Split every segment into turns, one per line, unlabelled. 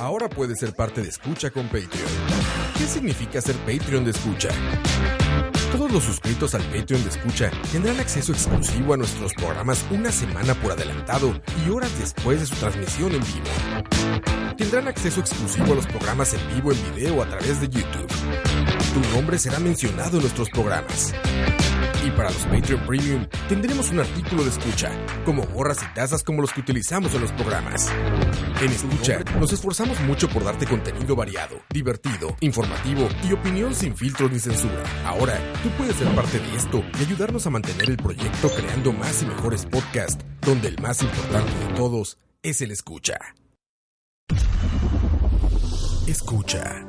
Ahora puedes ser parte de Escucha con Patreon. ¿Qué significa ser Patreon de Escucha? Todos los suscritos al Patreon de Escucha tendrán acceso exclusivo a nuestros programas una semana por adelantado y horas después de su transmisión en vivo. Tendrán acceso exclusivo a los programas en vivo en video a través de YouTube. Tu nombre será mencionado en nuestros programas. Y para los Patreon Premium tendremos un artículo de escucha, como gorras y tazas como los que utilizamos en los programas. En escucha nos esforzamos mucho por darte contenido variado, divertido, informativo y opinión sin filtros ni censura. Ahora, tú puedes ser parte de esto y ayudarnos a mantener el proyecto creando más y mejores podcasts, donde el más importante de todos es el escucha. Escucha.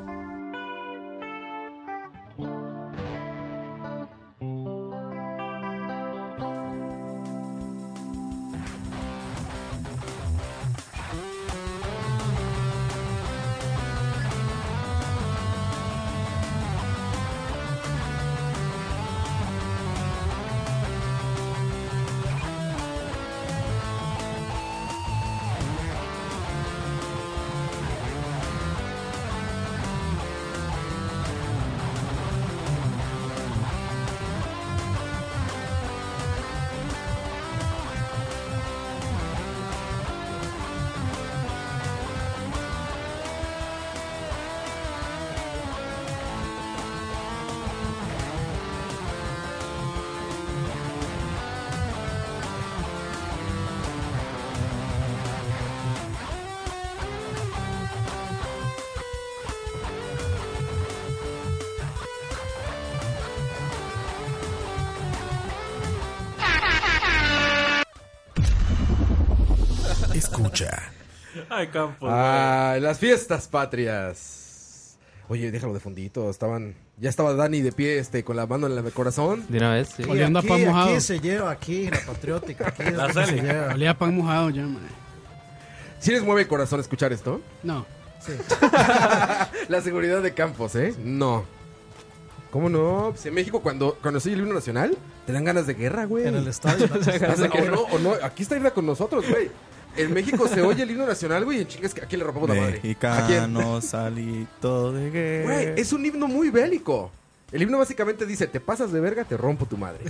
Escucha.
Ay, Campos.
Ah, las fiestas patrias. Oye, déjalo de fondito. Estaban, ya estaba Dani de pie, este, con la mano en el corazón.
De una vez, sí.
Aquí,
Oliendo a
aquí,
pan mojado.
aquí se lleva, aquí, la patriótica, aquí es
La
donde se
sale.
lleva.
Olía a pan mojado ya, man.
Si les mueve el corazón escuchar esto.
No.
La seguridad de Campos, ¿eh? No. ¿Cómo no? Pues en México, cuando, cuando se oye el himno nacional, te dan ganas de guerra, güey.
En el estadio.
O sea, o no, o no. Aquí está Irda con nosotros, güey. En México se oye el himno nacional, güey, y en chingas, aquí le rompamos la madre. ¿A quién?
Mexicano salito de guerra.
Güey, es un himno muy bélico. El himno básicamente dice, te pasas de verga, te rompo tu madre.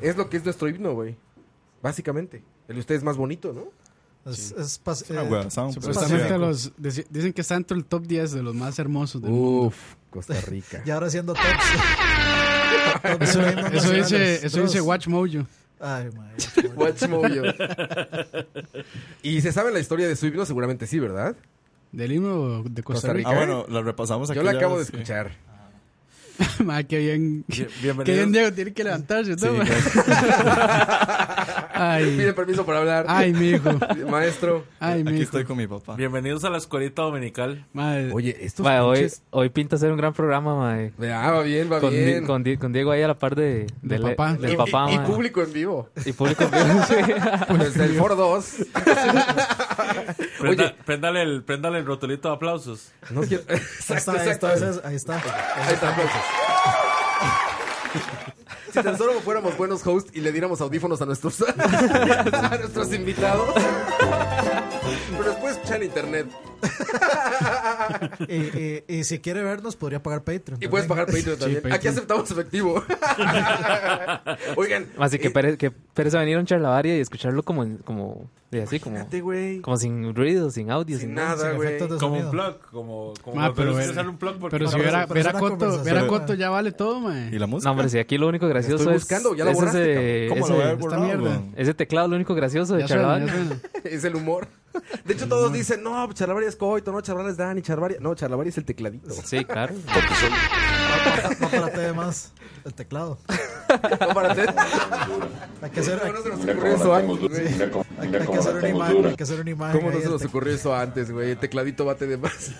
es lo que es nuestro himno, güey. Básicamente. El de ustedes es más bonito, ¿no?
Es, es pas- eh,
Ah, güey, sound-
Supuestamente
Sí.
los, deci- dicen que está entre el top 10 de los más hermosos
Uh,
del mundo.
Uf, Costa Rica.
y ahora siendo tops. Tops
Eso,
de himnos
eso
nacionales.
dice, eso dice
Dios.
Watch Mojo.
Ay, madre.
Watch Mojo. y se sabe la historia de su himno, seguramente sí, ¿verdad?
Del himno de Costa
Costa
Rica.
Rica.
Ah, bueno, la repasamos aquí.
Yo la
ya,
acabo de
sí.
escuchar.
Ma, qué bien.
Bien-
Qué bien,
Bienvenidos.
Diego, tiene que levantarse.
Sí,
¿no, ma?
gracias.
Pide
Ay,
permiso para hablar.
ay, mijo.
Maestro.
Ay,
Aquí
mijo.
estoy con mi papá.
Bienvenidos a la escuelita dominical.
Madre,
Oye, estos
Mae, hoy,
pinches-
hoy pinta ser un gran programa, mae.
Ah, va bien, va
Con, Di-
bien.
con Di- con Diego ahí a la par de,
Del
del-
papá.
del
Y-
papá,
y, y
mae.
público en vivo.
Y público. sí.
Desde el Foro 2.
Prenda- préndale, el, préndale el rotulito de aplausos.
No quiero...
Ahí
Exacto,
está, ahí
exacto.
está, ese es- ahí está.
Ahí está, aplausos. Si tan solo fuéramos buenos hosts y le diéramos audífonos a nuestros, a nuestros invitados. Pero después escuchar en internet.
Y, y- y si quiere vernos, podría pagar Patreon.
Y puedes pagar
también.
Patreon también. Aquí
Patreon.
aceptamos efectivo. Oigan.
Así que
eh,
pereza, que pereza venir a un charlavaria y escucharlo como, como, de así, como,
Fíjate, güey.
como sin ruido, sin audio, sin,
Sin
nada.
nada,
Sin
güey.
efectos de
Como un
sonido.
plug. Como, como
Ma, Ah, pero,
cuando
ver-
usted sale un plug porque
pero si
Parece-
hubiera,
parece
hubiera
una
Coto,
conversación.
hubiera Coto ya vale todo, man.
¿Y la música?
No, hombre, si aquí lo único gracioso
Estoy
es.
buscando, ya la
es
borraste,
ese,
¿Cómo
ese-
lo voy a
esta
haber borrado,
mierda.
weón?
ese teclado, lo único gracioso de
Ya suena,
charlavaria.
ya suena.
Es el humor. De hecho, todos dicen, no, charlavaria es coito, no, charlavaria es Dani, charlavaria... No, charlavaria es el tecladito.
Sí, claro.
No para de más el teclado.
No, para hacer-
Hay que hacer, hay,
¿Cómo no se nos ocurrió eso antes, güey?
hay que hacer una imagen. Hay que hacer una imagen.
¿Cómo no se
ahí del
nos
tec-
ocurrió eso antes, güey? El tecladito bate de más.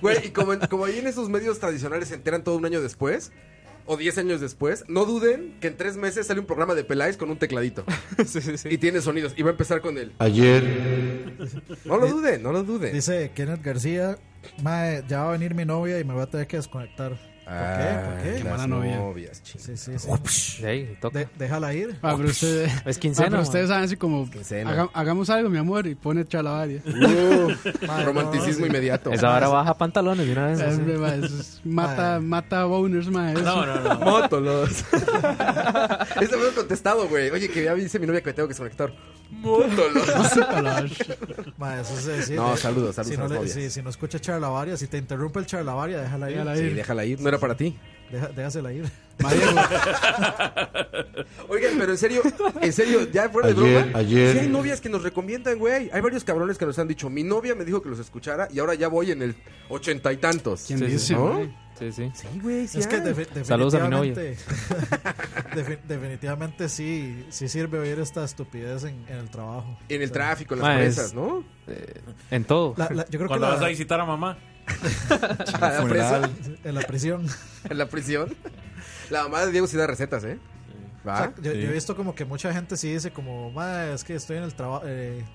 Güey, y como, en- como ahí en esos medios tradicionales se enteran todo un año después, o 10 años después, no duden que en tres meses sale un programa de Peláez con un tecladito. Y tiene sonidos. Y va a empezar con él. Ayer. No lo duden, no lo duden.
Dice Kenneth García, "Mae, ya va a venir mi novia y me va a tener que desconectar.
Ah,
¿Por qué? ¿Por qué?
las
Qué mala
novia.
novias, ching.
Sí, sí, sí.
Sí, ahí, toca.
De- déjala ir.
Ah, pero usted-
Es
ah,
quincena.
pero
man.
ustedes saben así como,
Quincena.
"Haga- hagamos algo, mi amor, y pone charlavaria.
Uh,
Madre,
romanticismo
no, sí.
inmediato.
Esa hora baja pantalones de una vez. así.
Hombre, ma, eso es- mata, mata boners, ma, eso.
No, no, no.
Mótolos. Ese me lo he contestado, güey. Oye, que ya me dice mi novia que me tengo que desconectar. Mótolos.
Ma, eso es decir,
No,
eh,
saludos, saludos
si
a
no,
las
le-
novias.
si, si no escucha charlavaria, si te interrumpe el charlavaria, déjala ir.
Déjala
Déjala
Sí,
ir.
déjala ir. No era para ti.
déjasela ir.
Ma, Diego,
Oigan, pero en serio, en serio, ya fuera de
Ayer,
broma.
ayer.
Sí hay novias que nos recomiendan, güey. Hay varios cabrones que nos han dicho, mi novia me dijo que los escuchara y ahora ya voy en el ochenta y tantos.
¿Quién
Sí, sí,
dice?
sí.
ma?
Sí, sí.
Sí, güey, sí.
Es que
hay.
defi-
Saludos a mi novia.
definitivamente- defi- definitivamente sí, sí sirve oír esta estupidez en, en el trabajo.
En
O
el
sea,
tráfico, en las
Ma, es-
presas, ¿no?
En todo.
la- la- yo creo que
Cuando
la-
vas a visitar a mamá.
A la presa,
en la prisión.
en la prisión. La mamá de Diego sí da recetas, ¿eh?
O
¿Va?
sea, yo, yo he visto como que mucha gente sí dice como, "Mae, es que estoy en el trabajo,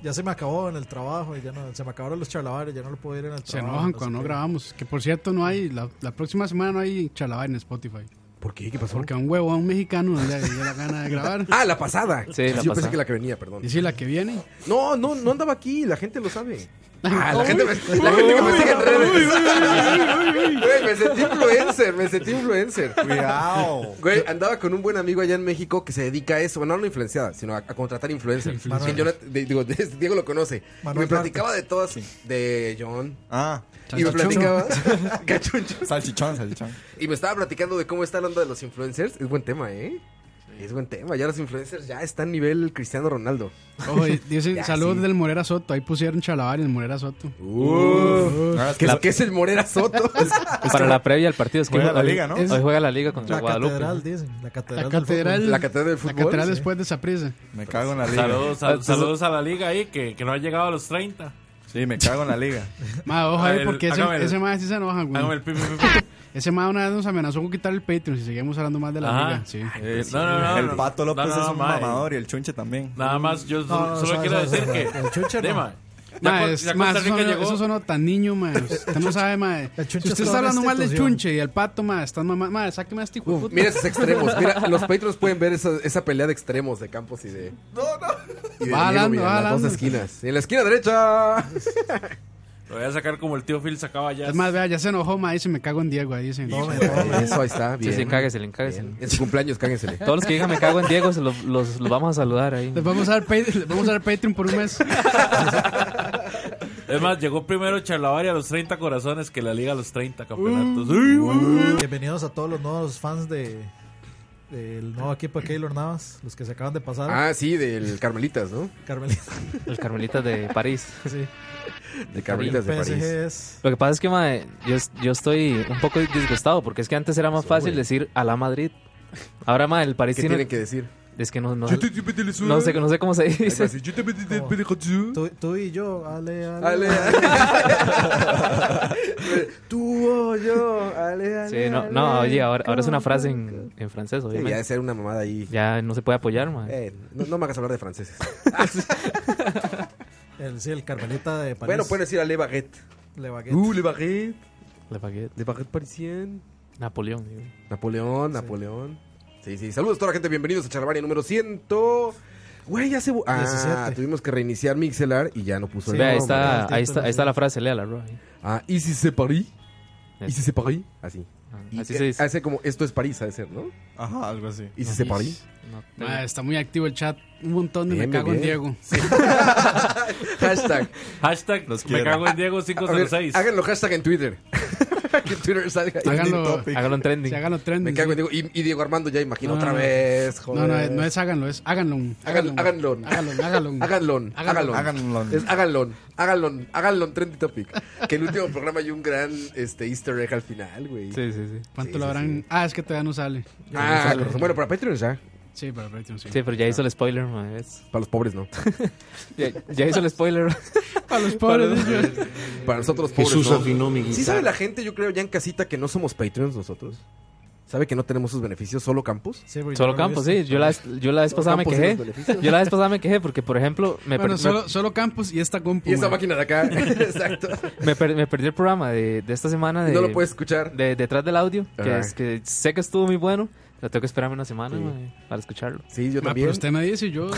ya se me acabó en el trabajo y ya no, se me acabaron los charlavares, ya no lo puedo ir en el
Se
trabajo.
enojan
sé
cuando no
qué".
grabamos. Que por cierto, no hay. La, la próxima semana no hay charlavaria en Spotify.
¿Por qué? ¿Qué pasó?
Porque a un huevo, a un mexicano, no le le dio la gana de grabar.
Ah, la pasada.
Sí, la
yo pensé
pasada.
que la que venía, perdón.
Y sí, la que viene.
No, no, no andaba aquí, la gente lo sabe. Ah, la gente, me, la gente que me sigue en redes. Güey, me sentí influencer, me sentí influencer.
Cuidado.
Güey, andaba con un buen amigo allá en México que se dedica a eso, bueno, no a la influenciada, sino a, a contratar influencers.
Manuel.
Y yo le- de- digo, de- Diego lo conoce.
Manuel
me platicaba de todas, de John.
Ah,
Y me
Chanchón.
platicaba, Cachuncho.
salchichón, salchichón.
Y me estaba platicando de cómo está la onda de los influencers. Es buen tema, ¿eh? Es buen tema. Ya los influencers ya están nivel Cristiano Ronaldo.
Ojo, y dicen
Ya,
salud
sí.
del Morera Soto. Ahí pusieron charlavaria en el Morera Soto.
Ah, es
¿Qué,
que
es, qué es el Morera Soto?
Para la previa del partido. Es que
Juega la
hoy-
liga, ¿no?
Hoy juega la liga contra
La
Guadalupe.
catedral, dicen. La catedral.
La
del
catedral.
fútbol.
La catedral del
La
fútbol.
catedral
sí.
después de esa prisa.
me cago en la liga.
Saludos, sal- saludos a la liga ahí que, que no ha llegado a los 30.
Sí, me cago en la liga.
Ma, ojo ahí,
El-
porque ese,
hágame el-
ese ma sí se enoja,
Mm.
güey.
Hágame el pi, pi, pi, pi.
Ese ma una vez nos amenazó con quitar el Patreon si seguimos hablando más de la
Ajá.
liga. Sí.
Eh, No, no, no.
Pues el
no.
Pato
No,
López
no,
es un
mae.
mamador y el chunche también.
Nada más, yo
No, no,
solo
sabe,
quiero
sabe,
decir
sabe.
que.
El chuche no.
Dema, ya
Ma,
Cu-
es-
ya
ma,
Costa
eso,
Rica
sonó,
llegó.
eso sonó tan niño, ma. Usted no sabe, ma.
El
Si
chunche
usted
es
está
toda una
hablando mal del
institución.
chunche y el pato, ma, están mamá. Ma, sáqueme a este hijo de
Uf,
puta.
mira esos extremos. Mira, los Patreons pueden ver esa, esa pelea de extremos de Campos y de. No, no. Y de
Va
Diego
jalando,
Villalba,
va
Dos
jalando.
esquinas. Y en la esquina derecha.
Lo voy a sacar como el tío Phil sacaba ya.
Es más, vea, ya se enojó, ma. Dice, me cago en Diego. Ahí dicen.
No, me-
Eso ahí está.
Sí,
Bien.
sí, cáguesele,
Bien.
encáguesele.
En su cumpleaños, cáguensele.
Todos los que digan me cago en Diego, se los, los- los vamos a saludar ahí.
Les vamos a dar, Pat- les vamos a dar Patreon por un mes.
Es más, llegó primero Charlavaria a los 30 corazones que la liga a los 30 campeonatos. Uy, uy.
Uh. Bienvenidos a todos los nuevos fans de del nuevo equipo de Keylor Navas, los que se acaban de pasar.
Ah, sí, del Carmelitas, ¿no?
Carmelita.
El Carmelita de París.
Sí.
De Carmelitas de
PSG
París.
es.
Lo que pasa es que, mae, yo, yo estoy un poco disgustado porque es que antes era más fácil decir a la Madrid. Ahora, mae, el París
¿Qué
tiene.
tienen que decir?
Es que no, no, no sé, no sé cómo se dice.
Tú, tú y yo, Ale, Ale.
Ale, ale. Tú o yo, ale, ale.
Sí, no, no, oye, ahora, ahora es una frase en, en francés,
Sí, ya
obviamente.
de ser una mamada ahí.
Ya no se puede apoyar, mae.
Eh, no, no me hagas hablar de franceses.
El, sí, el Carmelita de París.
Bueno, pueden decir Ale Baguette.
Le baguette.
Uh, Le Baguette.
Le pagué
Le Baguette Parisien.
Napoleón. digo.
Napoleón, Napoleón. Sí, sí. Saludos a toda la gente. Bienvenidos a Charlavaria número 100. Güey, ya se... bu- Ah,
17.
tuvimos que reiniciar Mixelar y ya no puso
Sí,
Pues Vea, ahí
no,
está,
mae, el
ahí
título,
está, ahí
sí.
está la frase, léala, bro. ahí.
Ah, ¿y si se París? ¿Y si
Es-
se París? Así.
ah,
Y
Así
que
se dice.
Hace como, esto es París, ha de ser, ¿no?
Ajá, algo así.
¿Y si se París?
No,
Ma, está muy activo el chat. Un montón de
Bien,
me cago
bien,
en Diego.
Hashtag.
Hashtag
Los
me
quiero.
cago en Diego
A ver,
506.
háganlo hashtag en Twitter. que Twitter salga. ahí.
Háganlo.
topic.
Hágalo en trending.
Se háganlo trending.
Me cago en
sí.
Diego. Y, y Diego Armando ya imagino
No,
otra
no.
vez.
No,
Joder.
no, no es háganlo, es háganlo.
Háganlo, háganlo.
Háganlo, háganlo.
Háganlo, háganlo.
Háganlo.
Es háganlo, háganlo, háganlo, trendy topic. Que el último programa hay un gran este, easter egg al final, güey.
Sí, sí, sí.
¿Cuánto
Sí,
lo
sí,
habrán?
sí.
Ah, es que todavía no sale.
Ah, con razón. bueno, para Patreon ya.
Sí, para Patreon, sí.
Sí, pero ya hizo el spoiler, mae. es-
Para los pobres, no.
Ya, ya hizo el spoiler.
Para los pobres, dicho.
Para nosotros los pobres.
Jesús
no.
afinó mi
Sí sabe
guitarra.
la gente, yo creo, ya en casita que no somos Patreons nosotros. ¿Sabe que no tenemos sus beneficios solo Campus?
Sí, porque yo
Solo
no lo he
Campos,
visto.
sí. Yo la, yo la vez pasada me
Campos y los
quejé.
beneficios.
Yo la vez pasada me quejé porque, por ejemplo, me, per-
Bueno,
me-
solo, solo Campos y esta compu.
Y esta
mae.
máquina de acá. Exacto.
me per- me perdí el programa de, de esta semana de,
No lo puedes escuchar.
de- detrás del audio, que,
Ajá.
es, que sé que estuvo muy bueno. Pero tengo que esperarme una semana
Sí.
mae, para escucharlo.
Sí, yo
Mae,
también.
Ah, pero usted me dice y yo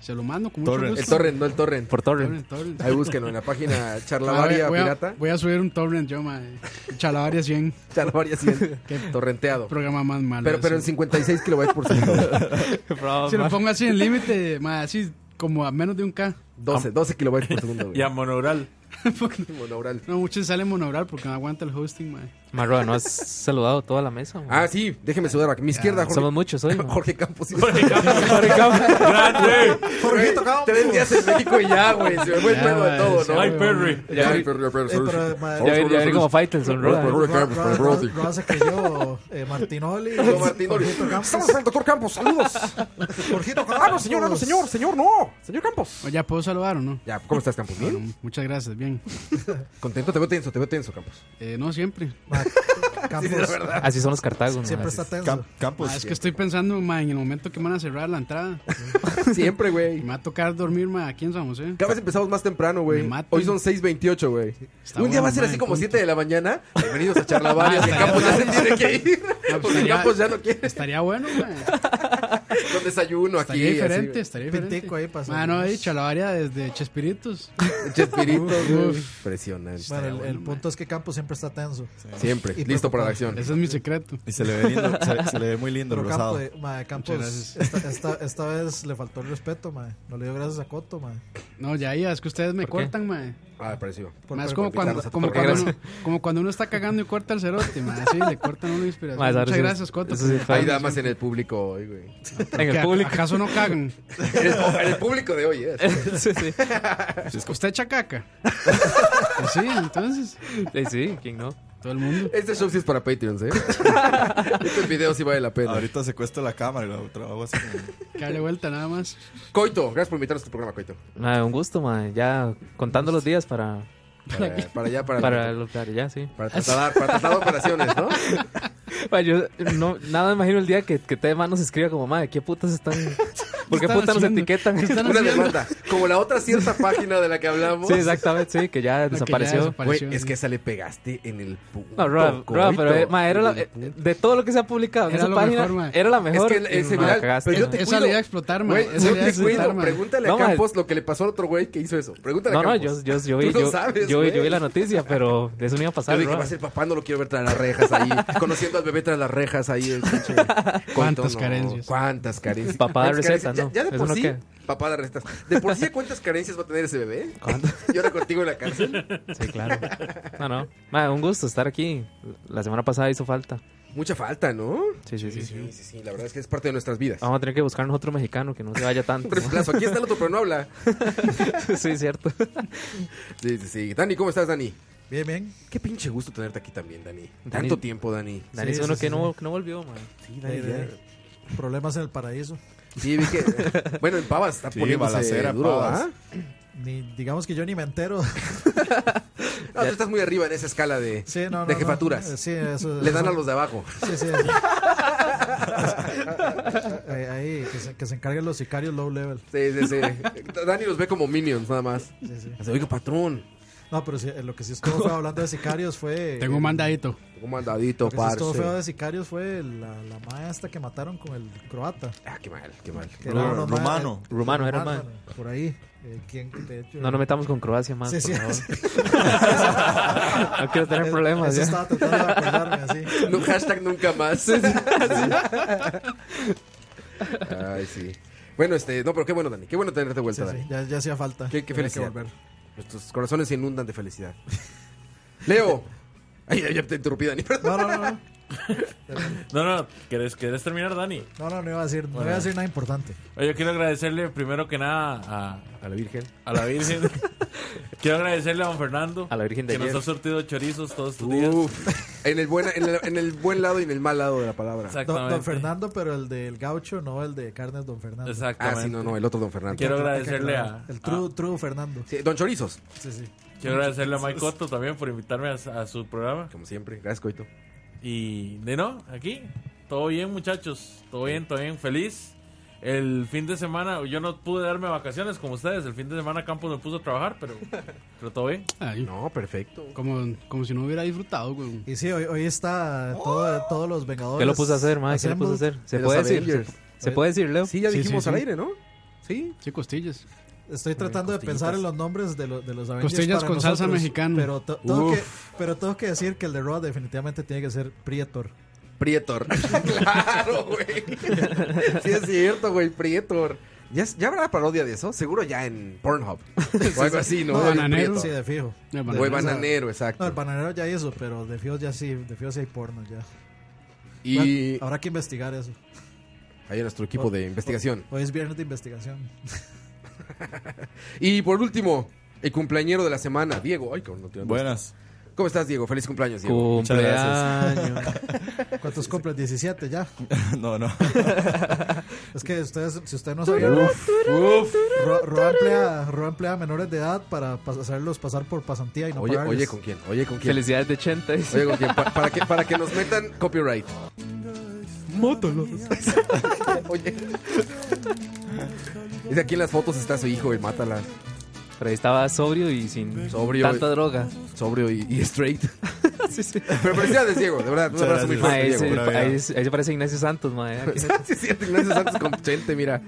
se lo mando con mucho
Torrent.
gusto.
El torrent, no el torrent.
Por torrent.
Torrent, torrent.
Ahí búsquenlo en la página
Mae, voy,
Charlavaria
a- voy a,
Pirata.
voy a subir un torrent yo, mae. Chalabaria 100.
Charlavaria 100. Torrenteado.
Programa más malo.
Pero, pero en
ese.
56 kilobytes por segundo.
Si lo pongo así en límite, mae, así como a menos de un K.
12, 12 kilobytes por segundo. güey.
Y a Monoral.
Monaural.
No, muchos salen monobral porque no aguanta el hosting, mae.
Marroa, no has saludado toda la mesa. mae.
Ah, sí, déjeme sudar aquí. Mi izquierda, Jorge.
Somos muchos hoy. mae.
Jorge Campos.
Gran, güey.
Jorgito Campos.
Tres días en México y ya, güey. Se me fue el
Ya,
pedo de
güey,
todo,
sí,
¿no?
Ay, Perry.
Ya, ay, Perry, Perry,
Eh, pero,
sorry.
ma-
Ya ven- ya ven como Fighters, son Roa.
Ro-
Jorge Campos,
Ro-
pero Brody.
Ro- Ro- se creyó eh, Martinoli.
Don Martín Ori.
Jorgito Campos.
Estamos en el doctor Campos, saludos.
Jorgito Campos.
Ah, no, señor, ah, no, señor, señor, no. Señor Campos.
Oye, ¿puedo saludar o no?
Ya, ¿cómo estás, Campos? ¿Bien?
Bueno, muchas gracias, bien.
¿Contento? Te veo tenso, te veo tenso, Campos.
Eh, no siempre.
Ma- Campos
Así son los cartagos. mae.
siempre está tenso.
Campos.
Ah, es que estoy pensando ma, en el momento que me van a cerrar la entrada.
Siempre,
Y
güey.
me va a tocar dormir ma, aquí en San José.
Cada vez empezamos más temprano,
Me
güey.
matan.
Hoy son 6.28, güey.
Está
Un día
bueno,
va a ser
ma,
así
el
como
punto.
7 de la mañana. Bienvenidos a Charlavaria.
Ah,
que
está
Campos ya se
bien.
tiene que ir.
Ah, pues,
Porque
estaría-
Campos ya no quiere.
Estaría bueno, ma.
Con desayuno aquí.
Estaría diferente, estaría diferente.
Pintico ahí pasando.
Ah, no, he dicho la varia desde Chespiritos.
así, güey. Chespiritos, güey.
Uf.
Impresionante.
Bueno, el, el
bueno,
punto es que Campos siempre está tenso.
Siempre.
Y
Listo para la acción.
Ese es mi secreto.
Y se le ve lindo, se, se le ve muy lindo
Pero
el rosado.
Campos, ma, Campos
Muchas
esta, esta, esta vez le faltó el respeto, ma. No le dio gracias a Coto, ma.
No, ya iba, es que ustedes me cortan, ma.
Ah, pareció.
Ma, es como cuando,
invitarnos a
como,
tocar.
cuando uno, como cuando uno está cagando y corta el cerote, ma. Así le cortan una inspiración.
Ma, esa
Muchas
sí-
gracias, Coto.
eso sí
por-
fue-
Hay damas en el público hoy, güey.
En el
¿Qué,
público.
¿Acaso no cagan?
En el- en el público de hoy, es.
sí, sí.
¿Usted echa caca? Pues sí, entonces.
Eh, sí, ¿quién no?
Todo el mundo.
Este show sí es para Patreons, ¿eh? este video sí vale la pena.
Ahorita secuestro la cámara y lo trabajo así. como-
Que darle vuelta nada más.
Coito, gracias por invitarnos a tu programa, Coito.
Mae, un gusto, mae. Ya contando los días para,
Para, para allá, para,
para
para,
los para ya, sí.
trasladar, para trasladar operaciones, ¿no?
Mae, yo no, nada me imagino el día que, que Tedman nos escriba como, mae, ¿qué putas están? ¿Por qué
están
putas nos
haciendo?
etiquetan?
Una demanda. Como la otra cierta página de la que hablamos.
Sí, exactamente, sí, que ya
que ya
desapareció.
desapa-
Güey,
Pareció,
es
sí.
que esa le pegaste en el punto.
No, Roa, Roa,
Coito.
pero eh, mae, era la-
En el
eh,
punto.
de todo lo que se ha publicado en
Era
esa
lo
página,
mejor, mae.
era la mejor.
Es que ese
y, mae,
viral,
cagaste.
pero yo te
Esa
cuido.
le iba a explotar, ma.
Güey,
Esa
yo
le iba a
te cuido.
explotar, ma.
Pregúntale a
No, ma.
Campos lo que le pasó al otro güey que hizo eso. Pregúntale
No,
a
no,
Campos.
yo, yo, yo
Tú
vi,
lo
yo,
sabes,
yo, vi- yo
güey.
vi la noticia, pero eso no iba
Yo
a pasar,
dije,
Roa.
va a ser papá, no lo quiero ver tras las rejas ahí. conociendo al bebé tras las rejas ahí. el pinche coito,
Cuántas
no,
carencias.
Cuántas carencias.
Papá de
Cuántas
receta,
carencias. Ya,
¿no?
ya de
Eso
por
no
sí.
queda.
Papá de recetas. De por sí, ¿cuántas carencias va a tener ese bebé?
¿Cuántas?
Y ahora contigo en la cárcel.
Sí, claro. No, no. Mae, un gusto estar aquí. La semana pasada hizo falta.
Mucha falta, ¿no?
Sí, sí, sí.
Sí, sí, sí. La verdad es que es parte de nuestras vidas.
Vamos a tener que buscarnos otro mexicano que no se vaya tanto.
Reemplazo. pues, Aquí está el otro, pero no habla.
sí, cierto.
Sí, sí, sí. Dani, ¿cómo estás, Dani?
Bien, bien.
Qué pinche gusto tenerte aquí también, Dani.
Dani-
Tanto tiempo, Dani.
Dani es
sí,
uno
sí,
que,
sí.
No, que no volvió, man.
Sí,
Dani, ya. Eh, Problemas en el paraíso.
Sí, vi que. Bueno, en Pavas está
Sí,
poniéndose
balacera,
duro,
Pavas.
¿ah?
Ni, digamos que yo ni me entero.
No, tú estás muy arriba en esa escala de,
Sí, no, no,
de
no.
jefaturas.
Eh, Sí, eso.
Le dan
eso-
a los de abajo.
Sí, sí. eso. Eh, ahí, que se, que se encarguen los sicarios low level.
Sí, sí, sí. Dani los ve como minions, nada más.
Sí, sí.
Así, Oiga, patrón.
No, pero sí, eh, lo que sí estuvo feo hablando de sicarios fue.
Tengo un mandadito.
Un mandadito,
Lo que sí estuvo feo
parce.
de sicarios fue la, la maestra que mataron con el croata.
Ah, qué mal, qué mal.
que eran unos ma-
Rumano.
Rumano era,
eh, Rumano,
man.
Por ahí. eh, ¿quién, de hecho,
No nos metamos con Croacia más,
Sí, sí.
por favor. no quiero tener problemas,
ah, Eso
ya.
estaba tratando de acordarme así.
No, hashtag nunca más. Ay, sí. Bueno, este, no, pero qué bueno, Dani. Qué bueno tenerte de
Sí,
vuelta,
sí,
Dani.
ya, ya hacía falta.
Qué- qué
Tenía que
felicidad.
volver.
Nuestros corazones se inundan de felicidad. Leo. Ay, ay, ya te interrumpí, Dani, perdón.
No, no, no.
No, no, ¿querés, querés terminar, Dani?
No, no, no iba a decir, no iba a decir nada importante.
Oye, Yo quiero agradecerle primero que nada a, a la Virgen. A la Virgen. quiero agradecerle a don Fernando.
A la Virgen de
Que nos
ayer.
ha sortido chorizos todos
Uh,
estos días.
Uf. En el, buena, en, el, en el buen lado y en el mal lado de la palabra. Ah,
Don,
Exactamente.
don Fernando, pero el del gaucho, no el de carnes Don Fernando.
Ah,
Exactamente.
sí, no, no, el otro don Fernando.
Quiero
Hay que
agradecerle
aclarar.
a-
El true,
Ah.
true Fernando.
Sí, don Chorizos.
Sí, sí.
Quiero agradecerle a Mike Cotto también por invitarme a, a su programa.
Como siempre, gracias, Coito.
Y de no, aquí. Todo bien, muchachos. Todo bien, todo bien. Feliz. El fin de semana, yo no pude darme vacaciones como ustedes. El fin de semana Campos me puso a trabajar, pero, pero todo bien.
Ay,
No, perfecto.
como, como si no hubiera disfrutado, güey.
Y sí, hoy, hoy está todo- todos los Vengadores.
¿Qué lo puse a hacer, mae? ¿Qué lo puse a hacer? ¿Se
Los
puede decir?
Avengers.
¿Se puede decir, Leo?
Sí, ya
Sí, sí,
dijimos
sí.
al aire, ¿no? Sí.
Sí, costillas.
Estoy tratando de pensar en los nombres de, los de los Avengers.
Costillas
para
con salsa
nosotros,
mexicana.
Pero, to- tengo
Uf.
que, pero tengo que decir que el de Raw definitivamente tiene que ser Prietor.
Prietor. claro, güey. sí, es cierto, güey. Prietor. ¿Ya, ya habrá parodia de eso? Seguro ya en Pornhub. O algo así, ¿no?
No,
Del
bananero.
Prieto.
Sí, de fijo.
El
O el
bananero.
bananero,
No, el
exacto.
bananero ya hizo, pero de fijo ya sí, de fijo sí hay porno ya.
Y
Bueno, habrá que investigar eso.
hay nuestro equipo de investigación.
Hoy es viernes de investigación.
Y por último, el cumpleañero de la semana, Diego. Ay, cabrón, no te-
Buenas.
¿Cómo estás, Diego? Feliz cumpleaños, Diego.
Cumpleaños.
¿Cuántos compras? 17 ya.
No, no.
Es que ustedes, si ustedes no sabían, Ro- Ro emplea, Ro emplea a menores de edad para pas- hacerlos pasar por pasantía y no
Oye,
pagarles.
oye, ¿con quién? Oye, ¿con quién?
Felicidades de 80. dice.
Oye, ¿con quién? Pa- para, que, para que nos metan copyright. Mótalos. oye. Es de aquí en las fotos está su hijo y mátala.
Pero ahí estaba sobrio y sin
Sobrio.
tanta droga.
Sobrio y, y straight.
Sí, sí.
Pero felicidades, Diego, de verdad. Un
Muchas
abrazo muy
gracias. Ah,
fuerte,
Mae, ese-
Diego.
Diego,
ahí, es- ahí se parece a Ignacio Santos, mae. Aquí-
Sí, es cierto, Ignacio Santos con Chente, mira.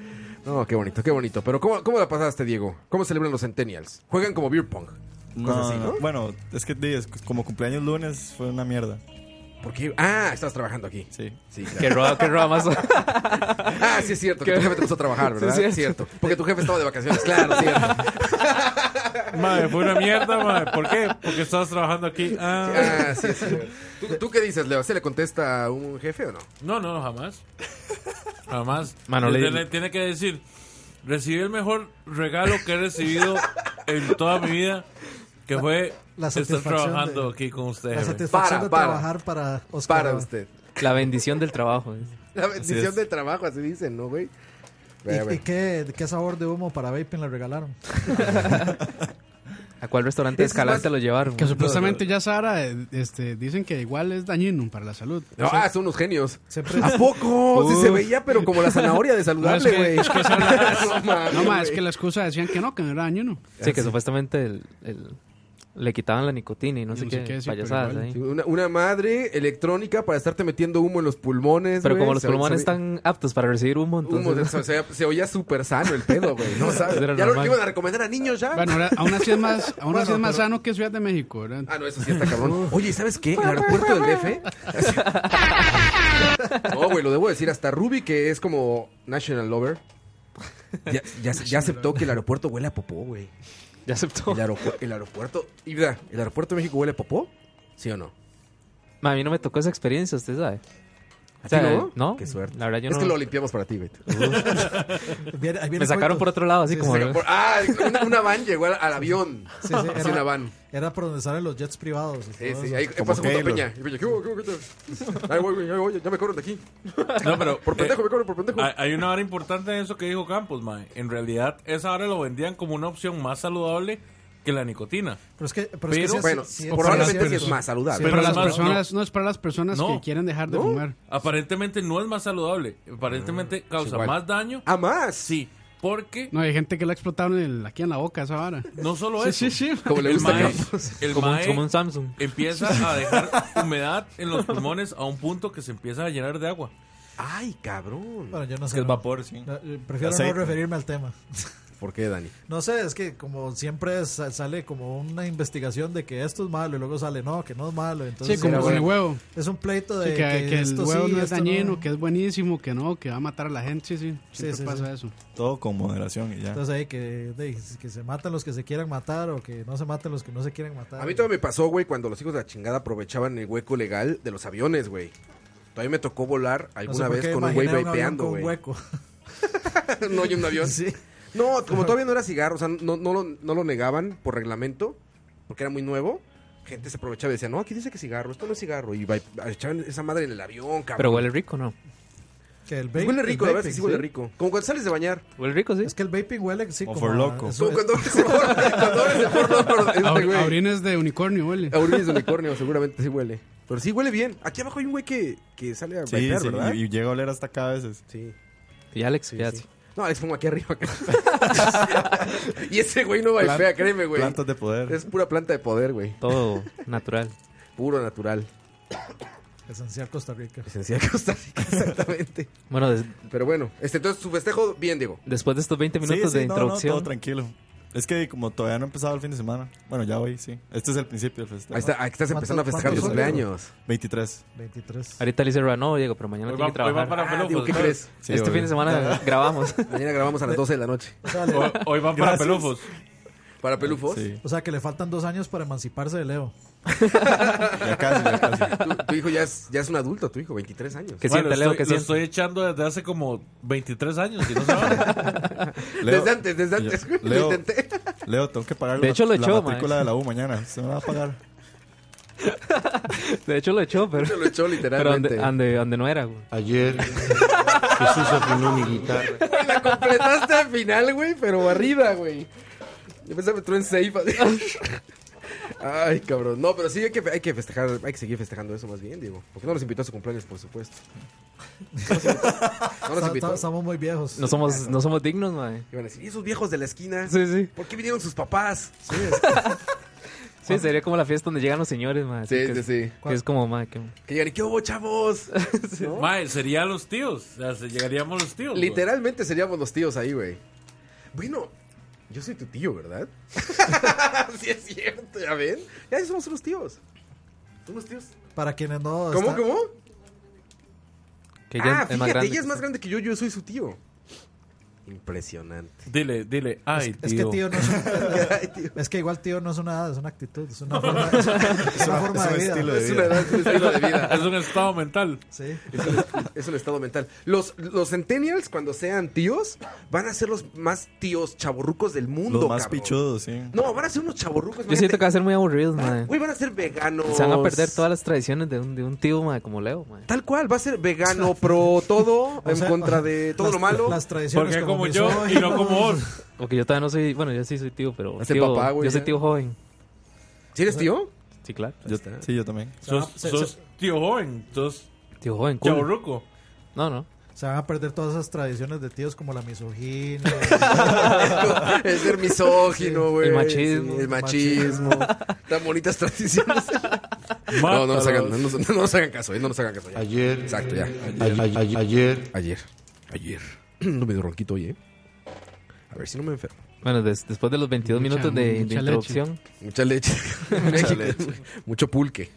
No, qué bonito, qué bonito. Pero ¿cómo, cómo la pasaste, Diego? ¿Cómo celebran los Centennials? Juegan como beer pong.
No,
Cosas así, ¿no?
no. Bueno, es que di, es como cumpleaños lunes fue una mierda.
¿Por qué? Ah, estás trabajando aquí.
Sí.
Sí, claro.
Qué roba, qué roba más.
Ah, sí es cierto, que tu jefe te puso a trabajar, ¿verdad?
Sí,
es
es
cierto. Porque tu jefe estaba de vacaciones, claro, Ah, cierto.
Madre, fue una mierda, madre. ¿Por qué? Porque estabas trabajando aquí. Ah.
Ah, sí es cierto. ¿Tú, tú qué dices, Leo? ¿Se le contesta a un jefe o no?
No, no, jamás. Jamás.
Manolín.
Usted le tiene que decir, recibí el mejor regalo que he recibido en toda mi vida, que fue
la
estar
satisfacción
trabajando
de-
aquí con usted.
La
jefe.
satisfacción
Para,
de
para.
trabajar para Oscar.
Para usted.
La bendición del trabajo. eh. dice.
La
Así
bendición
es.
del trabajo, así dicen, ¿no, güey?
¿Y,
Ve, a ver.
y qué, qué sabor de humo para vaping le regalaron?
¿A cuál restaurante de
Es más-
Escalante lo llevaron?
Que supuestamente ya Sara, eh, este, dicen que igual es dañino para la salud.
No, ah, son unos genios.
Siempre-
¿A poco? Sí se veía, pero como la zanahoria de
No, es
saludable,
que-
güey.
es que esa-
No mames,
No
ah,
más, es
güey.
que la excusa decían que no, que no era dañino.
Sí, que supuestamente el- el- le quitaban la nicotina y no, sé, qué,
sí, pero
payasadas
igual.
ahí.
Sí, Una, una madre electrónica para estarte metiendo humo en los pulmones.
Pero
güey.
como los
Se-
pulmones
se-
están aptos para recibir humo, entonces...
humo, se, se- se oía súper sano el pedo, güey. No sabes.
Era
Ya lo
normal.
que iban a recomendar a niños ya.
Bueno, ahora- aún así es más, aún así
Bueno,
es más
pero-
sano que Ciudad de México, ¿verdad?
Ah, no, eso sí está cabrón. Oye, ¿sabes qué? El aeropuerto del DF. No, güey, lo debo decir. Hasta Ruby, que es como National Lover, ya, ya- ya aceptó que el aeropuerto huele a popó, güey.
Ya aceptó.
El, aeropu- el aeropuerto. Ibra, ¿el aeropuerto de México huele a popó? ¿Sí o no?
Ma, A mí no me tocó esa experiencia, usted sabe.
¿A
O sea,
ti no?
no,
Qué suerte.
la verdad yo
es
no-
que lo limpiamos para ti, güey.
Viene- ahí viene
Me sacaron por
cuento.
otro lado, así
Sí,
como...
sí,
Por- ah, una, una van llegó al, al avión.
Sí, sí,
Así
era-
una van.
Era por donde salen los jets privados. y
Sí,
todo
sí,
eso.
ahí
Como
pasó junto a
Halo.
Peña. Y Peña, ¿qué hubo, qué hubo, qué tal? Ahí voy, güey, ahí voy, ya me corren de aquí.
No, pero
Por
eh,
pendejo, me corren por pendejo.
hay, hay una hora importante en eso que dijo Campos, mae. En realidad, esa hora lo vendían como una opción más saludable que la nicotina.
Pero es que, pero es que
Pero-
sí es-
bueno,
sí es-
probablemente
sí
sí es
cierto.
más saludable.
Pero,
Pero
las
no,
personas, no. es para las personas
No.
que quieren dejar de fumar.
Aparentemente no es más saludable.
Mm,
Aparentemente causa
igual.
más daño.
¿A Ah, más?
Sí, porque
No, hay gente que la explotaron en el- aquí en la boca esa vara.
no solo
Sí,
eso.
sí, sí.
Como le
El
gusta
mae,
a
el
como, un-
mae
como un Samsung.
empieza a dejar humedad en los pulmones a un punto que se empieza a llenar de agua.
Ay, cabrón.
Bueno, yo no sé.
que el
no.
vapor, sí.
Ah.
No, eh, Prefiero no
Aceite.
referirme al tema.
¿Por qué, Dani?
No sé, es que como siempre sa- sale como una investigación de que esto es malo y luego sale no, que no es malo. Entonces
Sí, como
era
con el
bueno.
huevo.
Es un pleito
Sí,
de
que, que el
esto
huevo
sí,
no es
esto
dañino,
no.
que es buenísimo, que no, que va a matar a la gente, sí, sí. Siempre
sí,
pasa
sí.
eso.
Todo con moderación y ya.
Entonces ahí que, de- que se maten los que se quieran matar o que no se maten los que no se quieren matar.
A mí todavía me pasó, güey, cuando los hijos de la chingada aprovechaban el hueco legal de los aviones, güey. Todavía me tocó volar
No sé
alguna
por
vez
qué
con un güey
imaginé avión
vapeando,
con
güey.
hueco.
no, y un avión.
Sí.
No, como todavía no era cigarro, o sea, no, no, lo, no lo negaban por reglamento, porque era muy nuevo. Gente se aprovechaba y decía, no, aquí dice que cigarro, esto no es cigarro. Y va- echaban esa madre en el avión, cabrón.
Pero huele rico, ¿no?
Que el vape-
Huele rico,
el
la verdad es que sí
vaping,
huele rico. Como cuando sales de bañar.
Huele rico, sí.
Es que el vaping huele, sí,
Como
como.
for
a-
loco.
es-
Como cuando abres el porno, cuando abres el porno, pero este
Aur-
güey. Eh,
Aurines de unicornio, huele.
Aurines de unicornio, seguramente sí huele. Pero sí huele bien. Aquí abajo hay un güey que, que sale a
Sí,
bailar,
sí,
¿verdad?
y, y llega a oler hasta acá a veces.
Sí.
Y Alex,
Sí,
ya
sí.
sí.
No, les pongo aquí arriba. y ese güey no bailea,
Plan-
créeme, güey.
Plantas de poder.
Es pura planta de poder, güey.
todo natural.
Puro natural.
Esencial Costa Rica.
Esencial Costa Rica, exactamente.
Bueno, des-
Pero bueno, este, entonces su festejo, bien, Diego.
después de estos 20
Sí,
minutos
sí,
de
no, no,
introducción,
todo tranquilo. Es que como todavía no he empezado el fin de semana. Bueno, ya voy, sí. Este es el principio del festival.
Ahí está, ahí estás empezando a festejar tus
¿Cuántos- cuántos
cumpleaños.
23.
23.
ahorita le dice Ra, no, Diego, pero mañana
Hoy va,
tiene que
hoy va
trabajar.
para
Ah,
pelufos.
Diego, ¿qué crees?
Sí,
este
obvio.
fin de semana grabamos.
Mañana grabamos a las 12 de la noche.
O sea,
Hoy,
le-
hoy va para
Gracias.
pelufos.
Para pelufos.
Sí,
o sea, que le faltan dos años para emanciparse de Leo.
ya casi, ya casi.
Tu, tu hijo ya es, ya es un adulto, tu hijo, 23 años.
Que
Bueno,
sienta, Leo,
estoy-
que
lo
sienta.
estoy echando desde hace como 23 años y no saben.
Leo-
desde antes, desde antes.
Yo-
Lo
Leo-
intenté.
Leo, tengo que pagar
De hecho, lo
la,
echó,
la matrícula
mae.
de la U mañana. Se me va a pagar.
De hecho, lo echó, pero,
Se lo echó
pero
literalmente.
ande, ande, ande no era. güey.
Ayer Jesús afinó mi guitarra.
La completaste al final, güey, pero arriba, güey. Yo pensaba que tú en safe. así. Ay, cabrón. No, pero sí hay que, hay que festejar, hay que seguir festejando eso más bien, Diego. Porque no nos invitó a su cumpleaños, por supuesto. No nos
Está-
invitó.
está- Estamos muy viejos.
No somos, no somos dignos, mae.
Iban a decir, ¿y esos viejos de la esquina?
Sí, sí.
¿Por qué vinieron sus papás? Sí,
Sí, sería como la fiesta donde llegan los señores, mae. así que,
sí, sí.
que es como, mae, que...
Que digan, ¿qué hubo, chavos? ¿No?
Mae, serían los tíos. O sea, se- llegaríamos los tíos. güey.
Literalmente seríamos los tíos ahí, güey. Bueno, yo soy tu tío, ¿verdad? sí, es cierto, ya ven. Ya somos unos tíos. Unos tíos.
Para quienes no.
¿Cómo,
están-
cómo?
que ella
ah,
es
fíjate,
más grande.
ella es más grande que yo, yo soy su tío. Impresionante.
Dile, dile. Ay,
Es que tío no es,
Ay, tío.
es que igual tío no es una edad, es una actitud, es una forma, es, una forma
es un
de vida.
estilo de-
Es una edad, es un estilo de vida.
Es un estado mental.
Sí.
Es un, es un estado mental. Los, los centennials, cuando sean tíos, van a ser los más tíos chaborrucos del mundo,
Los más
cabrón.
pichudos, sí.
No, van a ser unos chaborrucos.
Yo siento que va a ser muy aburrido, mae.
Güey, van a ser veganos.
Se van a perder todas las tradiciones de un, de un tío, mae, como Leo, mae.
Tal cual, va a ser vegano, pro todo, en
O sea,
contra de todo
las-
lo malo.
Las tradiciones.
Porque como
mis
yo y no
hoy.
como vos.
Porque yo todavía no soy... Bueno, yo sí soy tío, pero...
Es el
tío-
papá, güey,
Yo soy
ya.
tío joven.
¿Sí eres tío?
Sí, claro.
Yo- sí, yo también.
Sos,
Se-
sos tío joven. Sos
Tío joven, cool.
chaburruco.
No, no.
Se van a perder todas esas tradiciones de tíos como la misoginia.
El ser misógino, güey.
El machismo.
Sí, el machismo. Tan bonitas tradiciones. No, no nos
Mátalos.
hagan, no, nos- no nos hagan caso, eh, no nos hagan caso. ya.
Ayer.
Exacto, ya.
Ayer. ayer- ayer-
Ayer. Ayer. No me dio ronquito hoy, ¿eh? A ver si no me enfermo.
Bueno, des- después de los 22
Mucha-
minutos de, de
mucha
introducción,
Mucha leche. Mucha leche. Mucho pulque.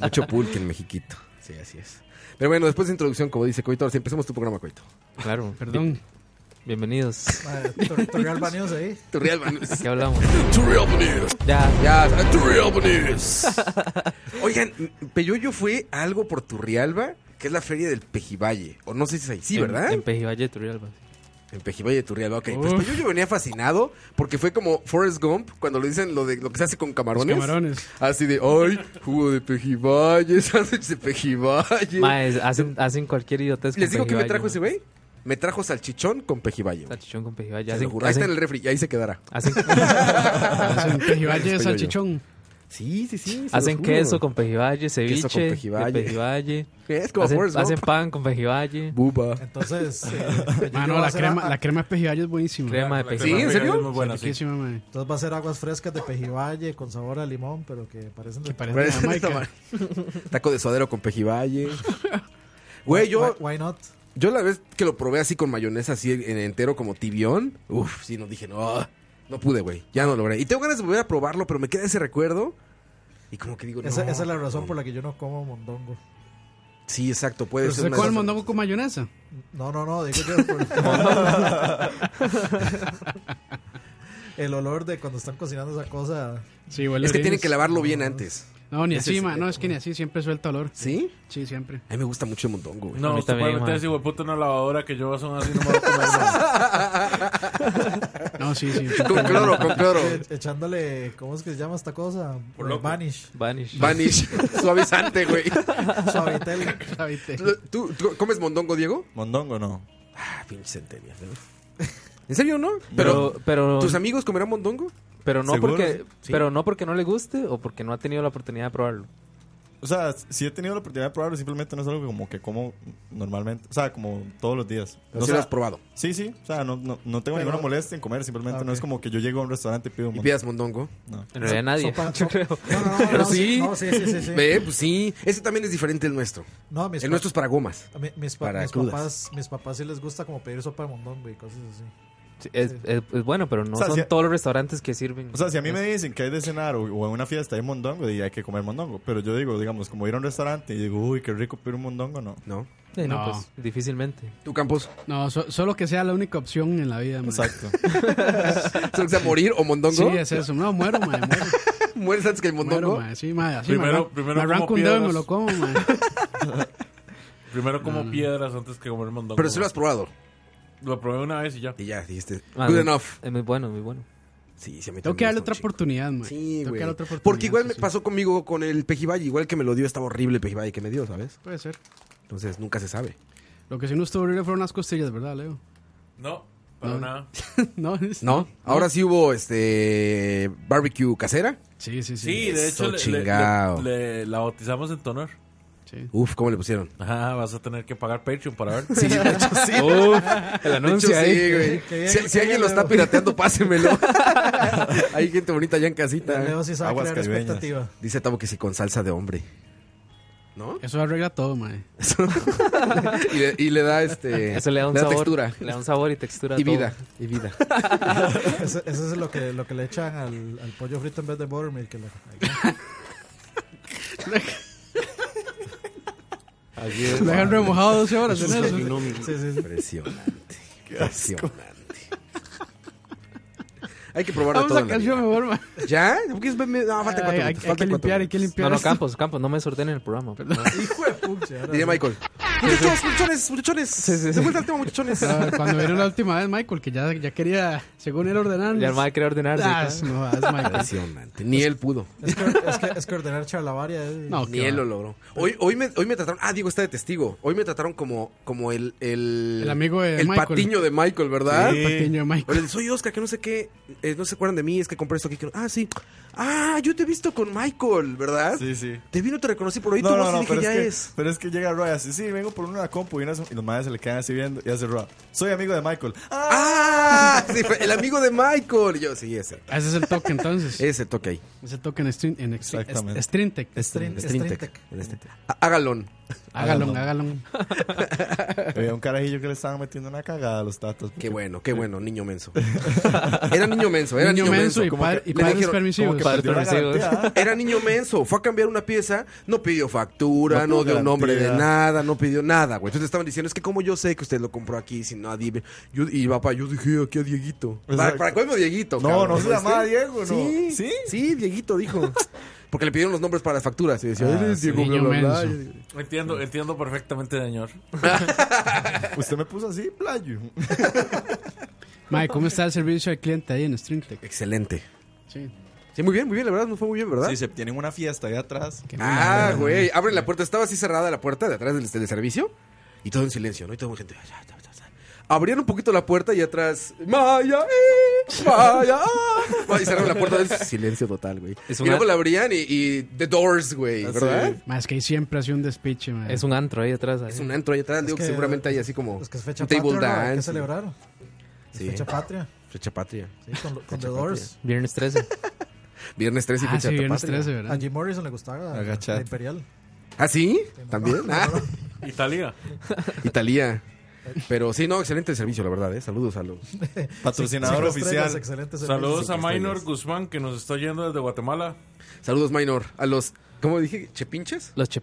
Mucho pulque en Mexiquito. Sí, así es. Pero bueno, después de introducción, como dice Coito, ahora sí, empecemos tu programa, Coito.
claro,
Perdón.
bienvenidos.
Madre, eh, Tor- Torreal Baños ahí.
Tu real News.
¿Qué hablamos?
Tu real News.
Ya,
Ya, tu real News. Oigan, Peyoyo fue algo por Turrialba, que es la feria del Pejivalle. O no sé si es ahí. Sí,
en-
¿verdad?
En, Pejivalle, Turrialba.
En Pejivalle de Turrialba, ok. Pues
Uf.
Peyoyo venía fascinado porque fue como Forrest Gump cuando le dicen lo de lo que se hace con camarones.
Camarones.
Así de, ay, jugo de Pejivalle, sándwich de Pejivalle.
Mae, es- hacen, hacen cualquier idiotez con
Les digo que me
Pejivalle,
trajo
mae.
ese güey. Me trajo salchichón con Pejivalle. güey.
Salchichón con
Se
Pejivalle.
lo
Hacen,
juro. Ahí está en
hacen,
el refri y ahí se quedará.
hacen,
Hacen pejiballe de
Estoy
salchichón.
Sí, sí, sí. se
hacen
lo juro.
queso con Pejivalle, ceviche
con
de
Pejivalle.
Pejivalle.
Es como
Hacen,
Forrest Gump.
hacen pan con Pejivalle.
Buba.
Entonces. eh,
Mano,
va a
la
ser
crema,
a-
la crema de pejiballe es buenísima.
Crema de
¿Sí?
Pejivalle.
¿En serio?
Es muy buena, sí.
Riquísima, mae.
Entonces va a ser aguas frescas de Pejivalle con sabor a limón, pero que parecen de
Parece de
Parece de
Jamaica.
Jamaica. Taco de suadero con Pejivalle. Güey, yo,
Why, why not?
yo la vez que lo probé así con mayonesa, así en- entero como tibión, uff, sí, no dije, no, no pude, güey, ya no logré. Y tengo ganas de volver a probarlo, pero me queda ese recuerdo y como que digo,
Esa,
Pues no.
esa es la razón por la que yo no como mondongo.
Sí, exacto, puede
Pero
ser
usted
una...
come el mondongo con mayonesa.
No, no, no, digo yo. por- el olor de cuando están cocinando esa cosa.
Sí, huele
Es que tienen
orines.
que lavarlo bien antes,
No, ni
Ese
así,
es-
ma. No, es que ni así. Siempre suelta olor.
¿sí?
Sí, siempre.
A mí me gusta mucho el mondongo, güey.
A
No,
mí
usted
también,
puede
mae.
meter ese hueputo en una lavadora que yo son así, no me voy a comer. mae.
No, sí, sí.
Con cloro, con cloro.
E- Echándole, ¿cómo es que se llama esta cosa? Vanish.
Vanish.
Vanish, suavizante, güey.
Suavitel.
Suavite.
¿Tú, tú comes mondongo, Diego?
Mondongo no.
Ah, pinche centenia, ¿no? ¿En serio, no?
Pero, pero,
¿Tus amigos comerán mondongo?
pero no
¿Seguro?
porque,
Sí.
pero no porque no le guste o porque no ha tenido la oportunidad de probarlo.
o sea, sí he tenido la oportunidad de probarlo, simplemente no es algo que como que como normalmente, o sea, como todos los días.
Pero
No,
sí lo
o sea,
has probado.
Sí, sí, o sea, no, no, no tengo ninguna molestia en comer, simplemente
Ah,
no
ok.
es como que yo llego a un restaurante y pido un
Y
montón.
pidas mondongo.
En realidad nadie.
Sopa-
yo creo.
No, no, no,
Pero
no,
sí.
No, sí, sí, sí, sí.
Ve, pues sí. Ese también es diferente al nuestro.
No, mis,
El
pa-
nuestro es para gomas.
mi- mis, pa-
para
mis
crudas.
papás, mis papás sí les gusta como pedir sopa de mondongo y cosas así.
Sí, Es, es- es bueno, pero no
O sea,
son
si-
todos los restaurantes que sirven.
O sea, si a mí me dicen que hay de cenar o, o en una fiesta hay mondongo, y hay que comer mondongo. Pero yo digo, digamos, como ir a un restaurante y digo, uy, qué rico pedir un mondongo, no.
¿No?
Sí, no,
No.
pues, difícilmente.
¿Tú, Campos?
No, so- solo que sea la única opción en la vida, mae.
Exacto.
¿Solo que sea morir o mondongo?
Sí, es eso. No, muero, mae, muero.
¿Mueres antes que el mondongo?
Muero, mae, sí, mae, así
Primero-
me arran-
primero
me
como
arranco un dedo y me
piedras.
lo como, mae.
Primero como piedras antes que comer mondongo.
Pero sí lo has probado.
Lo probé una vez y ya.
Y ya dijiste.
Ah,
Good
no,
enough.
Es muy bueno, muy bueno.
Sí, sí, a mí
Tengo
también
que
me
darle
gusta
otra
un chingo.
oportunidad, mae.
Sí,
Tengo que
güey.
darle otra oportunidad.
Porque igual me
sí.
pasó conmigo con el pejibayi. Igual que me lo dio, estaba horrible el pejibayi que me dio, ¿sabes?
Puede ser.
Entonces nunca se sabe.
Lo que sí no estuvo horrible fueron las costillas, ¿verdad, Leo?
No, para
No.
nada.
no, es-
¿No? Ahora sí hubo este. barbecue casera.
Sí, sí, sí.
Sí, de
Eso,
hecho, le- le-
chingao.
le- le- la bautizamos en tonor.
Sí.
Uf, ¿cómo le pusieron?
Ajá, vas a tener que pagar Patreon para ver.
Sí, de hecho sí.
el
De hecho,
anuncio ahí.
sí, güey.
Qué bien,
si
qué
si alguien
bien,
lo está
Leo.
pirateando, pásenmelo. Hay gente bonita allá en
Leo
casita.
sí sabe
Aguas
crear
caribeñas.
expectativa.
Dice Tavo que sí con salsa de hombre. ¿No?
Eso arregla todo, mae.
y, le, y le da este.
Eso le da un sabor.
textura.
Le da un sabor y textura. a
Y
todo.
vida. Y vida.
Eso, eso es lo que, lo que le echan al, al pollo frito en vez de buttermilk. que le-
Ayer
Lo dejan remojado 12 horas
Jesús
en eso.
afinó mi guitarra.
Sí, sí, sí.
Impresionante. Impresionante. Hay que probar de
Vamos
todo.
a
en la
canción
vida.
mejor, mae.
¿Ya? ¿Por qué es- me- No, faltan cuatro
Ay, hay,
minutos.
hay que
faltan cuatro
limpiar, hay que
minutos.
limpiar.
No, no,
esto.
Campos, Campos, no me sorteen el programa.
Hijo de puta.
Pucha, ahora
Diría
sí.
Michael. Muchachos, muchachones, muchachones. De vuelta al tema, muchachones.
Ah, Cuando vino la última vez, Michael, que ya, ya quería, según él, ordenar.
Ya el madre quiere ordenarse.
Ah,
claro.
no, es Michael.
Impresionante. Ni él pudo.
Es que, es, que, es que ordenar charlavaria es...
No,
Ni
qué
él lo
Pues, va.
logró. Hoy, hoy, me, hoy me trataron. Ah, Diego está de testigo. Hoy me trataron como, como el, el.
El amigo de
El
Michael.
patiño de Michael, ¿verdad?
El patiño de Michael.
Pero el soy Oscar, que no sé qué, eh, no se acuerdan de mí, es que compré esto aquí. que no- Ah, sí. Ah, yo te he visto con Michael, ¿verdad?
Sí, sí.
Te vi, no te reconocí por ahí, tu
No,
voz
no, no,
y dije,
pero
ya
es, que,
es.
pero es que llega Roy así, sí, vengo por una compu y, unas- y los madres se le quedan así viendo y hace Roy, soy amigo de Michael. ¡Ah!
¡Ah! Sí, fue el amigo de Michael. Y yo, sí, ese.
Ah, Ese es el toque, entonces.
Ese toque ahí.
Ese toque en Stream, en ex-
Exactamente.
es- Streamtech.
Stream-
Streamtech.
Streamtech.
Hágalo.
Hágalo, hágalo.
Había un carajillo que le estaban metiendo una cagada a los tatas.
Qué bueno, qué bueno, niño menso. Era niño menso, era niño,
Niño menso y,
como
padre-
que
y
le
padres
dijeron-
permisivos.
Como que
Padre
perdió la
permisivos.
garantía, ¿ah?
Era niño menso, fue a cambiar una pieza, no pidió factura,
No
no,
tuvo
dio nombre de
garantía.
nada, no pidió nada, güey. Entonces estaban diciendo, es que como yo sé que usted lo compró aquí sin nadie. ve- Yo, y papá, yo dije aquí a Dieguito. Para,
Exacto.
para colmo Dieguito.
No,
cabrón,
no se
¿oíste?
llamaba Diego, ¿no?
Sí, sí,
¿Sí?
Dieguito dijo. Porque le pidieron los nombres para las facturas. Y decía,
Ah,
eres Diego,
niño
bla, bla, bla.
menso.
Y yo digo,
Entiendo, entiendo perfectamente, señor.
Usted me puso así, playo.
Mae, ¿cómo está el servicio al cliente ahí en Streamtech?
Excelente.
Sí.
Sí, muy bien, muy bien, la verdad, nos fue muy bien, ¿verdad?
Sí, se tienen una fiesta ahí atrás.
Qué
Ah, güey, abren la puerta. Estaba así cerrada la puerta de atrás del, del servicio. Y todo en silencio, ¿no? Y todo gente. Abrieron un poquito la puerta y atrás. ¡Maya! eh, ¡Maya! ah". Y cerraron la puerta. es Silencio total, güey.
Es
Y
una-
luego la abrían y, y The Doors, güey, ¿verdad?
Mae, es que ahí siempre ha sido un despiche, mae.
Es un antro ahí atrás. ahí.
Es un antro ahí atrás. Digo que,
que-
seguramente hay así como.
Es que es fecha
un table
patria, ¿no? Hay que
dance.
celebrar. Es
Sí.
fecha patria.
Fecha patria.
Sí, con, lo- con The Doors.
Viernes 13.
Viernes 13 y
ah,
fecha
sí, viernes
patria.
13,
A
¿verdad?
Jim Morrison le gustaba la,
Agachate.
la Imperial.
¿Ah, sí? ¿También? Ah,
Italia.
Italia. Pero sí, no, excelente servicio, la verdad, ¿eh? Saludos a los.
Patrocinador
Cinco estrellas,
oficial.
excelente servicio.
Saludos a
Cinco estrellas.
Minor Guzmán, que nos está oyendo desde Guatemala.
Saludos, Minor. A los. ¿Cómo dije? ¿Chepinches?
Los, chep-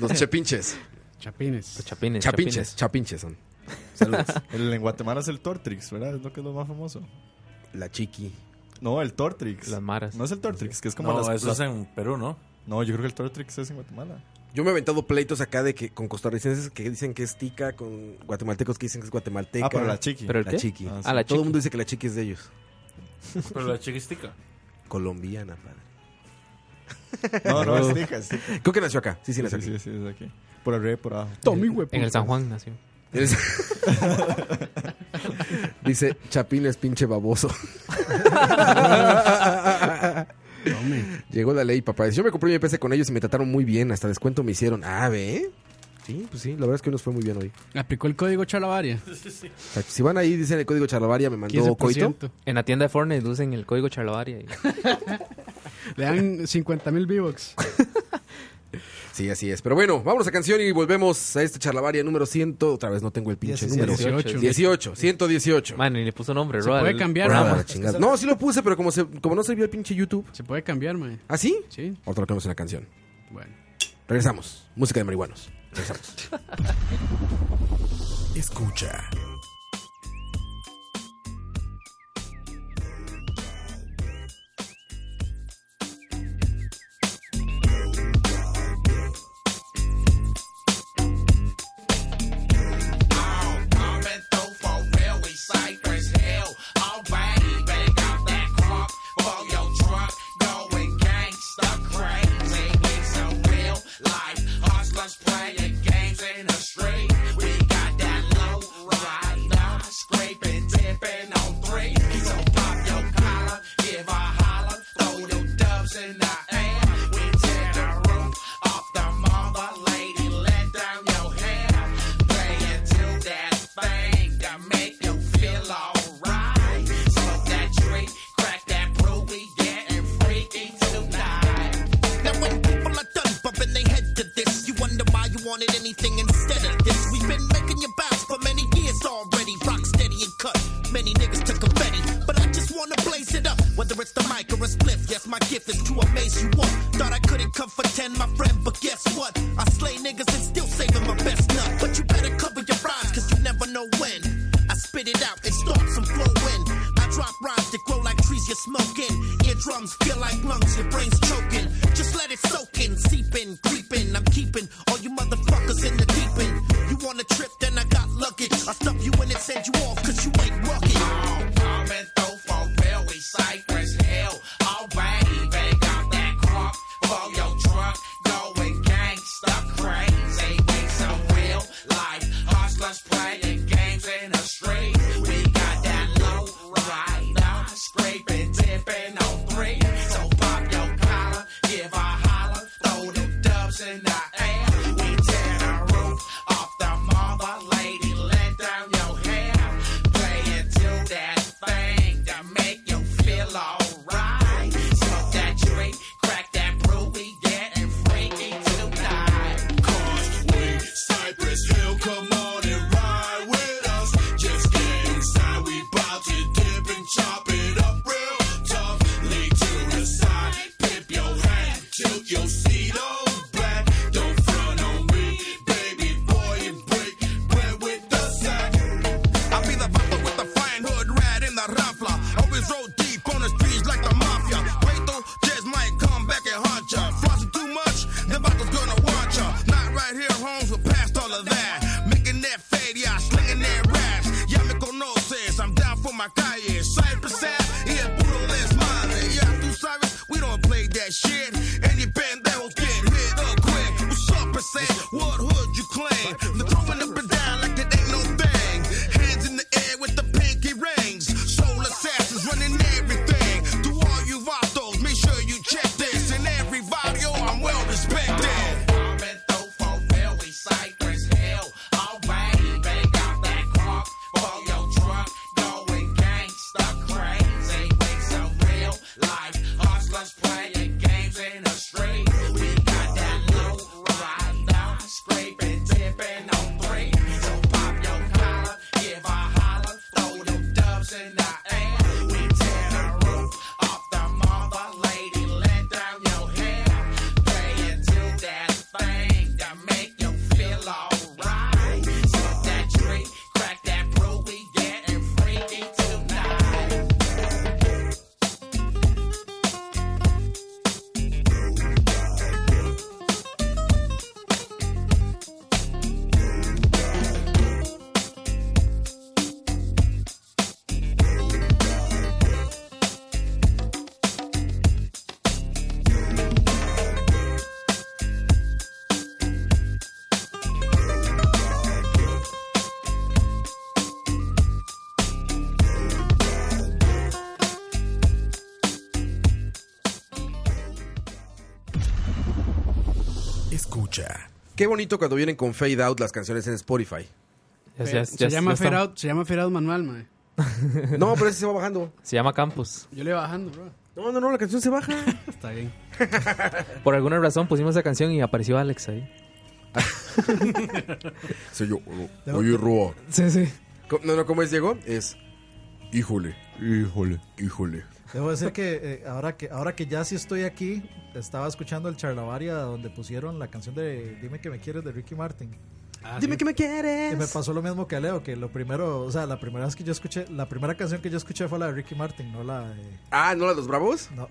Los chepinches.
Chapines.
los chapines.
Chapinches, chapinches son. Saludos.
El en Guatemala es el Tortrix, ¿verdad? Es lo que es lo más famoso.
La chiqui.
No, el Tortrix.
Las maras.
No es el Tortrix, que es como
No,
las,
eso
las-
es en Perú, ¿no?
No, yo creo que el Tortrix es en Guatemala.
Yo me he aventado pleitos acá de que con costarricenses que dicen que es tica, con guatemaltecos que dicen que es guatemalteca.
Ah, pero la chiqui.
Pero el
La
qué?
chiqui.
Ah,
Ah,
Todo el
la chiqui.
mundo dice que la chiqui es de ellos.
Pero la chiquistica.
Colombiana, padre.
No, no, es tica, es tica.
Creo que nació acá. Sí, sí, nació
Sí,
aquí.
sí, sí, es de aquí. Por arriba y por abajo.
Tommy, güey.
En el San Juan nació.
Dice, Chapín es pinche baboso.
Tome.
Llegó la ley, papá. Yo me compré mi PC con ellos y me trataron muy bien. Hasta descuento me hicieron. Ah, ve. Sí, pues sí, la verdad es que hoy nos fue muy bien hoy.
Aplicó el código Chalabaria.
O sea, si van ahí, dicen el código Charlavaria, me mandó coito.
15%.
En la tienda de Fortnite usen el código Charlavaria. y-
Le dan 50 mil V-Bucks.
Sí, así es. Pero bueno, vámonos a canción y volvemos a este Charlavaria número 100. Otra vez no tengo el pinche número.
18.
18, 118.
Man, y le puso nombre,
Se
Roa,
puede
el
cambiar,
programa.
Ah, la chingada. No, sí lo puse, pero como, se, como no se vio el pinche YouTube.
Se puede cambiar, mae.
¿Ah, sí?
Sí,
Ahorita lo tenemos en la canción.
bueno.
Regresamos. Música de marihuanos. Regresamos.
Escucha.
Now when people are done bumping their head to this, you wonder why you wanted anything instead of this. We've been making your bounce for many years already, rock steady and cut. Many niggas took a betty, but I just wanna blaze it up. Whether it's the mic or a spliff, yes my gift is to amaze you all. Thought I couldn't come for ten, my friend, but guess what? I slay niggas and still saving my best nut. But you better cover your rhymes, cause you never know when. I spit it out and start some flowin'. I drop rhymes that grow like trees you're smoking. Eardrums feel like lungs, your brain's choking. Just let it soak in, seep in, creep in. I'm keeping all you motherfuckers in the deep end. You want a trip, then I got luggage. I stuff you in and send you off, cause you ain't walking. I be the papa with the flying hood, rat in the raffler. Always roll deep on the streets like the mafia. Wait though, just might come back and haunt ya. Flossing too much, the bottle's gonna want ya. Not right here, homes with past all of that. Making that fade, yeah, slinging that raps. Yamiko no says I'm down for my calle. Cypress Ave, yeah, brutal is mine. Yeah, through Cyrus, we don't play that shit. And you bend that will get hit up quick. What's up, I say? What hood you claim? The throwing up and down like it ain't no thing. Hands in the air with the pinky rings. Soul assassins running everything. To all you vatos, make sure you check this. In every video, I'm well respected.
escucha.
Qué bonito cuando vienen con fade out las canciones en Spotify.
Ya-
Fe-
ya-
se,
ya-
llama
ya
Fade
estamos-
Out, se llama Fade Out manual, mae.
No, pero ese se va bajando.
Se llama Campus.
Yo le iba bajando, bro.
No, no, no, la canción se baja.
Está bien.
Por alguna razón pusimos esa canción y apareció Alex ahí.
Soy yo. Oye, Roa.
Sí, sí.
Co- No, no, ¿cómo es Diego? Es. Híjole,
Híjole.
Híjole.
Debo decir que, eh, ahora que ahora que ya sí estoy aquí, estaba escuchando el charlavaria donde pusieron la canción de Dime que me quieres de Ricky Martin.
dime que me
Ah, Y me
quieres.
pasó lo mismo que a Leo, que lo primero, o sea, la primera vez que yo escuché, la primera canción que yo escuché fue la de Ricky Martin, no la de,
Ah, ¿no la de los bravos?
no,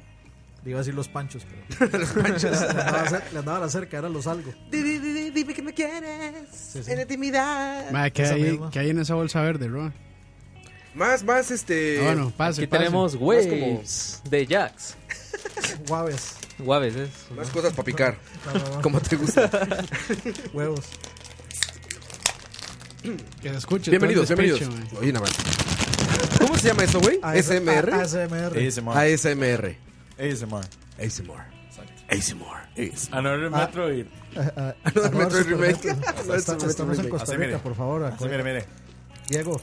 le iba a decir los panchos, pero le andaba cer- le andaba la cerca, era los algo.
Dime, dime, dime que me quieres. En la intimidad.
Mae, ¿qué
Esa
hay,
misma.
qué hay en esa bolsa verde, bro?
Más, más, este.
Ah, bueno, pase,
Aquí
pase.
tenemos Waves de Jax.
Guaves,
Guaves es.
Más cosas para picar.
No, no, no.
Como te gusta.
huevos.
Que se escuche. todo el
bienvenidos,
despecho,
bienvenidos.
mae.
Oye, nada más. ¿Cómo se llama eso, güey?
ASMR.
¿SMR?
ASMR.
ASMR.
ASMR.
ASMR. ASMR.
Anotar el metro y.
Ah, ah,
No,
a
Metro
Robert
Remake.
Supermetro.
No,
Está-
es Metro
Estamos en
Remake.
Costa
Así,
Rica,
mire.
por favor.
Así,
acuérdate.
mire, mire.
Diego.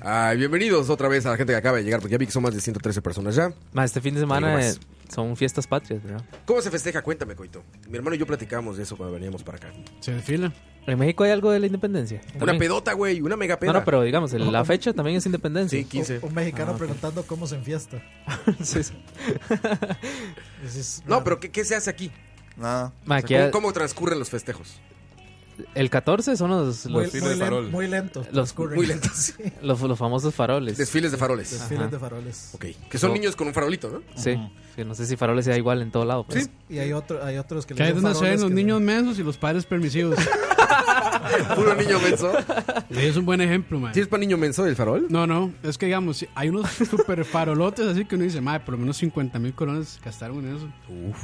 Ay, bienvenidos otra vez a la gente que acaba de llegar, porque ya vi que son más de 113 personas ya.
Más este fin de semana
Algo más.
eh, son fiestas patrias, ¿verdad?
¿Cómo se festeja? Cuéntame, Coito. Mi hermano y yo platicamos de eso cuando veníamos para acá.
Se desfila.
En México hay algo de la independencia.
Una
también.
pedota, güey, una mega
No,
peda.
no, pero Oh, digamos, el- la fecha también es independencia.
Sí, 15.
Un
Ah,
mexicano preguntando cómo se enfiesta.
Sí, sí.
This is
No,
raro.
pero ¿qué, qué se hace aquí?
Nada.
O sea,
Ma, oh, aquí
¿cómo-
a-
¿cómo, transcurren los festejos?
el 14 son los,
muy,
los,
muy,
desfiles de
len-
farol.
muy lento.
Los-
transcurren.
muy lentos.
Sí,
los- los famosos faroles.
Desfiles de faroles.
desfiles
Ajá.
de faroles.
Ok. Que son niños con un farolito, ¿no?
Sí, que no sé si faroles sea igual en todo lado. pues. pero-
Y hay, otro, hay otros que
Que ahí es
dicen
donde se ven
faroles
los
que
niños mensos y los padres permisivos.
Puro niño menso.
Sí, es un buen ejemplo, man.
¿Sí es para niño menso el farol?
No, no, es que digamos, sí, hay unos super farolotes así que uno dice, madre, por lo menos 50 mil colones gastaron en eso.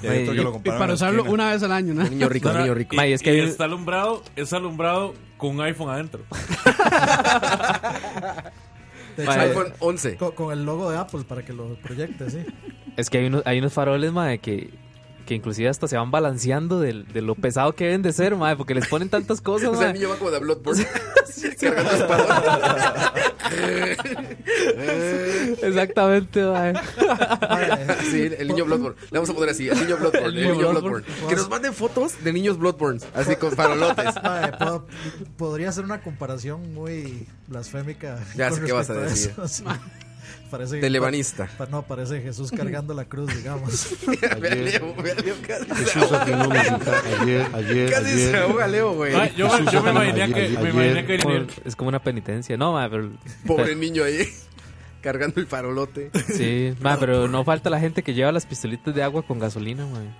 Y hay otro que
Y-
lo
Y
comparan en
para
la
usarlo
esquina.
una vez al año, ¿no?
Niño rico,
No, no,
niño rico.
Ma,
Y,
y es que-
y está alumbrado, es alumbrado con un iPhone adentro.
De hecho,
Ma,
hay-
iPhone 11.
con, con el logo de Apple para que lo proyecte, sí.
Es que hay unos, hay unos faroles, madre, que, que inclusive hasta se van balanceando del- de, lo pesado que deben de ser, madre, porque les ponen tantas cosas,
O sea, el
mae.
niño va como de Bloodborne. cargando espada.
Exactamente, madre.
Madre,
sí, el, el niño Bloodborne. Le vamos a poner así, el niño Bloodborne. El,
El niño
niño
Bloodborne.
Bloodborne. Que nos manden fotos de niños Bloodborne, así con farolotes.
madre, eh, puedo- podría ser una comparación muy blasfémica.
Ya
con
sé qué vas a
respecto
decir.
eso, sí. Parece
Telebanista.
pa- No, parece Jesús cargando la cruz, digamos.
Ve a Leo, ve a Leo, casi se
Jesús
ahoga.
afinó mi guitarra. Ayer, ayer,
Casi se
ayer.
ahoga Leo, güey.
Ma, yo, yo me imaginé que,
Ayer-
me imaginé que
ayer-
venía-
Como- es como una penitencia. No, madre, pero...
Pobre niño ahí, cargando el farolote.
Sí, madre, pero no falta la gente que lleva las pistolitas de agua con gasolina, madre.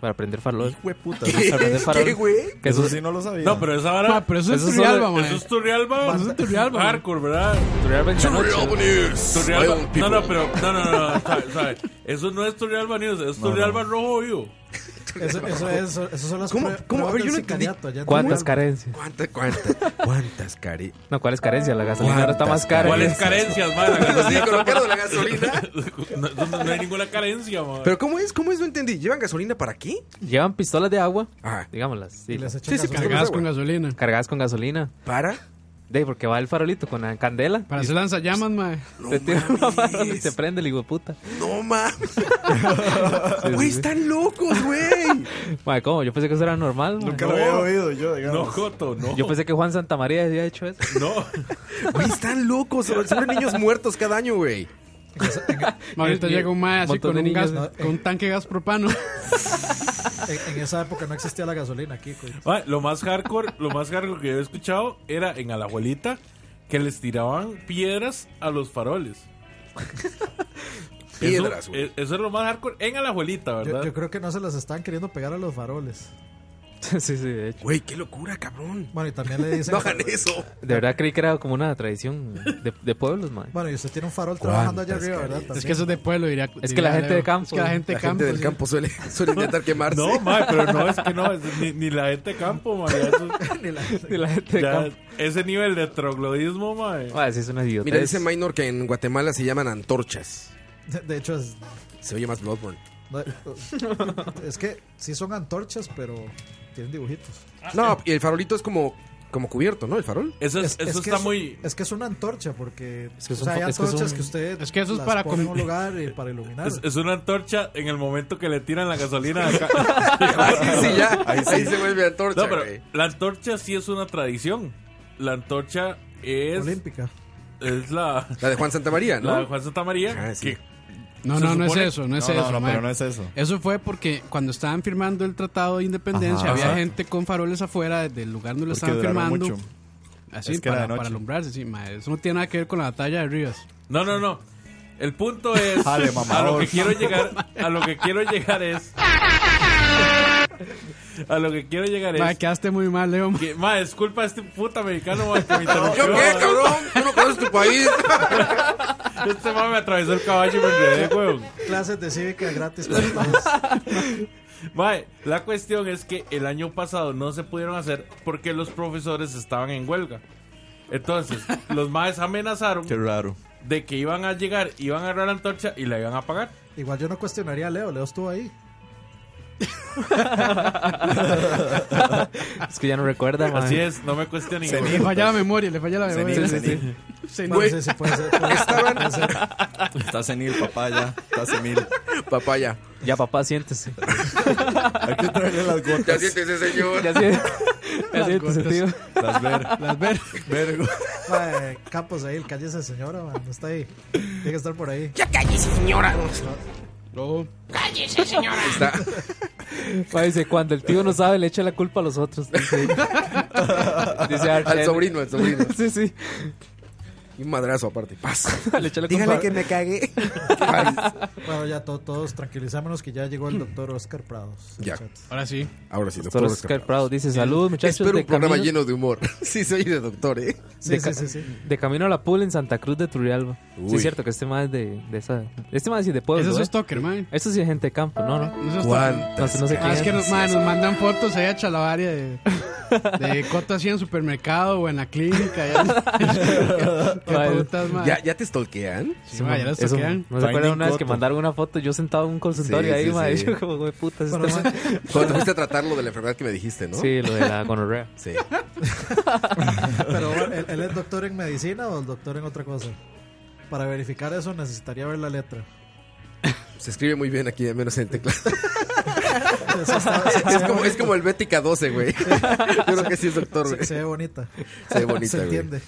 Para prender farol.
Hijo de puta.
Para prender farol.
¿Qué, güey?
Que
Eso
eso
sí no lo sabía.
No, pero esa vara.
Ma, pero eso es
Eso es
Turrialba,
solo-
man.
Eso es Turrialba.
Eso es Turrialba.
Hardcore, ¿verdad?
Turrialba en la noche.
Turrialba. No, no, pero. No, no, no. no sabe, sabe. Eso no es Turrialba News. Es Turrialba Rojo Vivo.
Eso, eso, es- eso, son las
¿Cómo-
prue-
cómo? A
pruebas
ver, yo
del
no entendí.
sicariato allá en
¿Cuántas
Turrialba.
carencias?
¿Cuántas, cuántas, cuántas cari?
No, ¿cuáles carencias? La gasolina ahora está más cara.
¿Cuáles carencias, madre? La
Sí,
gasolina
con lo
está-
caro de la gasolina.
no, no- no hay ninguna carencia, madre.
¿Pero cómo es? ¿Cómo es? No entendí. ¿Llevan gasolina para qué?
Llevan pistolas de agua,
Ajá.
digámoslas, sí,
Y les echan
Sí, sí,
gasolina.
Cargadas con gasolina.
cargadas con gasolina.
¿Para?
De ahí, porque va el farolito con la candela.
Para hacer lanzallamas, man.
No
Te tira una mano y
mames.
te prende el hijo de puta.
No mames. Güey, están locos, güey.
Madre, ¿cómo? Yo pensé que eso era normal. madre.
Nunca lo había oído yo,
No,
digamos.
Joto, no.
Yo pensé que Juan Santamaría había hecho eso.
No.
Güey, están locos. Se vuelven niños muertos cada año, güey.
Ahorita
Y- y-
llega un mae así
montón
con
de
un, gas,
niños,
¿no?
con un tanque de gas propano.
En, en esa época no existía la gasolina aquí. coito.
Mae, lo más hardcore, lo más hardcore que yo he escuchado era en Alajuelita que les tiraban piedras a los faroles.
Piedras,
eso,
güey.
eh, eso es lo más hardcore en Alajuelita,
Yo,
¿verdad?
yo creo que no se las están queriendo pegar a los faroles.
sí, sí, de hecho.
Güey, qué locura, cabrón.
Bueno, y también le dicen.
No hagan eso.
De verdad creí que era como una tradición de, de pueblos, mae.
Bueno, y usted tiene un farol trabajando allá arriba, ¿verdad?
Es que eso es de pueblo, diría.
Es que
diría
la gente
Leo.
de campo.
Es que la gente
La
de campo.
gente del
sí.
campo suele, suele intentar quemarse.
No, mae, pero no, es que no, es- ni, ni la gente de campo, mae. ya eso-
De la gente de
ya
campo.
ese nivel de troglodismo, mae.
Mae, sí, es una idiota.
Mira, dice Minor que en Guatemala se llaman antorchas.
De, de hecho, es.
Se oye más Bloodborne.
no, es que sí son antorchas, pero tienen dibujitos.
Ah,
No, y el farolito es como, como cubierto, ¿no? El farol.
Eso,
Es-
es, eso
es que
está
es-
muy.
Es que es una antorcha, porque
Es que
o
son
sea, hay
fo- es que son-
antorchas que, usted.
es que eso es
las
para
pone en un
comer.
lugar y para iluminar.
Es, es una antorcha en el momento que le tiran la gasolina. a la ca-
Ah,
Ahí sí ya. Ahí, se vuelve antorcha,
No, pero
güey.
la antorcha sí es una tradición. La antorcha es,
Olímpica.
es la,
La de Juan Santa María, ¿no?
la de Juan Santa María.
Ah, sí.
que-
No,
Se
no, no es
supone-
eso, no es
No,
eso.
no, no,
mae.
pero no es eso.
Eso fue porque cuando estaban firmando el Tratado de Independencia
Ajá.
había
Ajá.
gente con faroles afuera de- del lugar donde lo
Porque
estaban
duraron
firmando.
mucho.
Así,
Es que era
para,
de noche.
para alumbrarse. Sí, mae, Eso no tiene nada que ver con la batalla de Rivas.
No, no, no. El punto es
Jale,
a lo
mamador.
que quiero llegar, a lo que quiero llegar es a lo que quiero llegar
Mae,
es
quedaste muy mal, Leo. mae.
que, ma, disculpa a este puta mexicano ma, que me interrumpió.
¿Yo qué, cabrón? ¿Tú no conoces tu país?
Este ma me atravesó el caballo y me enredé, weón.
Clases de cívica gratis para todos.
Mae, la cuestión es que el año pasado no se pudieron hacer porque los profesores estaban en huelga. Entonces, los maes amenazaron
Qué raro.
de que iban a llegar, iban a agarrar la antorcha y la iban a apagar.
Igual yo no cuestionaría a Leo, Leo estuvo ahí.
Es que ya no recuerda, mae.
Así es, no me cuestionen.
Se
weón.
Le falla la memoria, le falla la
Senil,
memoria. Sí, sí,
senil.
sí.
Bueno, sí, sí, puede ser, puede ser, puede ser.
Está senil, papá, ya. Está senil.
Papaya.
Ya, papá, siéntese.
Hay que traerle las
Ya
gotas.
siéntese, señor.
Ya, siéntese. Ya, siéntese,
gotas.
tío.
Las ver. Las ver.
Mae, Campos ahí, cállese señora, man, no está ahí. Tiene que estar por ahí.
Ya cállese, señora.
No,
Cállese, señora.
Está-
Mae, dice, cuando el tío no sabe, le echa la culpa a los otros. Dice, dice
Al
Archel.
sobrino, al sobrino.
Sí, sí.
Y un madrazo aparte. Pasa.
Le echa la culpa.
me cagué.
Bueno, ya to- todos tranquilizémonos que ya llegó el doctor Oscar Prados.
Ya.
ahora sí.
Ahora sí,
Doctor
doctor
Oscar
Oscar.
Prado dice, salud, muchachos.
Espero
de
un programa
camino-
lleno de humor. Sí, soy de doctor, ¿eh?
Sí,
De
sí,
ca-
sí, sí.
De camino a la pool en Santa Cruz de Turrialba. Sí,
Uy.
es cierto que este más de, de esa. Este más sí de pueblo.
Eso es
¿eh?
un stalker, mae.
Eso sí es gente de campo, no, no.
Eso es stalker.
Juan.
No, sé- no sé
Ah,
quién
es que
es.
nos, mae, nos mandan fotos ahí a Chalabaria de, de cota así en supermercado o en la clínica. ya. Qué
Mae.
putas, mae.
¿Ya, ¿Ya te stalkean?
Sí, mae, ya los
Eso,
toquean.
no se acuerdan
Finding
una vez que
Coto.
mandaron una foto, yo sentado en un consultorio
Sí,
ahí,
sí,
mae,
sí.
yo como, güey, puta, este
Bueno,
mae-
Cuando te fuiste a tratar lo de la enfermedad que me dijiste, ¿no?
Sí, lo de la gonorrea.
Sí.
Pero ¿él, él es doctor en medicina o el doctor en otra cosa. Para verificar eso necesitaría ver la letra.
Se escribe muy bien aquí, al menos en teclado.
Sí, está- sí,
Es como, es como el Bética 12, güey. Yo creo que sí es doctor,
se,
güey.
se ve bonita.
Se ve bonita,
Se
güey.
entiende.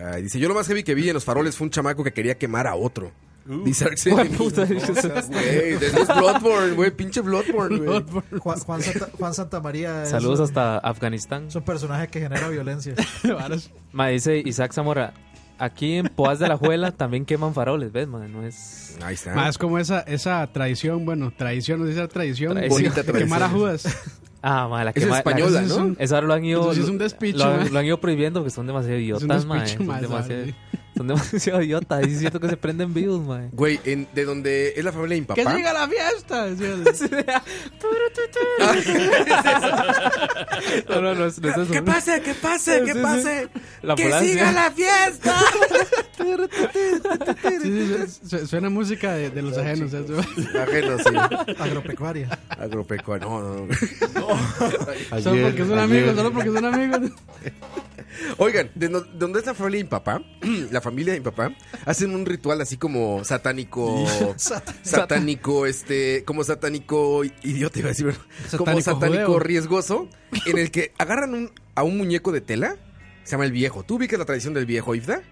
Ay, dice, yo lo más heavy que vi en los faroles fue un chamaco que quería quemar a otro.
Uh.
Dice Arxel.
Güey, puta, eso-
Güey, es Bloodborne, güey. Pinche Bloodborne, güey.
Juan, Juan, Santa, Juan Santamaría es,
Saludos
un-
hasta Afganistán.
es un personaje que genera violencia.
Mae, dice Isaac Zamora, aquí en Poaz de la Juela también queman faroles, ¿ves, mae? No es...
Ahí está.
Mae, es como esa, esa tradición, bueno, tradición, no sé si es tradición,
Tradición.
de-
Bonita
de quemar a
tradición.
Judas.
Ah, mae, la
es
quema... la-
española,
es
¿no?
un-
Eso ahora lo han ido...
Entonces es un despicho,
lo, han-
mae.
lo han ido prohibiendo porque son demasiado idiotas, mae.
despicho,
Son,
mae,
demasiado,
¿sabes?
son demasiado idiotas. Y es cierto que se prenden vivos, eh. mae.
Güey, en- de donde es la familia de mi
¡Que
papá.
siga la fiesta! decían.
No, no, no, es- no es eso.
pase? ¿Qué pase?
Sí, sí, sí. La ambulancia.
fiesta!
Sí, sí, su- su- suena música de, de los ajenos. eso.
Ajeno, sí.
Agropecuaria.
Agropecuario. No, no, no.
Solo porque son amigos, solo porque son amigos.
Oigan, de no- de donde es la familia de mi papá, la familia de mi papá, hacen un ritual así como satánico. satánico, este. Como satánico idiota, iba a decir, ¿verdad? Como
Satánico
satánico
judeo.
riesgoso, en el que agarran un, a un muñeco de tela, se llama el viejo. ¿Tú ubicas la tradición del viejo, Ifda?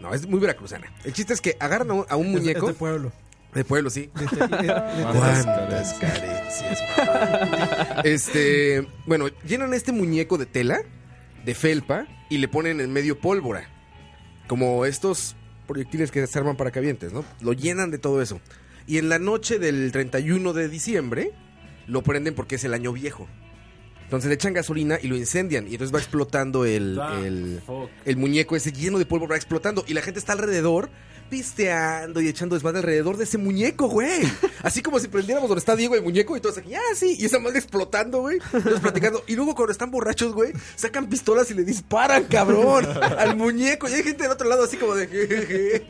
No, es muy veracruzana. El chiste es que agarran a un, a un
Es-
muñeco
Es, de pueblo.
de pueblo, sí.
Le- le- le-
¿Cuántas carencias? papá? este, bueno, llenan este muñeco de tela, de felpa, y le ponen en medio pólvora. Como estos proyectiles que se arman para cavientes, ¿no? Lo llenan de todo eso. Y en la noche del 31 de diciembre, lo prenden porque es el año viejo. Entonces le echan gasolina y lo incendian. Y entonces va explotando el,
Ah,
el,
fuck.
el muñeco ese lleno de polvo, va explotando. Y la gente está alrededor, pisteando y echando desmadre alrededor de ese muñeco, güey. Así como si prendiéramos donde está Diego el muñeco y todos aquí, ah, sí. Y esa madre explotando, güey. Todos platicando. Y luego cuando están borrachos, güey, sacan pistolas y le disparan, cabrón, al muñeco. Y hay gente del otro lado así como de, jejeje,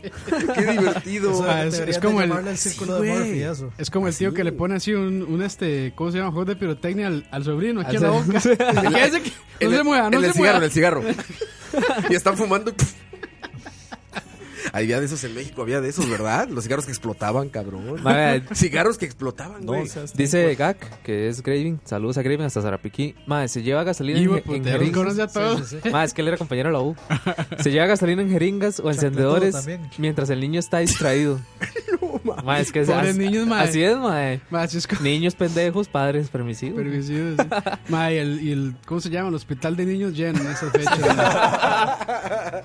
qué divertido.
Eso
Ah, es-
deberían
es como
de
el-
llamarle el círculo
Sí,
de Murphy,
güey.
eso.
Es como el tío que le pone así un, un este, ¿cómo se llama? Juego de pirotecnia al, al sobrino aquí en la boca. Quédese que-
En
no
el-
se mueva, no
en
se
el cigarro, en
mueva.
el cigarro. y están fumando. y había de esos en México, había de esos, ¿verdad? Los cigarros que explotaban, cabrón.
Mae,
Cigarros que explotaban, güey.
Dice Gak, que es Graving. Saludos a Graving hasta Zarapiquí. Mae, se lleva gasolina
Y
en,
me
en
putero,
jeringas.
conoce a todos.
Mae, es que él era compañero de la U. Se lleva gasolina en jeringas o encendedores
también.
mientras el niño está distraído. Mae, es que es-
Pobres
as-
niños, mae.
así es, mae.
Ma, así es como-
Niños pendejos, padres permisivos.
Permisivos. sí. Ma, y el, y el- ¿cómo se llama? El hospital de niños lleno en esas fechas. ma.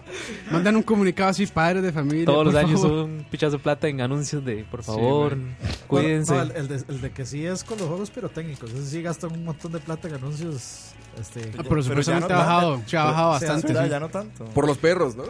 Mandan un comunicado así, padres de familia.
Todos los
por
años
favor. Ah,
un pichazo de plata en anuncios de por
Sí,
favor,
mae.
cuídense.
No, no, el, el de, el de que sí es con los juegos pirotécnicos. Ese sí gastan un montón de plata en anuncios. Este,
Ah, pero
ya no
supuestamente ha
tanto.
bajado, se ha bajado
Pero-
bastante.
Ya,
sí.
ya no tanto.
Por los perros, ¿no?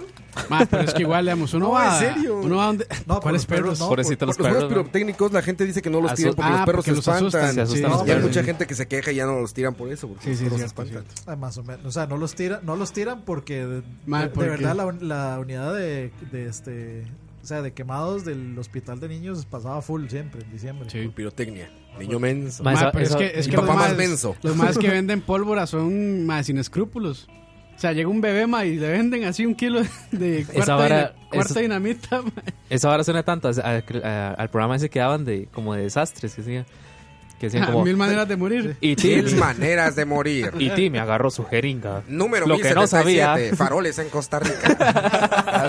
Ma, pero es que igual, digamos, uno
No,
va.
en serio.
Uno va donde.
No,
¿Cuáles
por los
perros?
perros, no.
Pobrecito los
Por los
perros.
perros
mae.
pirotécnicos, la gente dice que no los
Asu-
tiran porque
Ah,
los perros
porque
se
los
espantan.
asustan,
se asustan
Sí,
los
Y hay
perros.
mucha gente que se queja y ya no los tiran por eso. Porque
Sí,
los
sí,
perros se
cierto,
espantan.
Ah, más o menos. O sea, no los tiran, no los tiran porque de,
Ma,
de- de
porque-
verdad la, un- la unidad de, de este o sea, de quemados del hospital de niños pasaba full siempre en diciembre.
Sí.
Pirotecnia. Niño menso.
Ma,
Ma,
esa-
pero es
esa-
que, es
mi
que
papá
los
más
más
denso.
Los más que venden pólvora son más sin escrúpulos. O sea, llega un bebé ma, y le venden así un kilo de cuarta,
vara-
dina- cuarta
eso-
dinamita. ma.
Eso ahora suena tanto a- a- a- al programa ese que daban de como de desastres que hacían que hacían como
Ah, Mil maneras de morir.
y ti,
Mil maneras de morir.
y ti me agarró su jeringa.
Número
Lo que no
1077,
sabía.
faroles en Costa Rica.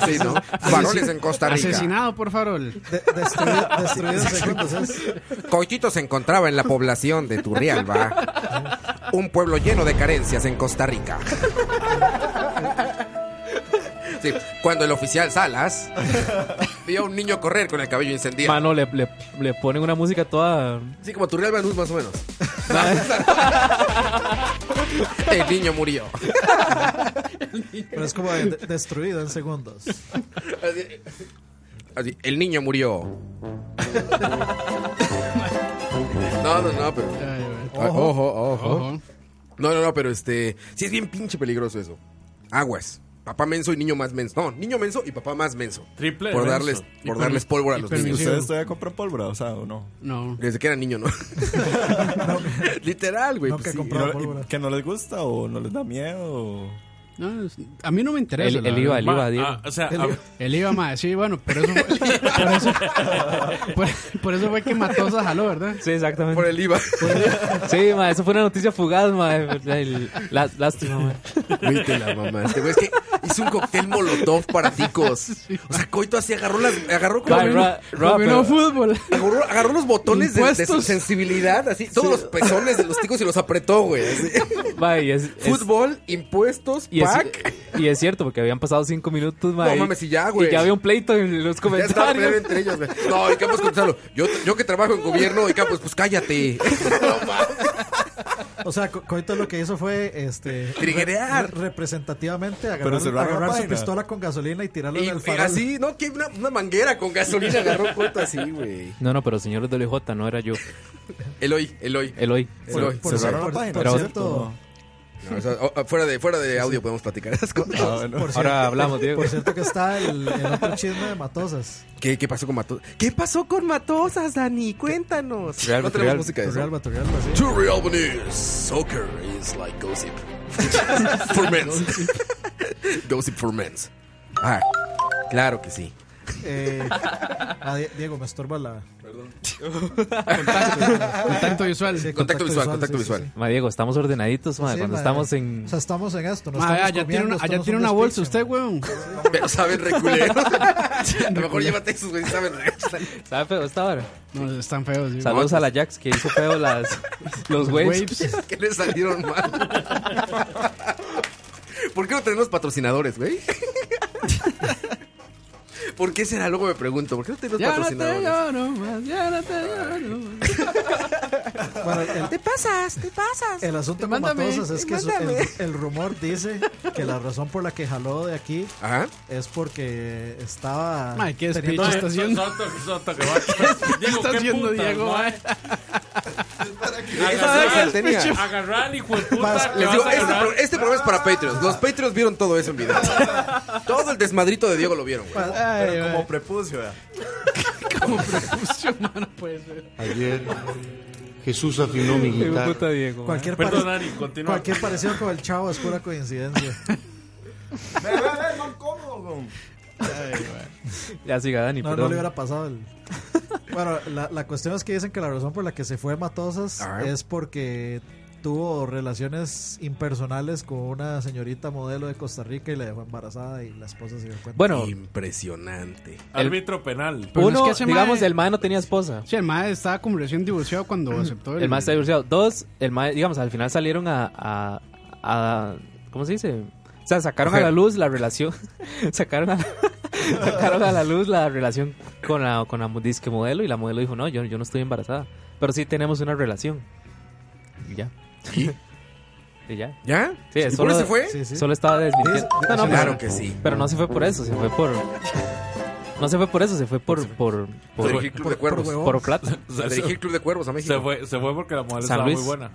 Así, ¿no? Faroles en Costa Rica.
Asesinado por farol.
De- destruido, destruido en segundos. es-
Coitito se encontraba en la población de Turrialba, un pueblo lleno de carencias en Costa Rica. Sí, cuando el oficial Salas vio a un niño correr con el cabello incendiado.
Mano, le, le, le ponen una música toda.
Sí, como Turrialba News más o menos. El niño murió.
Pero es como de- de- destruido en segundos.
Así- así, el niño murió. No, no, no, pero...
Ay, güey.
Ah, ojo. ojo.
Ojo.
No, no, no, pero este. Sí, es bien pinche peligroso eso. Aguas. Papá menso y niño más menso. No, niño menso y papá más menso.
Triple
Por
menso.
darles,
Y
por
permis-
darles pólvora a
y
los
permis-
niños.
¿Ustedes todavía compran pólvora? O sea, ¿o no?
No.
Desde que era niño, ¿no? Literal, güey.
Nunca
pues sí.
¿Y
compraba
no- y
pólvora.
¿Que no les gusta o no les da miedo? o-
No, es- a mí no me interesa.
El,
la
el IVA,
verdad.
el
Ma,
IVA, Diego.
ah, o sea, a-
El IVA, ma, sí, bueno, pero eso fue, por, eso, por, por eso fue que Matosa jaló, ¿verdad?
Sí, exactamente.
Por el IVA.
Sí, ma, eso fue una noticia fugaz, ma. El- lá- Lástima, ma.
Güey, te la mamá. Este güey es que hizo un cóctel molotov para ticos. O sea, Coito así agarró las. Agarró como.
Ma, Ra- Ra-
Dominó
pero-
fútbol.
Agarró, agarró los botones de, de su
Impuestos.
sensibilidad, así. Todos los pezones de los ticos y los apretó, güey. así.
ma, y es, es-
Fútbol, impuestos,
y es,
pack.
y es cierto, porque habían pasado cinco minutos, ma.
No
y-
mames, y ya, güey.
Y ya había un pleito en los
Ya estaba peleando
comentarios.
entre ellos, güey. No, y Campos Gonzalo. Yo, yo que trabajo en gobierno, y Campos, pues cállate. No mames.
O sea, Co- Coito lo que hizo fue este
Triguerear.
re- representativamente
Pero
agarrar,
cerraron la
agarrar su
página.
pistola con gasolina y tirarla
Y,
en el
y
farol.
así, ¿no? Que una, una manguera con gasolina agarró cuenta así, güey.
No, no, pero señores del OJ, no era yo.
Eloy, Eloy.
Eloy.
Por,
Eloy.
por-
Cerraron
por-
la página,
por
pero-
cierto,
No, o sea, o- o- fuera, de, fuera de audio podemos platicar esas cosas.
Ah, bueno.
por
Ahora
cierto-
hablamos, Diego.
por cierto que está el, el otro chisme de Matosas.
¿Qué, ¿Qué pasó con Matosas? ¿Qué pasó con Matosas, Dani? Cuéntanos.
Real,
no tenemos
real.
música de eso.
Turrialba, Turrialba, sí.
To real news, soccer is like gossip. for men's. gossip for men's. Ah, claro que sí.
Eh, ah, Die- Diego, me estorba la...
Contacto visual.
sí,
Contacto visual, contacto
sí, sí,
visual.
sí.
Ma, Diego, estamos ordenaditos, ma.
Sí,
cuando
ma,
estamos en.
O sea, estamos en esto. No
Ma,
estamos
allá Ah, tiene
comiendo,
una,
esto
allá
no es
tiene
un
una bolsa usted,
despecho.
weón.
Pero saben reculero. A lo mejor llévate esos, güey. Saben re-
¿Sabe feo esta hora?
No, están feos. sí.
Saludos a la Jax que hizo feo las, los
Los
waves.
waves.
que le salieron mal. ¿Por qué no tenemos patrocinadores, güey? ¿Por qué será? Luego me pregunto. ¿Por qué no tenemos
Ya no te
patrocinadores?
lloro más, ya no te lloro más.
Bueno, el,
Te pasas, te pasas.
el asunto con
Mándame,
Matosas es que su-
mándame.
el, el rumor dice que la razón por la que jaló de aquí
Ajá.
es porque estaba
Mae, qué
teniendo-
speech. está haciendo?
Soto, soto, que va. Diego,
está
¿qué
haciendo
putas,
Diego,
mae?
Esa es
Agarrar,
la tenía.
agarrar al hijo de puta.
Más,
que
Les digo,
vas a
este,
agarrar.
pro- este programa es para Patreons. Los Patreons vieron todo eso en video. Todo el desmadrito de Diego lo vieron, güey.
Ay,
eh,
Pero
mae,
como prepucio, ¿verdad?
como prepucio, mae, no puede ser.
Ayer Jesús afinó mi
Hijo de
guitarra.
puta Diego. mae.
cualquier, pare-
Perdón, Ari, continúa.
cualquier parecido con el chavo es pura coincidencia.
Ve, ve, ve, no como, güey.
Ya siga Dani,
No, no
perdón.
le hubiera pasado el... Bueno, la, la cuestión es que dicen que la razón por la que se fue Matosas
Ajá.
es porque tuvo relaciones impersonales con una señorita modelo de Costa Rica y la dejó embarazada y la esposa se dio cuenta.
Bueno,
Impresionante.
Árbitro penal.
Pero es
uno,
que ese mae-
digamos, el mae no tenía esposa.
Sí, el mae estaba como recién divorciado cuando aceptó
El mae está divorciado. Dos, el mae, digamos, al final salieron a. a, a- ¿Cómo se dice? O sea, sacaron a la luz la relación. sacaron, a la, sacaron a la luz la relación con la, con la disque modelo y la modelo dijo: No, yo, yo no estoy embarazada. Pero sí tenemos una relación. Y ya. y ya.
¿Ya?
Sí,
¿Y
solo-
por eso se fue?
Sí, sí.
Solo estaba desmintiendo. No, no,
Claro
pero,
que sí.
pero no se fue por eso, se fue por. No se fue por eso, se fue por. por,
Por
por,
dirigir Club de Cuervos.
huevón.
por plata.
Por dirigir Club de Cuervos a
Se
México.
fue, se fue porque la mujer
San
estaba
Luis.
muy buena.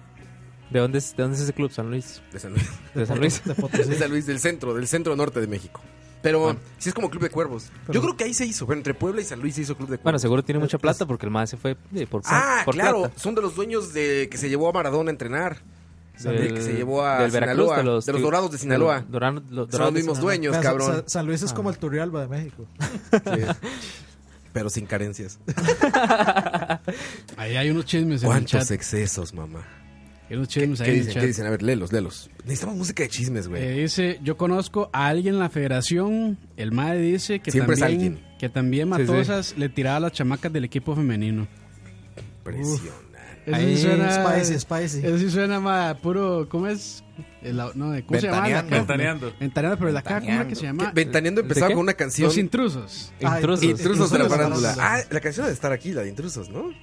¿De dónde, es- ¿De dónde es ese club? San Luis.
De San Luis.
De San Luis.
De
Pues
Potosí.
De San Luis, del centro, del centro norte de México. Pero
Ah.
sí es como Club de Cuervos. Yo creo que ahí se hizo. Bueno, entre Puebla y San Luis se hizo Club de
Bueno,
Cuervos.
seguro tiene mucha plata porque el mae se fue eh, por,
ah,
por
claro.
plata.
Son de los dueños de que se llevó a Maradona a entrenar.
Del-
que se llevó a
del Veracruz,
Sinaloa,
de los,
de los Dorados de Sinaloa.
Del- Dorado- los
Son
Dorados
los
de
mismos
Sinaloa.
dueños,
Vea, Sa-
cabrón.
Sa- San Luis es como el Turrialba de México.
Pero sin carencias.
Ahí hay unos chismes en el
¿Cuántos
chat.
excesos, mamá?
Hay unos chismes
¿Qué
ahí en el
dicen?
chat.
¿Qué dicen? A ver, léelos, léelos. Necesitamos música de chismes,
Eh,
güey.
dice, yo conozco a alguien en la federación. El MAE dice que
Siempre es
también,
alguien.
que también
Sí, sí.
Matosas le tiraba a las chamacas del equipo femenino.
Impresionante.
Eso
Ahí,
sí suena,
Spicy, spicy.
eso sí suena mae, a puro, ¿cómo es? El- no, de- ¿Cómo se llama? La
Ventaneando.
caja?
Ventaneando.
Ventaneando, pero la caja, ¿cómo era que se llama?
Ventaneando
¿de
empezaba
qué?
con una canción.
Los intrusos.
Ah,
Intrusos
Intrusos.
de la
Intrusos de la
farándula. Ah,
farándula.
la canción de estar aquí, la de intrusos, ¿no?
Ay,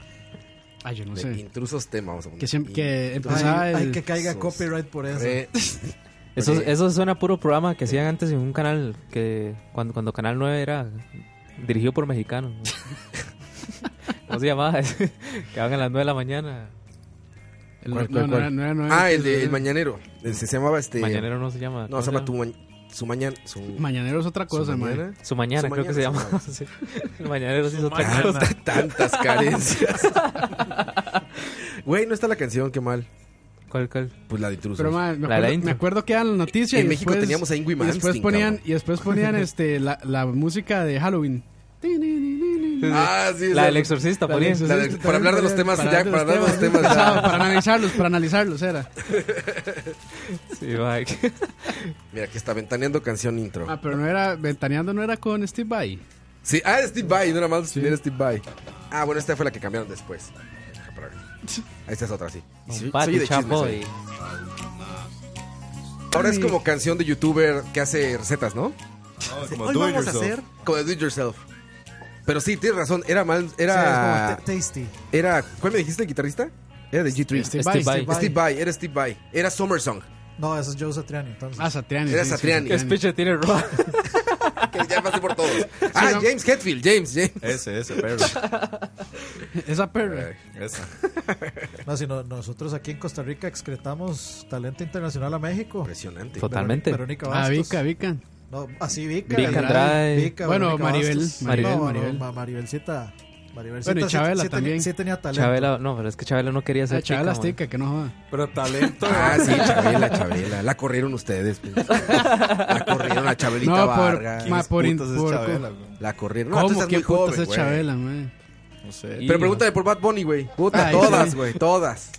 Ah, yo no
De
sé.
Intrusos tema, vamos a poner.
Que, siem- que
Ay,
empezaba el...
ay, que caiga
Sos-
copyright por eso.
Re-
Eso,
Ok.
eso suena a puro programa que hacían antes en un canal que cuando, cuando Canal 9 era dirigido por mexicanos. ¿Cómo se llamaba? que hagan a las 9 de la mañana.
el-
¿Cuál,
no,
cuál,
no,
cuál?
era- no era- no era-
Ah, el de El Mañanero. El- Se llamaba este.
Mañanero no se llama.
No,
¿cómo
se llama tu ma- su mañana. Su,
Mañanero es otra
su
cosa, mae.
mañana.
Su mañana,
Su
creo que se
mañana,
llama. Sí. El mañanero sí es otra
mañana.
cosa.
Tantas carencias. Güey, no está la canción, qué mal.
¿Cuál, cuál?
Pues la de intrusos.
Pero mae,
La
me,
de la
acuerdo,
intro.
me acuerdo que eran las noticias
En
y
México
después-
teníamos a Ingrid
y después
Malmsteen,
ponían
cabrón.
y después ponían este la, la música de Halloween.
ah, sí,
La
esa-
del exorcista,
La del
ponía.
La del- para hablar de los temas, ya, para hablar de los temas.
Para,
ya.
para analizarlos, para analizarlos era.
Sí, Mike.
Mira, que está ventaneando canción intro.
Ah, pero no era ventaneando no era con Steve Vai.
Sí, ah, era Steve Vai, no era mal, era Steve Vai. Ah, bueno, esta fue la que cambiaron después. Deja para ver. Esta es otra, sí. Y sí,
Pati,
soy de chismes,
Chapo
eh.
y-
Ahora es como canción de youtuber que hace recetas, ¿no?
No, como
Hoy
do it
vamos a
yourself.
hacer...
Como de do it yourself. Pero sí, tienes razón, era mal,
sí, es
Ah.
era
como ta- tasty.
era ¿cuál me dijiste el guitarrista? Era de G3.
Steve
Steve
Vai.
Vai.
Vai.
Steve Vai, era Steve Vai, era Summer Song.
No, eso es Joe Satriani, entonces.
Ah, Satriani.
Era
sí,
Satriani.
¿Qué speech tiene Roa?
Que ya pasé por todos. Ah, James Hetfield, James, James.
Ese, ese, perro.
Esa
Eh,
perra.
Esa.
No, sino nosotros aquí en Costa Rica excretamos talento internacional a México.
Impresionante.
Totalmente.
Verónica
Ah,
Bastos.
Vica, Vica.
No, así Vica.
Vica Andrade.
Bueno,
Verónica
Maribel,
Bastos.
Maribel,
No, no,
Maribel.
ma- Maribelcita. Maribelcita.
Bueno, y
sí-
Chabela
sí tenía-
también.
Sí tenía talento.
Chabela, no, pero es que Chabela no quería
Esa
ser
chavala
chica,
tica, que no joda.
Pero talento.
Ah, sí, Chabela, Chabela. La corrieron ustedes. pues. La corrieron a Chabelita
No, por,
Vargas.
ma, por, in-
Putas es
por-
Chabela, güey.
La corrieron. No, tú
¿Cómo?
estás
¿Qué
muy joven,
putas es
güey.
Chabela, man?
No sé.
man.
Pero pregúntale por Bad Bunny, güey. Puta,
Ay,
todas,
sí.
güey, todas.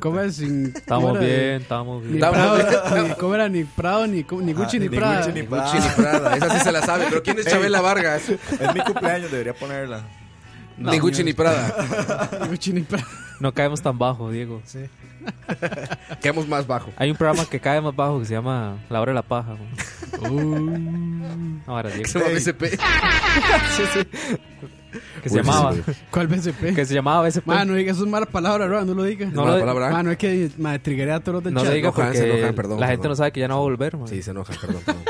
¿Cómo es? Sin-
Estamos
¿cómo era?
bien, estamos
Ni
bien.
Estamos
Prado, ni- ¿Cómo era? Ni Prado, ni, ni Gucci, ni
Ah, ni
Prada.
Gucci, ni
Ah, Ni Gucci ni Prada. Esa sí se la sabe. Pero ¿quién es Chabela Vargas?
Es mi cumpleaños, debería ponerla.
ni Gucci ni Prada.
ni Gucci, ni Prada.
No caemos tan bajo, Diego.
Sí.
Quedamos más bajo.
Hay un programa que cae más bajo que se llama La Hora de la Paja. güey. Ahora, Diego.
Se llama BCP.
que se llamaba.
¿Cuál BCP?
Que se llamaba pues, BCP.
Ma, no diga, eso es mala palabra, Roa, no lo diga.
No
¿Mala
lo-
palabra?
Ma, no es que ma, triggeré a todos los del
No
chat.
lo diga
enojan,
porque
se enojan, perdón,
la
perdón.
gente no sabe que ya no va a volver. man.
Sí, se enojan, perdón. perdón.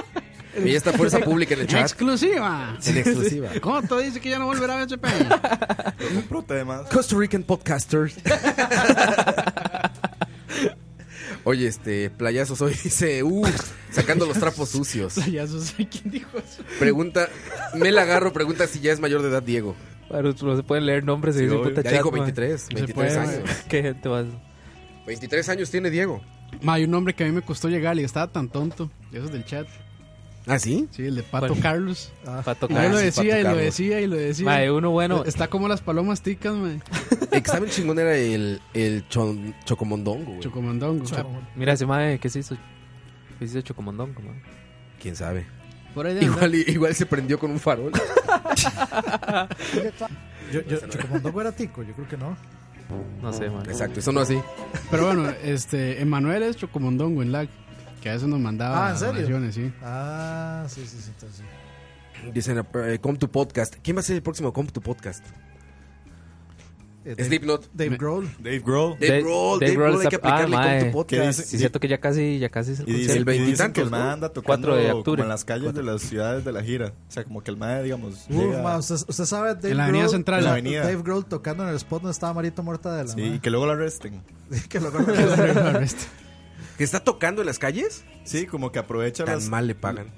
y esta fuerza pública en el chat.
Exclusiva.
En exclusiva.
Coto dice que ya no volverá a BCP.
Un pro temas.
Costa Rican podcasters. Oye, este, playazos hoy dice, uh, sacando los trapos sucios.
ya no sé quién dijo eso.
Pregunta, Mel Agarro pregunta si ya es mayor de edad Diego.
Pero no se pueden leer nombres y dicen puta
Ya
chat,
dijo
man.
23,
No se
23
puede,
años.
Qué gente más.
23 años tiene Diego.
Ma, hay un nombre que a mí me costó llegar y estaba tan tonto. Eso es del chat.
¿Ah, sí?
Sí, el de Pato
¿Cuál?
Carlos.
Para
Yo lo
tocar.
sí,
decía
Pato
y lo
Carlos.
decía y lo decía.
Mae, uno bueno.
Está como las palomas ticas, ma.
Examen chingón era el, el chon- chocomondongo, güey.
Chocomandongo.
Mira ese mae, ¿qué se hizo? ¿Qué se hizo Chocomondongo, man?
¿Quién sabe?
Ah, Por ahí de andar.
Igual, igual se prendió con un farol.
Yo, yo, Chocomondongo era tico, yo creo que no.
No sé, man.
Exacto, eso no así.
Pero bueno, este, Emanuel es Chocomondongo en lag. Que a veces nos mandaba
Ah, ¿en serio?
donaciones, sí.
Ah, sí, sí, sí, entonces sí.
Dicen, eh, come to podcast. ¿Quién va a ser el próximo come to podcast?
Eh, Dave,
Slipknot.
Dave Grohl.
Dave Grohl.
Dave
Dave-
Grohl,
Dave
Dave
Grohl
Grohl hay
está-
que
ah,
aplicarle
mae.
come to
¿Qué
podcast.
dice?
Sí, es cierto que ya casi, ya casi es el
Y
concierto.
dice,
el
el dicen que
veintitantos,
el
¿no?
man anda tocando
4 de
como
octubre.
en las calles de las ciudades de la gira. O sea, como que el man, digamos,
Uf,
llega-
ma, usted, usted sabe Dave
En la avenida
Grohl-
central.
En la avenida.
Dave Grohl tocando en el spot donde estaba Marito Morta de la
Sí, y que luego la arresten.
que lo
¿Que está tocando en las calles?
Sí, como que aprovecha
Tan
las,
mal le pagan.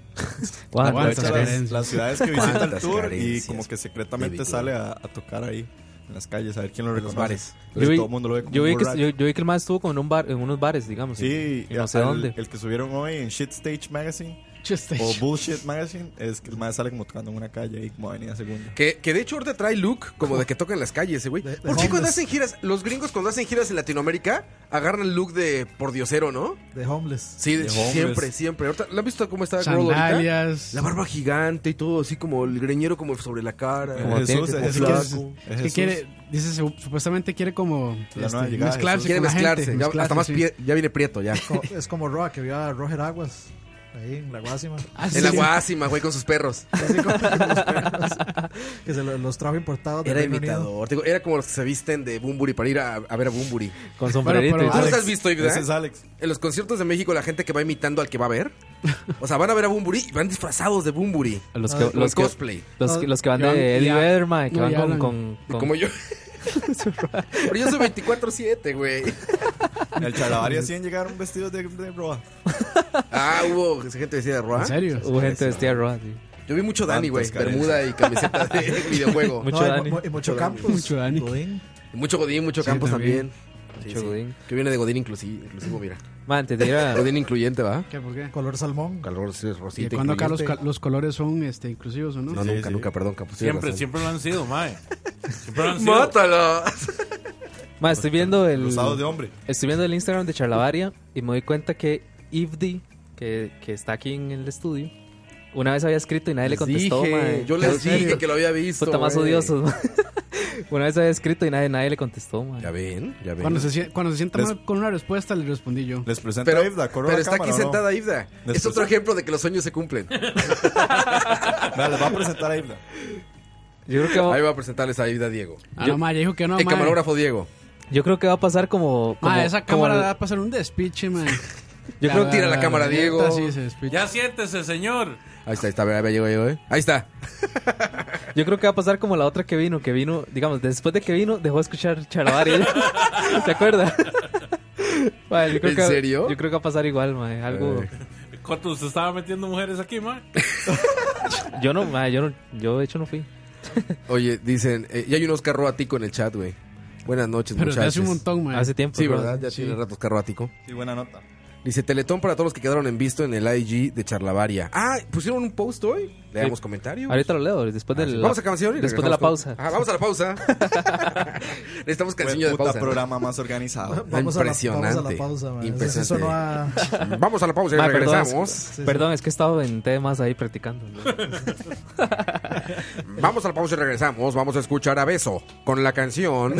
Guau,
Aguanta,
aprovecha las-
carencias.
las ciudades que visita el
Cuántas
tour y
carencias.
como que secretamente
Ridículo.
sale a, a tocar ahí en las calles, a ver quién lo reconoce.
bares.
Entonces
Yo vi-
Pues todo el mundo lo ve como
Yo
un
vi, que,
borracho.
yo, yo vi que el mae estuvo como en, un bar, en unos bares, digamos.
Sí,
y no sé
el,
dónde.
el que subieron hoy en Shit Stage Magazine
Este,
Chiste.
o Bullshit Magazine es que el man sale como tocando en una calle ahí como avenida segunda.
Que, que de hecho ahorita trae look como de que toca en las calles, eh, güey.
De- de
¿Por qué cuando
homeless.
hacen giras, los gringos cuando hacen giras en Latinoamérica, agarran look de por diosero, ¿no?
De Homeless.
Sí, de-
De homeless.
siempre, siempre. Ahorita, ¿La han visto cómo está Grohl ahorita?
Sandalias.
La barba gigante y todo, así como el greñero como sobre la cara.
Como tiene
Jesús,
que-
es
es que-
Jesús.
Es
Es
que
Jesús.
quiere, dice, su- supuestamente quiere como
La nueva
este,
llegada de
mezclarse.
Quiere
con la gente,
mezclarse, ya,
mezclarse,
hasta más
sí.
pie- ya viene prieto ya.
Co- es como Roa que vio a Roger Aguas ahí en la Guasima.
Ah, sí.
En la guásima, güey, con sus perros.
Así como que los perros, que se lo- los trajo importados de
Era
Reino Unido.
imitador. Digo, era como los que se visten de Bumburi para ir a, a ver a Bumburi.
Con sombrerito.
pero-
y
¿Tú
todo.
los has visto, Ivda?
Ese es Alex.
En los conciertos de México, la gente que va imitando al que va a ver. O sea, van a ver a Bumburi y van disfrazados de Bumburi.
Los
Ah,
que,
Los
los que,
cosplay.
los que, los que van
Yo-
de Eddie
ya-
Vedder, mae, que
no,
van
ya
con,
no.
con, con-
Como yo. Pero yo soy 24-7, güey.
En el Chalabaria 100 llegaron vestidos de, de broa.
Ah, hubo gente vestida de Roa.
¿En serio?
Hubo gente vestida de roja, sí.
Yo vi mucho Dani, güey.
Cuántas
Bermuda y camiseta de videojuego.
Mucho
No, y
Dani.
mu- y mucho Campos.
Mucho Dani.
Godín.
Y Mucho Godín, mucho Campos también. Sí,
Mucho
sí.
Godín.
Que viene de Godín inclusivo, inclusivo mira.
Mae, antes de ir a-
Godín incluyente, ¿va?
¿Qué, por qué?
Color salmón.
Calor, sí,
¿Y
rosita.
cuando acá los,
incluyente.
cal- los colores son este, inclusivos o no?
No,
Sí,
nunca,
sí.
nunca, perdón, Campos. tienes
Siempre,
razón.
siempre lo han sido, mae. Siempre lo han sido.
¡Mátala!
mae, estoy viendo el.
Rosados de hombre.
Estoy viendo el Instagram de Charlavaria y me doy cuenta que Ivdi, que, que está aquí en el estudio, una vez había escrito y nadie le
Les
contestó.
dije,
mae.
Yo les dije que lo había visto.
Puta más
güey.
odioso. mae. una vez había escrito y nadie, nadie le contestó. mae.
Ya ven, ya ven.
Cuando se, sien- cuando se sienta
Les-
mal con una respuesta, le respondí yo.
Les presento
Pero,
a Ivda, corro
pero
la
está
cámara,
aquí
¿o no?
sentada Ivda. Es
Después-
otro ejemplo de que los sueños se cumplen.
Vea, les va a presentar a Ivda.
Yo, creo que
Ahí
va,
va a presentarles a Ivda Diego.
Ah,
yo-
no, ma, ya dijo que no,
el
ma.
camarógrafo Diego.
yo creo que va a pasar como. como
Ah,
Ma, esa
como
cámara
el-
va a pasar un despiche, ma.
Yo creo que
tira la cámara,
neta,
Diego.
Sí, se despiche.
Ya siéntese, señor.
Ahí está, ahí está, ahí llegó, llegó, eh. Ahí está.
Yo creo que va a pasar como la otra que vino, que vino, digamos, después de que vino, dejó de escuchar Charlavaria. ¿Se acuerda? Mae, yo creo
¿En
que-
serio?
Yo creo que va a pasar igual, mae. Algo.
Eh.
Coto, usted estaba metiendo mujeres aquí, mae.
Yo no, mae, yo no, yo de hecho no fui.
Oye, dicen, eh, y hay un Oscar Roático en el chat, güey. Buenas noches,
Pero te
muchachos.
hace un montón, ma.
Hace tiempo.
Sí,
bro.
¿verdad? Ya tiene rato Oscar Roático.
Sí, buena nota.
Dice Teletón para todos los que quedaron en visto en el IG de Charlavaria. Ah, pusieron un post hoy. Le damos comentario.
Ahorita lo leo, después del.
Ah, Vamos a canción y
Después de la
regresamos con- Ah,
pausa.
Ajá, vamos a la pausa. Necesitamos canción de
puta
pausa.
programa más organizado.
Vamos a la- Vamos a
Impresionante.
la pausa, man.
Impresionante.
Eso no ha-
Vamos a la pausa y
Ma, perdón,
regresamos.
sí.
Perdón, es que he estado en temas ahí practicando. ¿no?
Vamos a la pausa y regresamos. Vamos a escuchar a Beso con la canción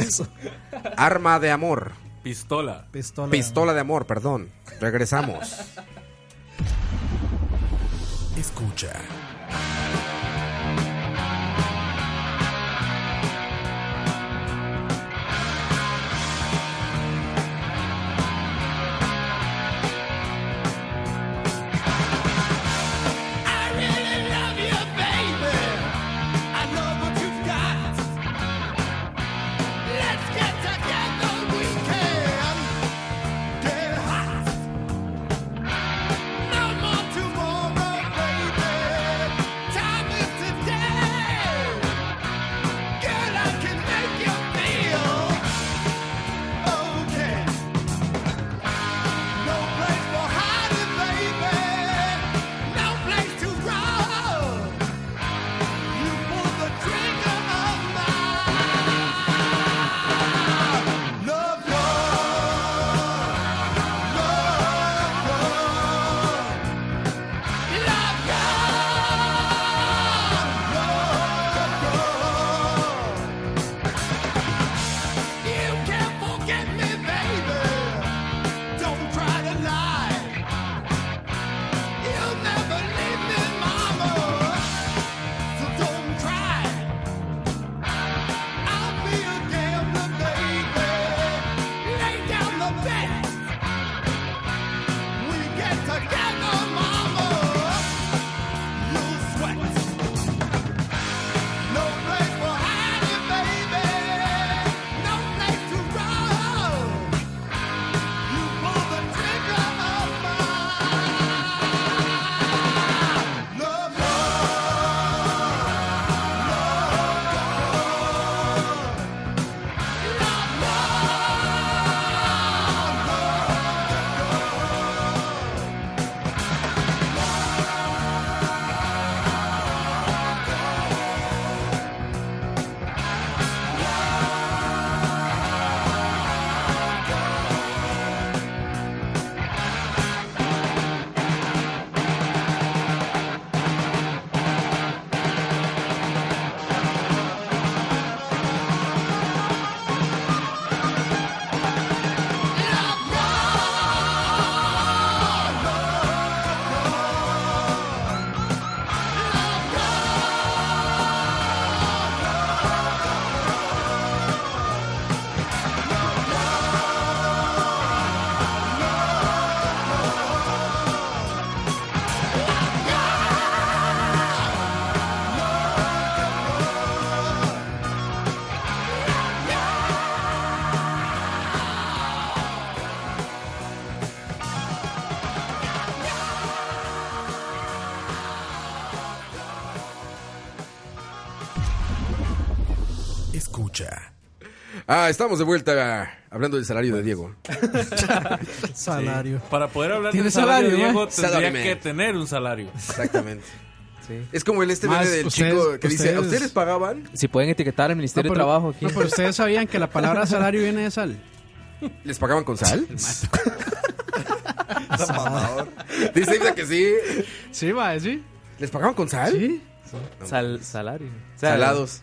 Arma de Amor.
Pistola.
Pistola.
Pistola de Amor, perdón. Regresamos.
Escucha. escucha.
Ah, estamos de vuelta ah, hablando del salario de Diego.
Salario.
Para poder hablar de
Tiene
un salario,
salario,
Diego,
man.
tendría
Salario, man.
que tener un salario.
Exactamente.
Sí.
Es como el este
Más,
meme del
ustedes-
chico que dice, ¿a
ustedes-
ustedes pagaban?
Si pueden etiquetar al Ministerio
No,
de
pero-
Trabajo aquí.
No, pero ustedes sabían que la palabra salario viene de sal.
¿Les pagaban con sal? dice Isa que sí.
Sí, va, sí.
¿Les pagaban con sal?
Sí.
Sal- salario. O sea,
Salados.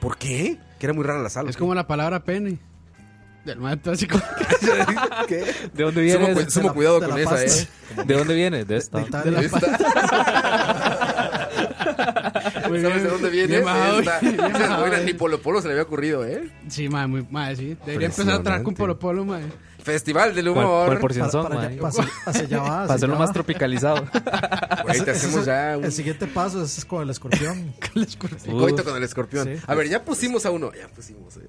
¿Por qué? Que era muy rara la sal.
Es como la palabra pene. Del más clásico.
¿Qué?
¿De dónde
Sumo,
viene?
cu-
ese-
sumo
la-
cuidado
de
con
la
esa,
pasta.
¿eh?
¿De dónde viene? De esta.
De Italia.
Muy
¿Sabes
bien.
de dónde viene?
Bien bajado,
Esta.
bien
Dices,
bajado,
bueno,
eh.
ni Polo Polo se le había ocurrido, ¿eh?
Sí, madre, muy, madre, sí. Debería empezar a trabajar con Polo Polo, madre.
Festival del
¿Cuál,
humor.
cuál por
Para,
son,
para allá-
mae?
para hacia- hacia allá va,
Ah,
hacia
Para hacerlo
allá
más
va.
tropicalizado.
Güey, te
Ese es
hacemos
el-
ya un
El siguiente paso es con el escorpión.
Pues coito con el escorpión.
Sí.
A ver, ya pusimos a uno. Ya pusimos, eh.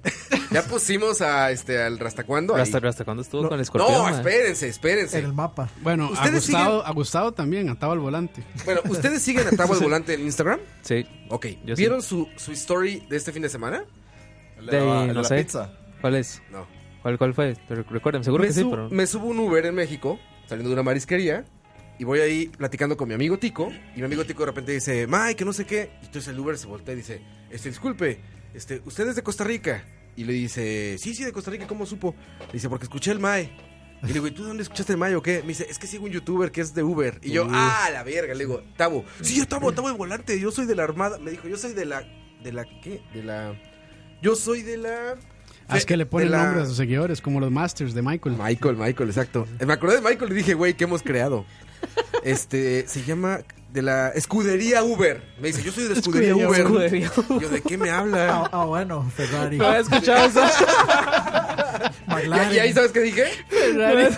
Ya pusimos a este al Rastacuando. ahí.
¿Hasta, hasta cuándo estuvo con el escorpión? ¿eh?
No,
mae?
espérense,
en
espérense.
el mapa.
Bueno, a
Ustedes
Gustavo, a Gustavo también, atado al volante.
Bueno, ¿ustedes siguen a Tabo el Volante en Instagram?
Sí.
Ok.
Yo sí.
¿Vieron su, su story de este fin de semana?
De-
la,
no
la
sé.
pizza.
¿Cuál es?
No.
¿Cuál, cuál fue? Te rec- Recuerden, seguro
Me,
que sí,
su-
pero.
me subo un Uber en México, saliendo de una marisquería, y voy ahí platicando con mi amigo Tico, y mi amigo Tico de repente dice, May, que no sé qué. Y entonces el Uber se voltea y dice, este, disculpe, este, ¿usted es de Costa Rica? Y le dice, sí, sí, de Costa Rica, ¿cómo supo? Le dice, porque escuché el May. Y le digo, ¿y tú dónde escuchaste el May o qué? Me dice, es que sigo un youtuber que es de Uber. Y yo, ah, la verga, le digo, Tabo. Sí, yo Tabo, Tabo de volante, yo soy de la Armada. Me dijo, yo soy de la, de la, ¿qué? De la, yo soy de la...
Ah, es que le
de
pone
la-
nombre a sus seguidores, como los Masters de Michael.
Michael, Michael, exacto. Eh, Me acordé de Michael y dije, güey, ¿qué hemos creado? Este, se llama de la escudería Uber. Me dice, yo soy de la escudería,
Escudería
Uber.
Escudería.
Yo, ¿de qué me habla?
Ah, ah, bueno, Ferrari.
No había escuchado eso.
McLaren.
Y, y ahí, ¿sabes qué dije?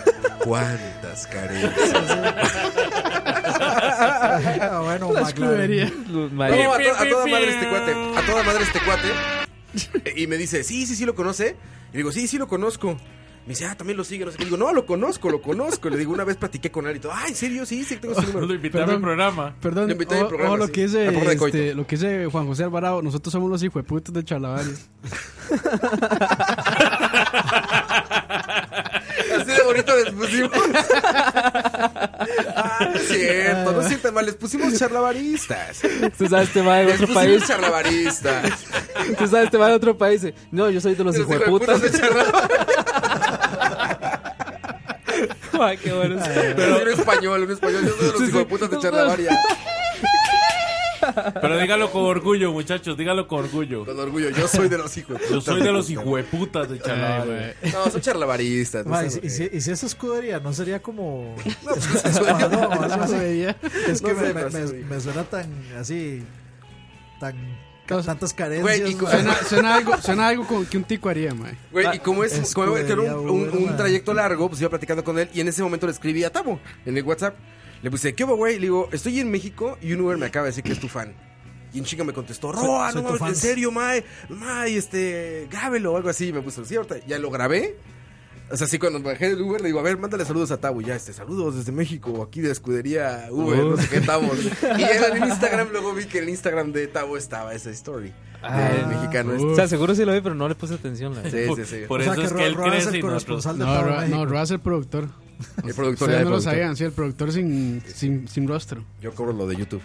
¿Cuántas carencias?
Ah, bueno, McLaren.
Los-
No,
mae,
a, to- a toda madre este cuate. A toda madre este cuate. Y me dice, sí, sí, sí lo conoce. Y le digo, sí, sí lo conozco. Me dice, ah, también lo sigue. No sé qué. Le digo, no, lo conozco, lo conozco. Le digo, una vez platiqué con él y todo. Ah, ¿en serio? Sí, sí, tengo su
Lo
número.
invité a mi
Perdón.
programa.
Perdón,
Lo invité a mi
o-
programa,
o lo,
sí.
que
Al programa
dice,
de coito.
este, lo que dice Juan José Alvarado, nosotros somos los hijos de putos de Chalabaria.
Así de bonito les pusimos. ah, no es cierto, no sientan mal, les pusimos charlavaristas.
Tú sabes, este mae de
Les
otro
pusimos
país.
charlavaristas.
Tú sabes, este mae de otro país. eh, No, yo soy de los
Los
hijueputas.
hijueputas de charlavaristas.
Mae, qué bueno.
Pero un español, un español. Yo soy de los hijueputas de charlavaria.
Pero dígalo con orgullo, muchachos, dígalo con orgullo.
Con orgullo, yo soy de los hijueputas.
Yo soy de los hijueputas de Chalabaria.
No, son charlavaristas. No
Ma, y,
sé
si- y si, y si es escudería, no sería como.
No, pues, eso-
No, algo así. Es que
No
me,
sé,
me-
pero
me-
sí.
me suena tan así. Tan. ca-
Entonces,
tantas
Güey, y
carencias.
con-
ma.
Suena, suena algo, suena algo con- que un tico haría, mae.
Güey,
Ah,
y como es, como
escudería
era un, un-
Uber,
un
man.
trayecto largo, pues iba platicando con él y en ese momento le escribí a Tabo en el WhatsApp. Le puse, ¿qué hubo, güey? Le digo, estoy en México y un Uber me acaba de decir que es tu fan. Y en chinga me contestó, Roa,
soy
no
tu
mames,
fan".
en serio, mae, mae, este, grábelo o algo así. Y me puso, sí, ahorita ya lo grabé. O sea, sí, cuando bajé del Uber le digo, a ver, mándale saludos a Tabo. Y Ya, este, saludos desde México, aquí de escudería Uber, no sé qué, Tabo. y en el Instagram luego vi que en el Instagram de Tabo estaba esa story.
Ah,
del mexicano este.
O sea, seguro sí lo vi, pero no le puse atención. la verdad.
Sí, sí,
Por,
sí.
por
o sea,
eso
que,
es
Ro-
que él
Roa es
crece
el
y nosotros
corresponsal de
No,
todo
Roa, no,
México.
Roa es el productor.
El productor, ya,
Ustedes
el
no lo
productor.
sabían, sí, el productor sin, sin, sin rostro.
Yo cobro lo de YouTube.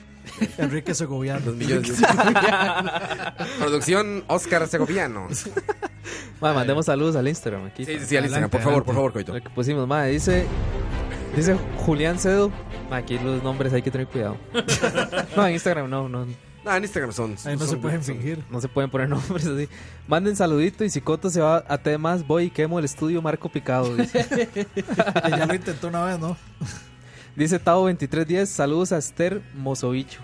Enrique Segoviano.
Los millones de- Producción Oscar Segoviano. Sí,
Mae, mandemos saludos al Instagram aquí.
sí, sí, al Instagram. Por favor, por favor, Coito.
Lo que pusimos, mae, dice. Dice Julián Cedo. Mae, Aquí los nombres hay que tener cuidado. No, en Instagram no, no,
No, Ah, en Instagram son.
Ahí no
son-
se pueden
son-
fingir.
no se pueden poner nombres así. Manden saludito y si Coto se va a temas, voy y quemo el estudio Marco Picado. Dice,
Que ya lo intentó una vez, ¿no?
Dice Tavo 2310, saludos a Esther Mozovicho.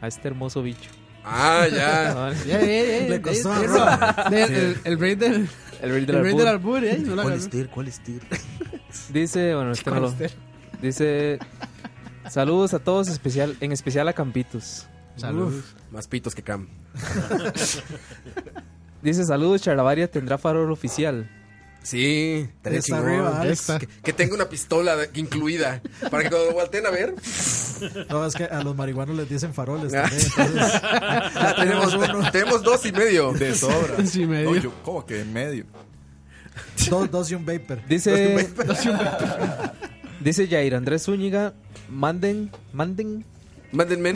A este hermoso bicho.
Ah, ya.
Ah,
Ya, ya, ya,
Le
ya,
costó
ya,
a
ya,
Roa.
ya, eh, El el rey del,
El rey del
el rey
albur.
del albur, ¿eh? No la agarró.
este,
¿Cuál es Tyr?
Dice, bueno, este no lo- Dice, saludos a todos, especial, en especial a Campitos.
Saludos.
Más pitos que Cam.
Dice, saludos, Charavaria tendrá farol oficial.
Sí, estaría
Está
chingón.
arriba, Alex.
Está.
Que, que tenga una pistola de- incluida. Para que cuando lo volteen a ver,
No, es que a los marihuanos les dicen faroles
Ah.
también. Entonces,
ya tenemos, tenemos dos y medio.
De sobra.
Sí, medio.
No, yo, ¿Cómo que medio?
dos, dos y un vapor.
Dice. Dice Jair Andrés Zúñiga, manden, manden,
Mándenme.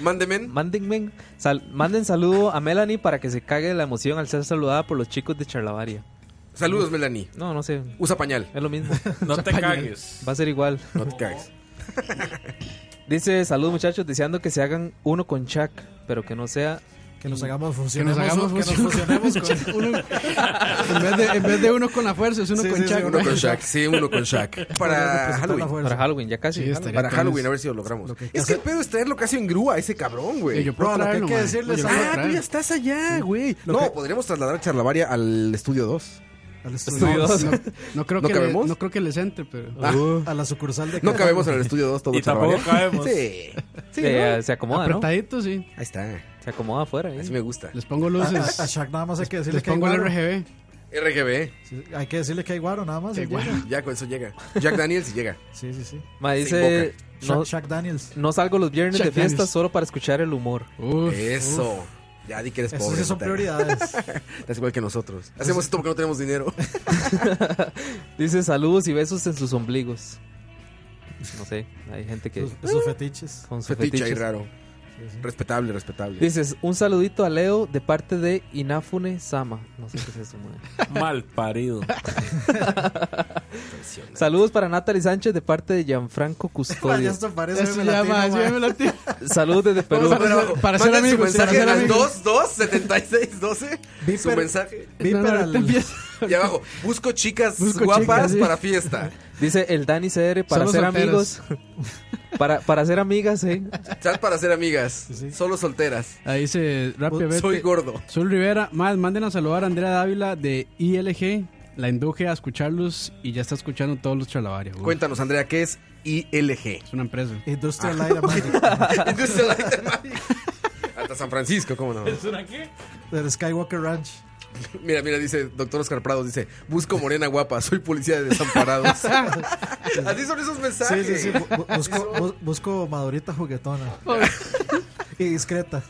Mándenme.
mándenme, sal- manden saludo a Melanie para que se cague de la emoción al ser saludada por los chicos de Charlavaria.
Saludos, Melanie.
No, no sé,
Usa pañal.
es lo mismo.
No te
Pañal.
cagues.
Va a ser igual.
No te cagues.
Dice, saludos muchachos, deseando que se hagan uno con Chuck, pero que no sea...
Que nos hagamos
Que
funciones.
nos hagamos fusión. Uno- en, vez de, en vez de uno con la fuerza, es uno
Sí,
con
sí, sí,
Chuck.
Uno
¿no?
con Shaq. Sí, uno con Shaq. Para Halloween.
Para Halloween, ya casi.
Sí,
Halloween.
estaría
Para
todo
Halloween,
eso.
a ver si lo logramos.
Lo que hay que
es que el
hacer-
pedo es traerlo casi en grúa a ese cabrón, güey.
Sí, yo puedo
Bro, lo que hay
traerlo,
que
man.
decirles
Yo lo
a-
puedo
Ah, tú
traer.
ya estás allá, güey.
Lo
No,
que-
podríamos trasladar a Charlavaria al estudio 2.
Al
No,
estudio.
Estudio.
no, no creo
¿No
que le,
cabemos? Ah,
no creo que les entre, pero
A la sucursal de
No
Caja.
cabemos en el estudio 2 todo
Y tampoco
Charlavaria.
cabemos.
Sí. Sí,
Eh,
¿no?
Se acomoda, ¿no?
apretadito, sí.
Ahí está.
Se acomoda afuera. ¿eh?
Así me gusta.
Les pongo
A,
luces.
a- a Shaq nada más hay que decirle
les
que hay
pongo el
guaro.
RGB.
RGB.
Sí, hay que decirle que hay guaro nada más.
Que
y ya.
guaro.
Ya con eso llega. Jack Daniels y llega.
Sí, sí, sí.
Ma,
Se
dice,
invoca.
Shaq,
no,
Shaq Daniels.
no salgo los viernes
Chuck
de fiesta
Daniels.
solo para escuchar el humor.
Uf.
Eso. Ya di que eres
Esas
pobre.
sí son
puta.
prioridades.
Estás igual que nosotros. Hacemos esto porque no tenemos dinero.
Dice, saludos y besos en sus ombligos. No sé, hay gente que...
sus, sus fetiches.
Con sus
Fetiche ahí
fetiches.
raro. Respetable, respetable.
Dices, un saludito a Leo de parte de Inafune Sama. No sé qué es eso, madre.
Mal parido.
Saludos para Natalie Sánchez de parte de Gianfranco
Ya
Custodio.
esto parece
Eso
meme
ya,
latino,
ma,
ma.
sí, me la tiro.
Saludos desde Perú.
Vamos a- para ser
Manden
amigos,
su mensaje
para ser
a las 2,
amigos.
2, 76, 12.
Viper.
Su mensaje.
Viper
No, no,
al-
ahorita empieza.
Y abajo, busco chicas
Busco
guapas
chicas, sí.
para fiesta.
Dice el Dani CR para
Somos
ser
solteros.
amigos. Para, para ser amigas, ¿eh?
Chat para ser amigas.
Sí.
Solo solteras.
Ahí dice Rappi Vete.
Soy gordo.
Sol Rivera, más manden a saludar a Andrea Dávila de ILG. La induje a escucharlos y ya está escuchando todos los chalavarios. güey.
Cuéntanos, Andrea, ¿qué es ILG?
Es una empresa.
Industrial Light and Magic.
Industrial Light and Magic. Hasta San Francisco, ¿cómo no?
¿Es una qué?
Del Skywalker Ranch.
Mira, mira, dice doctor Oscar Prados, dice, busco morena guapa, soy policía de desamparados. Así son esos
Sí,
mensajes.
sí, sí. bu- bu- Busco, bu- busco madurita juguetona. y discreta.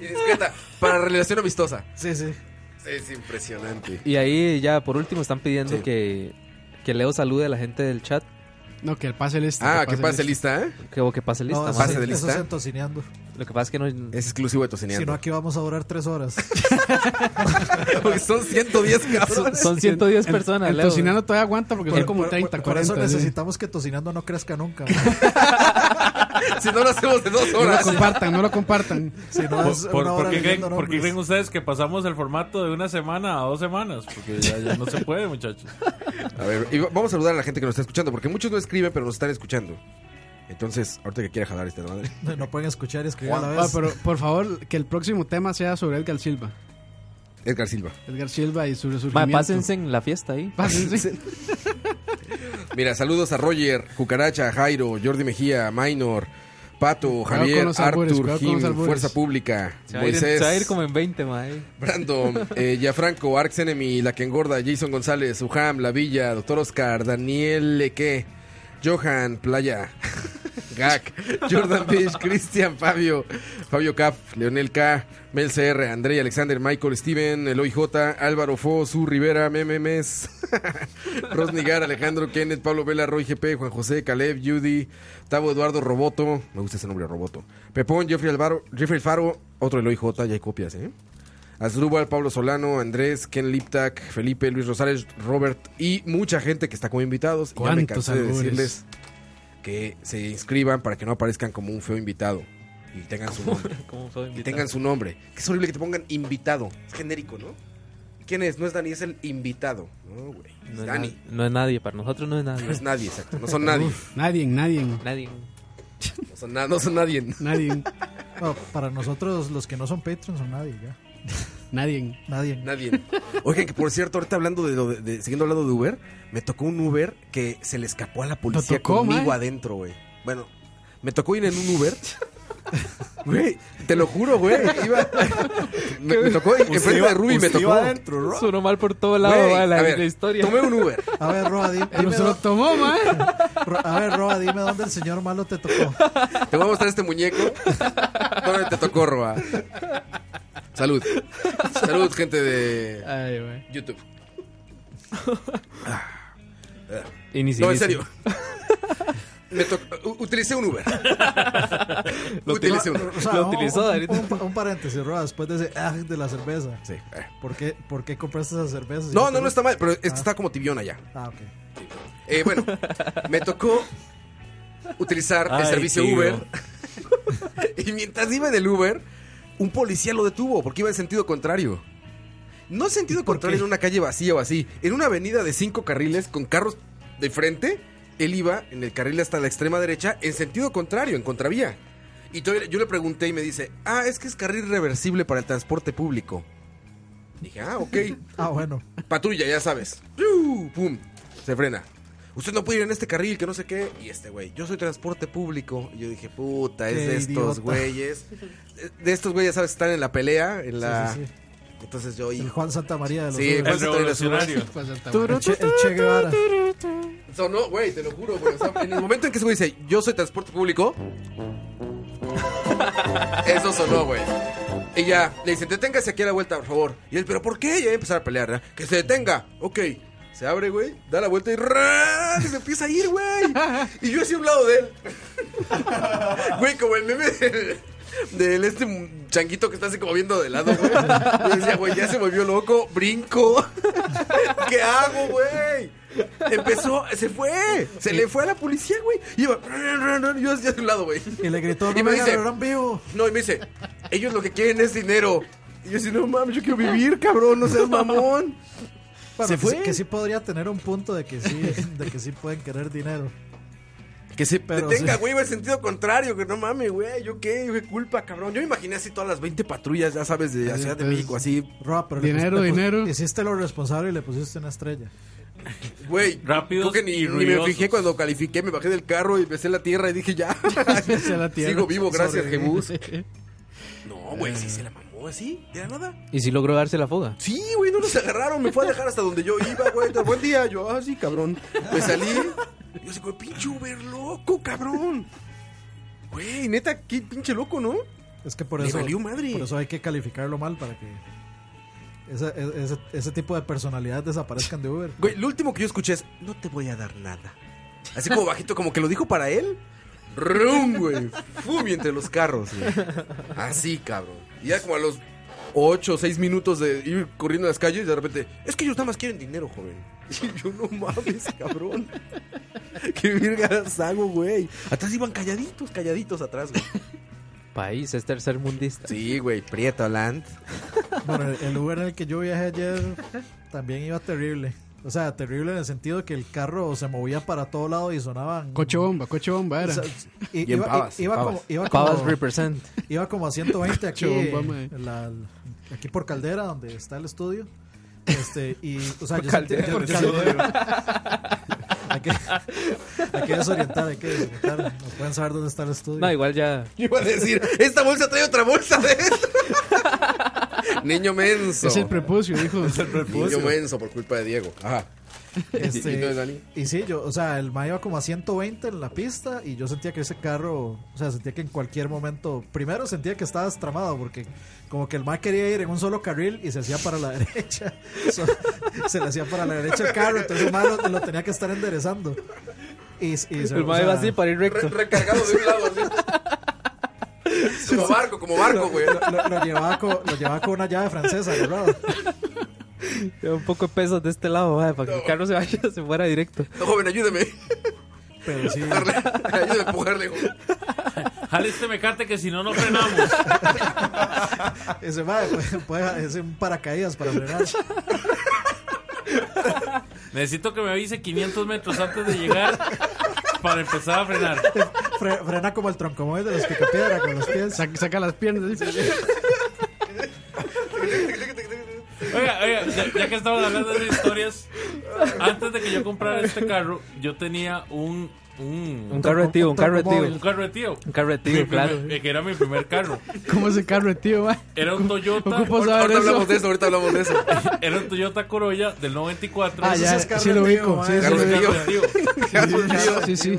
Y discreta, para relación amistosa.
Sí, sí.
Es impresionante.
Y ahí ya por último están pidiendo
Sí.
que, que Leo salude a la gente del chat.
No, que el pase este. lista.
Ah, que pase lista, ¿eh?
Que, o que pase lista.
No,
más
eso,
pase
sí,
de
eso
lista.
es entocineando.
Lo que pasa es que no.
Es exclusivo de
Si no,
Tocineando.
aquí vamos a durar tres horas.
Porque son 110
Son,
cabrones.
son 110 personas,
El
Leo.
tocinano todavía aguanta porque son como 30,
Por eso
40. sí.
necesitamos que Tocinando no crezca nunca.
Si no lo hacemos de dos
No lo
horas.
compartan, no lo compartan.
Si no, es
¿Por, por-
una
por
hora
qué creen,
leyendo
por qué
nombres.
creen ustedes que pasamos el formato de una semana a dos semanas? Porque ya, ya no se puede, muchachos.
A ver, y vamos a saludar a la gente que nos está escuchando, porque muchos no escriben, pero nos están escuchando. Entonces, ahorita que quiera jalar este esta madre.
No, no pueden escuchar y escribir a la
Ah,
vez.
pero por favor, que el próximo tema sea sobre Edgar Silva.
Edgar Silva.
Edgar Silva y su
Ma,
resurgimiento.
pásense en la fiesta ahí.
Pásense.
Mira, saludos a Roger, Cucaracha, Jairo, Jordi Mejía, Minor, Pato,
Cuidado
Javier,
con los albures,
Arthur,
cuidado con
Jim,
los albures.
Fuerza Pública,
Se va, a ir, en- se va a ir
Moisés,
como en 20, ma. ahí.
Brandon, eh, Yafranco, Arx Enemy, La Que Engorda, Jason González, Ujam, La Villa, Doctor Oscar, Daniel Leque, Johan, Playa, Gak, Jordan Fish, Cristian, Fabio, Fabio Caf, Leonel K, Mel CR, André, Alexander, Michael, Steven, Eloy J, Álvaro Fo, Su Rivera, Memes, Rosnigar, Alejandro, Kenneth, Pablo Vela, Roy GP, Juan José, Caleb, Judy, Tavo Eduardo, Roboto, me gusta ese nombre, Roboto, Pepón, Jeffrey Alvaro, Jeffrey Alfaro, otro Eloy J, ya hay copias, ¿eh? Asdrúbal, Pablo Solano, Andrés, Ken Liptak, Felipe, Luis Rosales, Robert y mucha gente que está como invitados. Y ya me
¿Cuántos
cansé de
albures?
decirles que se inscriban para que no aparezcan como un feo invitado y tengan su nombre.
Como fue
y
invitado.
tengan su nombre. Es horrible que te pongan invitado. Es genérico, ¿no? ¿Quién es? No es Dani, es el invitado. No, güey. Es
No es,
Dani.
na- no es nadie, para nosotros no es
No es
nadie.
nadie, exacto. No son nadie.
Nadie, nadie,
Nadie.
No son, na- no son nadie.
nadie,
No, para nosotros, los que no son patrons, son nadie ya.
nadie.
Nadie.
Nadie. Oigan, que por cierto, ahorita hablando de, lo de- de- siguiendo hablando de Uber, me tocó un Uber que se le escapó a la policía
tocó,
conmigo
mae?
adentro, güey. Bueno, me tocó ir en un Uber Güey, te lo juro, güey. Iba, me, me tocó en-
Usted
enfrente
iba-
de Ruby, me
usted iba
tocó.
adentro, Ro.
Sonó mal por todo lado
Güey,
va, la,
a ver,
la historia.
Tomé un Uber.
A ver, Roa, dime,
Pero
dime
se lo
dó-
tomó, mae.
Ro- a ver, Roa, dime dónde el señor malo te tocó.
Te voy a mostrar este muñeco. ¿Dónde te tocó, Roa? Salud. Salud, gente de
Ay, mae.
YouTube.
Inicio,
No, en
inicio.
serio. Me tocó- u- utilicé un Uber. utilicé un Uber.
O sea,
Lo
un-
utilizó,
un,
ahorita.
un pa- un paréntesis, Roa, después de ese ah, de la cerveza.
Sí. eh.
¿Por qué, por qué compraste esa cerveza? si
No,
te
no, no
gusta?
está mal, pero es que está como tibiona ya.
Ah, ok.
Eh, bueno, me tocó utilizar el
Ay,
servicio
tío.
Uber. y mientras iba en el Uber, un policía lo detuvo porque iba en sentido contrario. No en sentido contrario en una calle vacía o así. En una avenida de cinco carriles con carros de frente, él iba en el carril hasta la extrema derecha en sentido contrario, en contravía. Y todavía- yo le pregunté y me dice, ah, es que es carril reversible para el transporte público. Dije, ah, ok.
Ah, bueno.
Patrulla, ya sabes. ¡Piu! ¡Pum! Se frena. Usted no puede ir en este carril, que no sé qué. Y este güey, yo soy transporte público. Y yo dije, puta, es
Qué
de estos
idiota.
güeyes. De- De estos güeyes, ¿sabes? Están en la pelea, en la...
Sí, sí, sí.
Entonces yo,
El
hijo...
Juan Santa María de los
Sí,
Ubers.
El
Pues,
revolucionario.
Pasa el
El che, el Che Guevara.
Sonó, güey, te lo juro, güey. O sea, en el momento en que ese güey dice, yo soy transporte público... Eso sonó, güey. Y ya, le dicen, deténgase aquí a la vuelta, por favor. Y él, ¿pero por qué? Y ahí empezar a pelear, ¿verdad? Que se detenga. Ok. Se abre, güey, da la vuelta y, ¡ra! y se empieza a ir, güey. Y yo así a un lado de él. Güey, como el meme del, del este changuito que está así como viendo de lado, güey. Yo decía, güey, ya se volvió loco, brinco. ¿Qué hago, güey? Empezó, se fue. Se le fue a la policía, güey. Y iba, y yo hacia un lado, güey.
Y le gritó,
Y
no
me
me
dice-
agarrarán vivo.
No, y me dice, ellos lo que quieren es dinero. Y yo así, no mames, yo quiero vivir, cabrón, no seas mamón.
Bueno,
Se
que
fue.
sí- Que sí podría tener un punto de que sí, de que sí pueden querer dinero.
Que se
pero
detenga,
sí.
güey, va en sentido contrario, que no mames, güey, yo qué, yo qué culpa, cabrón. Yo me imaginé así todas las 20 patrullas, ya sabes, de la Ciudad de
pues,
México, así,
Roa, pero le
Dinero,
pus- le pus-
dinero.
Hiciste lo responsable y le pusiste una estrella.
güey.
Rápidos
Creo que ni,
y
ni me
ruidosos.
fijé cuando califiqué, me bajé del carro y besé la tierra y dije, ya,
Besé la tierra.
sigo vivo, gracias,
Sobreviví.
Jebús. No, güey, sí se la mamó así, de la nada.
Y si logró darse la fuga.
Sí, güey, no los agarraron. Me fue a dejar hasta donde yo iba, güey. Buen día. Yo, ah, sí, cabrón. Me salí. Y Yo así, güey, pinche Uber loco, cabrón. Güey, neta, qué pinche loco, ¿no?
Es que por
Le
eso,
valió madre.
por eso hay que calificarlo mal para que esa- e- ese, ese tipo de personalidades desaparezcan de Uber.
Güey, lo último que yo escuché es, no te voy a dar nada. Así como bajito, como que lo dijo para él. Rum, güey. Fumi entre los carros, güey. Así, cabrón. Y ya como a los ocho o seis minutos de ir corriendo en las calles, de repente, es que ellos nada más quieren dinero, joven. Y yo, no mames, cabrón. Qué virgas hago, güey. Atrás iban calladitos, calladitos atrás, güey.
País, es tercermundista.
Sí, güey, Prieto Land.
Bueno, el, el Uber en el que yo viajé ayer también iba terrible. O sea, terrible en el sentido que el carro se movía para todo lado y sonaban...
Coche bomba, coche bomba era.
O sea, i-
Y en
iba,
pavas,
iba
pavas.
como, iba, como,
Pavas represent.
iba como a 120 aquí,
Chumba, mae.
en la- aquí por Caldera, donde está el estudio. Este, y, o sea, yo sentí- yo- yo- hay, que, hay que desorientar, hay que desorientar. No pueden saber dónde está el estudio.
No, igual ya.
Yo iba a decir, esta bolsa trae otra bolsa de Niño menso.
Es el prepucio, dijo.
Niño menso por culpa de Diego. Ajá.
Este,
¿Y tú, Dani?
y sí, yo, o sea, el mae iba como a 120 en la pista y yo sentía que ese carro, o sea, sentía que en cualquier momento, primero sentía que estaba estramado porque como que el mae quería ir en un solo carril y se hacía para la derecha. So- se le hacía para la derecha el carro, entonces el mae lo, lo tenía que estar enderezando. Y, y se-
El
o
mae
sea,
va así para ir
Re-
recto.
recargado de un lado así. Como barco, como barco, güey.
lo, lo- lo llevaba con, lo llevaba con una llave francesa, ¿verdad?
Lleva Un poco de peso de este lado, mae, para que el carro se vaya, se fuera directo.
No, joven, ayúdeme.
Pero sí,
Darle- ayúdeme a empujarle. joven.
Jale este mecate que si no, no frenamos.
ese mae puede, puede- es un paracaídas para frenar.
Necesito que me avise 500 metros antes de llegar para empezar a frenar.
Fre- frena como el troncomoy de los picapiedra con los pies.
Saca, saca las piernas. dice.
Oiga, oiga, ya, ya que estamos hablando de historias, antes de que yo comprara este carro, yo tenía un, un,
Un carro de tío, un carro de
un
tío.
carro de tío.
Un carro de
Mi
tío,
primer-
claro.
eh, que era mi primer carro.
¿Cómo ese carro, tío? mae?
Era un Toyota,
Ocupo
Ahorita
saber eso.
hablamos de eso, ahorita hablamos de eso.
era un Toyota Corolla del 94.
Ah,
Eso
ya,
sí es carro
sí lo
de tío,
ubico.
mae.
Sí, sí,
Carro
lo
de
ubico.
tío.
tío.
Carro de tío.
Sí, sí.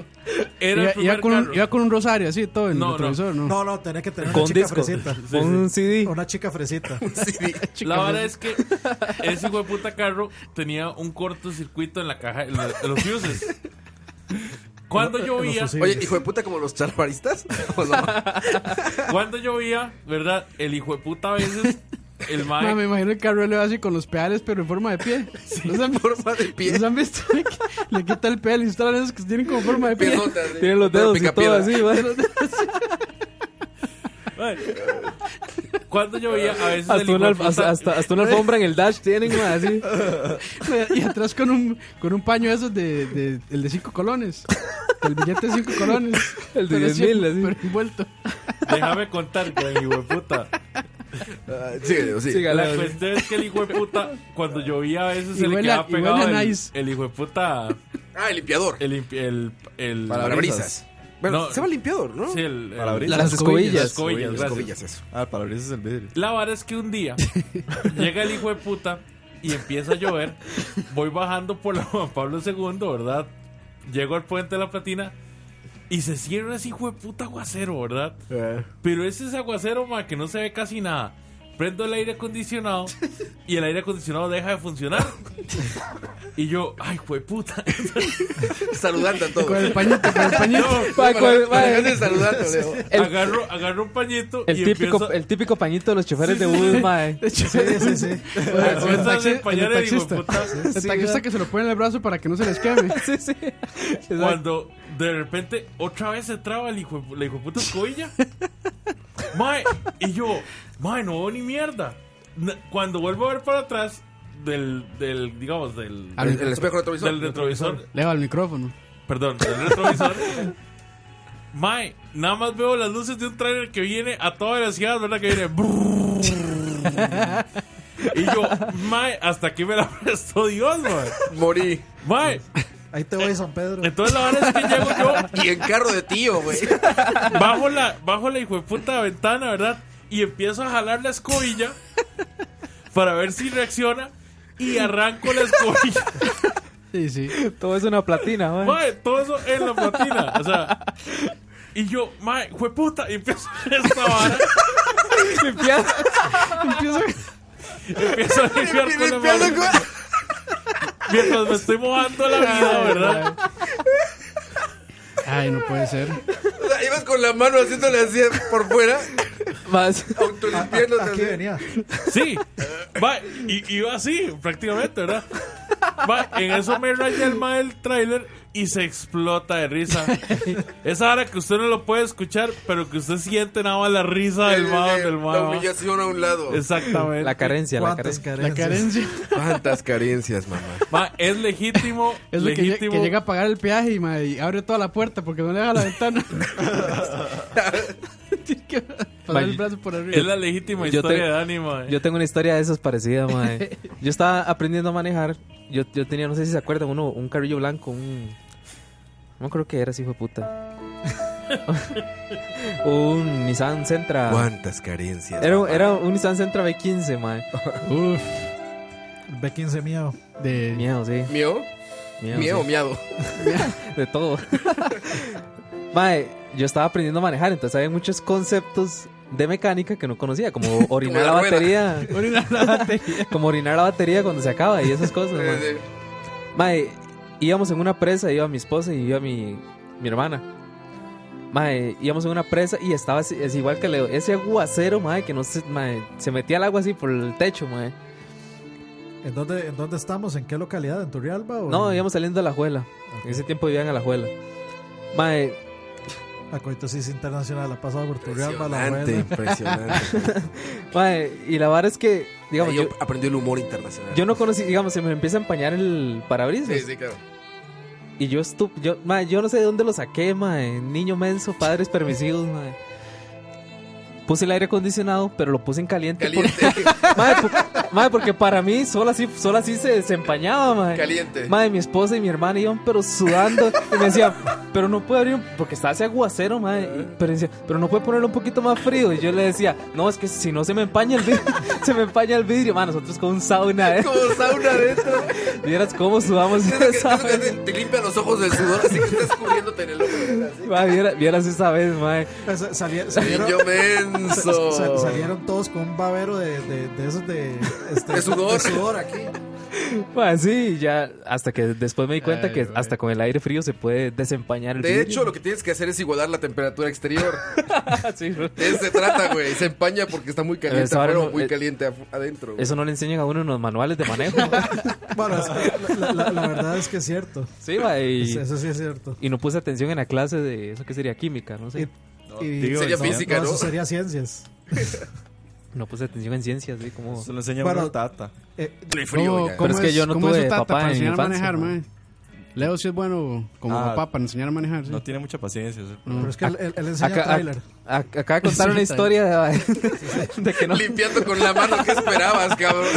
Era el
Iba,
primer
iba con un,
carro.
iba con un rosario así, todo en
No, no.
el retrovisor, ¿no?
No, no, tenés que tener
Con
una chica
disco.
fresita.
Con un CD.
Una chica fresita.
La verdad es que ese hijo de puta carro tenía un cortocircuito en la caja en la- en los fuses. Cuando llovía,
fusiles.
Oye, hijo de puta, como los charbaristas. ¿O no?
cuando llovía, ¿verdad? El hijo de puta a veces el
Mae, me
mae
imagino el carro le va así con los pedales, pero en forma de pie. ¿Los, han,
Forma de pie.
los han visto? le quita el pedal y instalan esos que tienen como forma de pie.
Piedota, sí.
Tiene los
Pero
dedos y
pica
todo
piedra.
así, mae.
cuando llovía a veces el
Hasta
hijo
una,
de
alf- hasta,
puta
hasta- hasta una alfombra en el dash tienen, mae, así.
Y atrás con un, con un paño de esos de, de- el de cinco colones. El billete de cinco colones.
El de
Pero
10.000,
sí,
así.
Pero envuelto.
déjame contar con el hijo de puta.
Ah, síguele, sí.
Sí,
La
galán.
cuestión es que el hijo de puta cuando llovía a veces
Y
se le
huele a-
quedaba
y huele
pegado
a
el,
nice.
el hijo de puta
Ah, el limpiador.
el limpi- el, el-
Parabrisas. Bueno,
No.
se llama limpiador, ¿no?
sí, el- el-
Parabrisas.
Las,
Las
escobillas.
las escobillas,
Las
gracias.
cobillas, eso.
Ah, el parabrisas es el vidrio.
La vara es que un día llega el hijo de puta y empieza a llover. Voy bajando por la Juan Pablo II, ¿verdad? Llego al puente de la platina y se cierra ese hijo de puta aguacero, ¿verdad? Pero es ese aguacero, ma, que no se ve casi nada. Prendo el aire acondicionado y el aire acondicionado deja de funcionar. Y yo, ay, de puta.
Saludando a todos.
Con el pañito, con el pañito.
Mae, con- mae,
Dejaste de saludar, Leo.
El-
agarro, agarro un pañito y
El típico,
empiezo-
el típico pañito de los choferes
Sí,
de
sí,
Bus,
sí.
mae.
De hecho,
Sí, sí, sí.
o- o
Empieza a
taxi-
despañar
el
el hijo de
taxista.
puta.
El taxista que se lo pone en el brazo para que no se les queme.
Sí, sí. Exacto.
Cuando de repente otra vez se traba el hijo, la hijo puta escobilla. mae, y yo, mae, no veo ni mierda. Na- Cuando vuelvo a ver para atrás del, del digamos, del,
Al-
El, el espejo retrovisor.
del retrovisor,
Le va al micrófono.
perdón, del retrovisor, mae, nada más veo las luces de un trailer que viene a toda velocidad, ¿verdad? Que viene. brrrr. y yo, mae, hasta que me la prestó Dios, mae.
Morí.
Mae,
Ahí te voy, San Pedro.
entonces la verdad es que llego yo
Y en carro de tío, güey.
bajo la, bajo la hijo de puta ventana, ¿verdad? Y empiezo a jalar la escobilla para ver si reacciona. Y arranco la escobilla.
Sí, sí.
Todo es una platina, mae.
Mae, todo eso en la platina. O sea. Y yo, mae, hijo puta. Y empiezo a hacer esta vara.
Limpiado.
Empiezo a limpiar con la mano. Mientras me estoy mojando la vida, ¿verdad?
Ay, no puede ser.
O sea, ibas con la mano haciéndole así por fuera,
Más.
autolimpiándote
Aquí
así.
venía.
Sí. Mae, y iba así, prácticamente, ¿verdad? Mae, en eso me raya el mae del tráiler y se explota de risa. Esa hora que usted no lo puede escuchar, pero que usted siente nada más la risa del mae del
La
mae.
humillación a un lado.
Exactamente.
La carencia, la
¿Cuántas
carencia.
carencias?
La carencia.
Cuántas carencias, mamá.
Mae, es legítimo,
Es lo que, lle-
legítimo.
que llega a pagar el peaje y, ma, y abre toda la puerta porque no le deja la ventana. Tiene que pasar el brazo por
es
arriba.
la legítima
Yo
historia
te-
de Dani, mae.
Yo tengo una historia de esas parecida, mae. Yo estaba aprendiendo a manejar. Yo, yo tenía, no sé si se acuerdan, uno, un carrillo blanco, un. No creo que era, así, hijo de puta. un Nissan Sentra.
Cuántas carencias.
Era,
mamá.
era un Nissan Sentra B15, mae.
Uf.
B15 mío.
De,
Miedo, sí.
¿Mío?
Miedo. sí.
¿Mío o miado?
de todo. Mae, yo estaba aprendiendo a manejar, entonces había muchos conceptos de mecánica que no conocía, como orinar
la
la
rueda.
batería. como orinar la batería cuando se acaba y esas cosas. mae.
Eh,
Mae, íbamos en una presa, iba mi esposa y iba mi, mi hermana. Mae, íbamos en una presa y estaba así- es igual que Leo, ese aguacero, mae, que no se, mae, se metía el agua así por el techo, mae.
¿En dónde, ¿En dónde estamos? ¿En qué localidad? ¿En Turrialba? O
No,
en-
íbamos saliendo de la juela. En ese tiempo vivían a la juela. Mae,
La coitosis internacional ha pasado por Turrialba, la
Impresionante,
abuela.
impresionante.
mae, y la vara es que, digamos,
Ahí
yo,
yo aprendí el humor internacional.
Yo no conocí, digamos, se me empieza a empañar el parabrisas.
Sí, sí, claro.
Y yo estup yo, eh, mae, yo no sé de dónde lo saqué, mae. Niño menso, padres permisivos, mae. Puse el aire acondicionado, pero lo puse en caliente. porque-
Caliente,
Mae, por- mae, porque para mí solo así, solo así se desempañaba, mae.
caliente.
Madre, mi esposa y mi hermana iban pero sudando y me decía, pero no puede abrir un- porque está ese aguacero, madre. y- pero decía, pero no puede ponerlo un poquito más frío. Y yo le decía, no, es que si no se me empaña el vidrio, se me empaña el vidrio. Man, nosotros con un sauna, ¿eh?
Como sauna adentro.
Vieras cómo sudamos
Es lo que-
esa
es lo que te,
vez.
te limpia los ojos del sudor, así que estás cubriéndote en el hombro. así.
Madre, vieras, vieras esa vez, madre.
Sa- salie- Pues, eh, salieron,
Niño
sa- sa-
menso.
salieron todos con un babero de, de, de esos de, este,
De sudor.
sudor aquí.
Madre, sí, ya hasta que después me di cuenta
Ay,
que
madre.
hasta con el aire frío se puede desempañar el
De
vidrio.
hecho, lo que tienes que hacer es igualar la temperatura exterior.
Ah, Sí, bro.
De eso se trata, güey. Se empaña porque está muy caliente
Esa vara
afuera o
no-
muy
eh,
caliente afu- adentro. güey.
eso no le enseñan a uno en los manuales de manejo.
Bueno, es- la, la- la verdad es que es cierto.
sí, madre, y,
Eso sí es cierto.
y no puse atención en la clase de eso que sería química, no sé.
Y- y-
digo,
Sería
no,
física,
no,
¿no?
eso sería ciencias.
No puse atención en ciencias, así como...
Se lo enseña
Bueno,
bueno, tata.
Eh,
De
¿Cómo,
frío, ya.
cómo
Pero es que yo no
cómo es
tuve
su tata
papá en
para
mi
enseñar a
infancia,
manejar,
mae.
mae? Leo sí es bueno como
Ah,
papá para enseñar a manejar. sí.
No tiene mucha paciencia. ese-
pero es que él, él- él enseña
Acá,
trailer.
a- a- acaba de contar una
Sí,
historia de, de que no le
Limpiando con la mano, ¿qué esperabas, cabrón?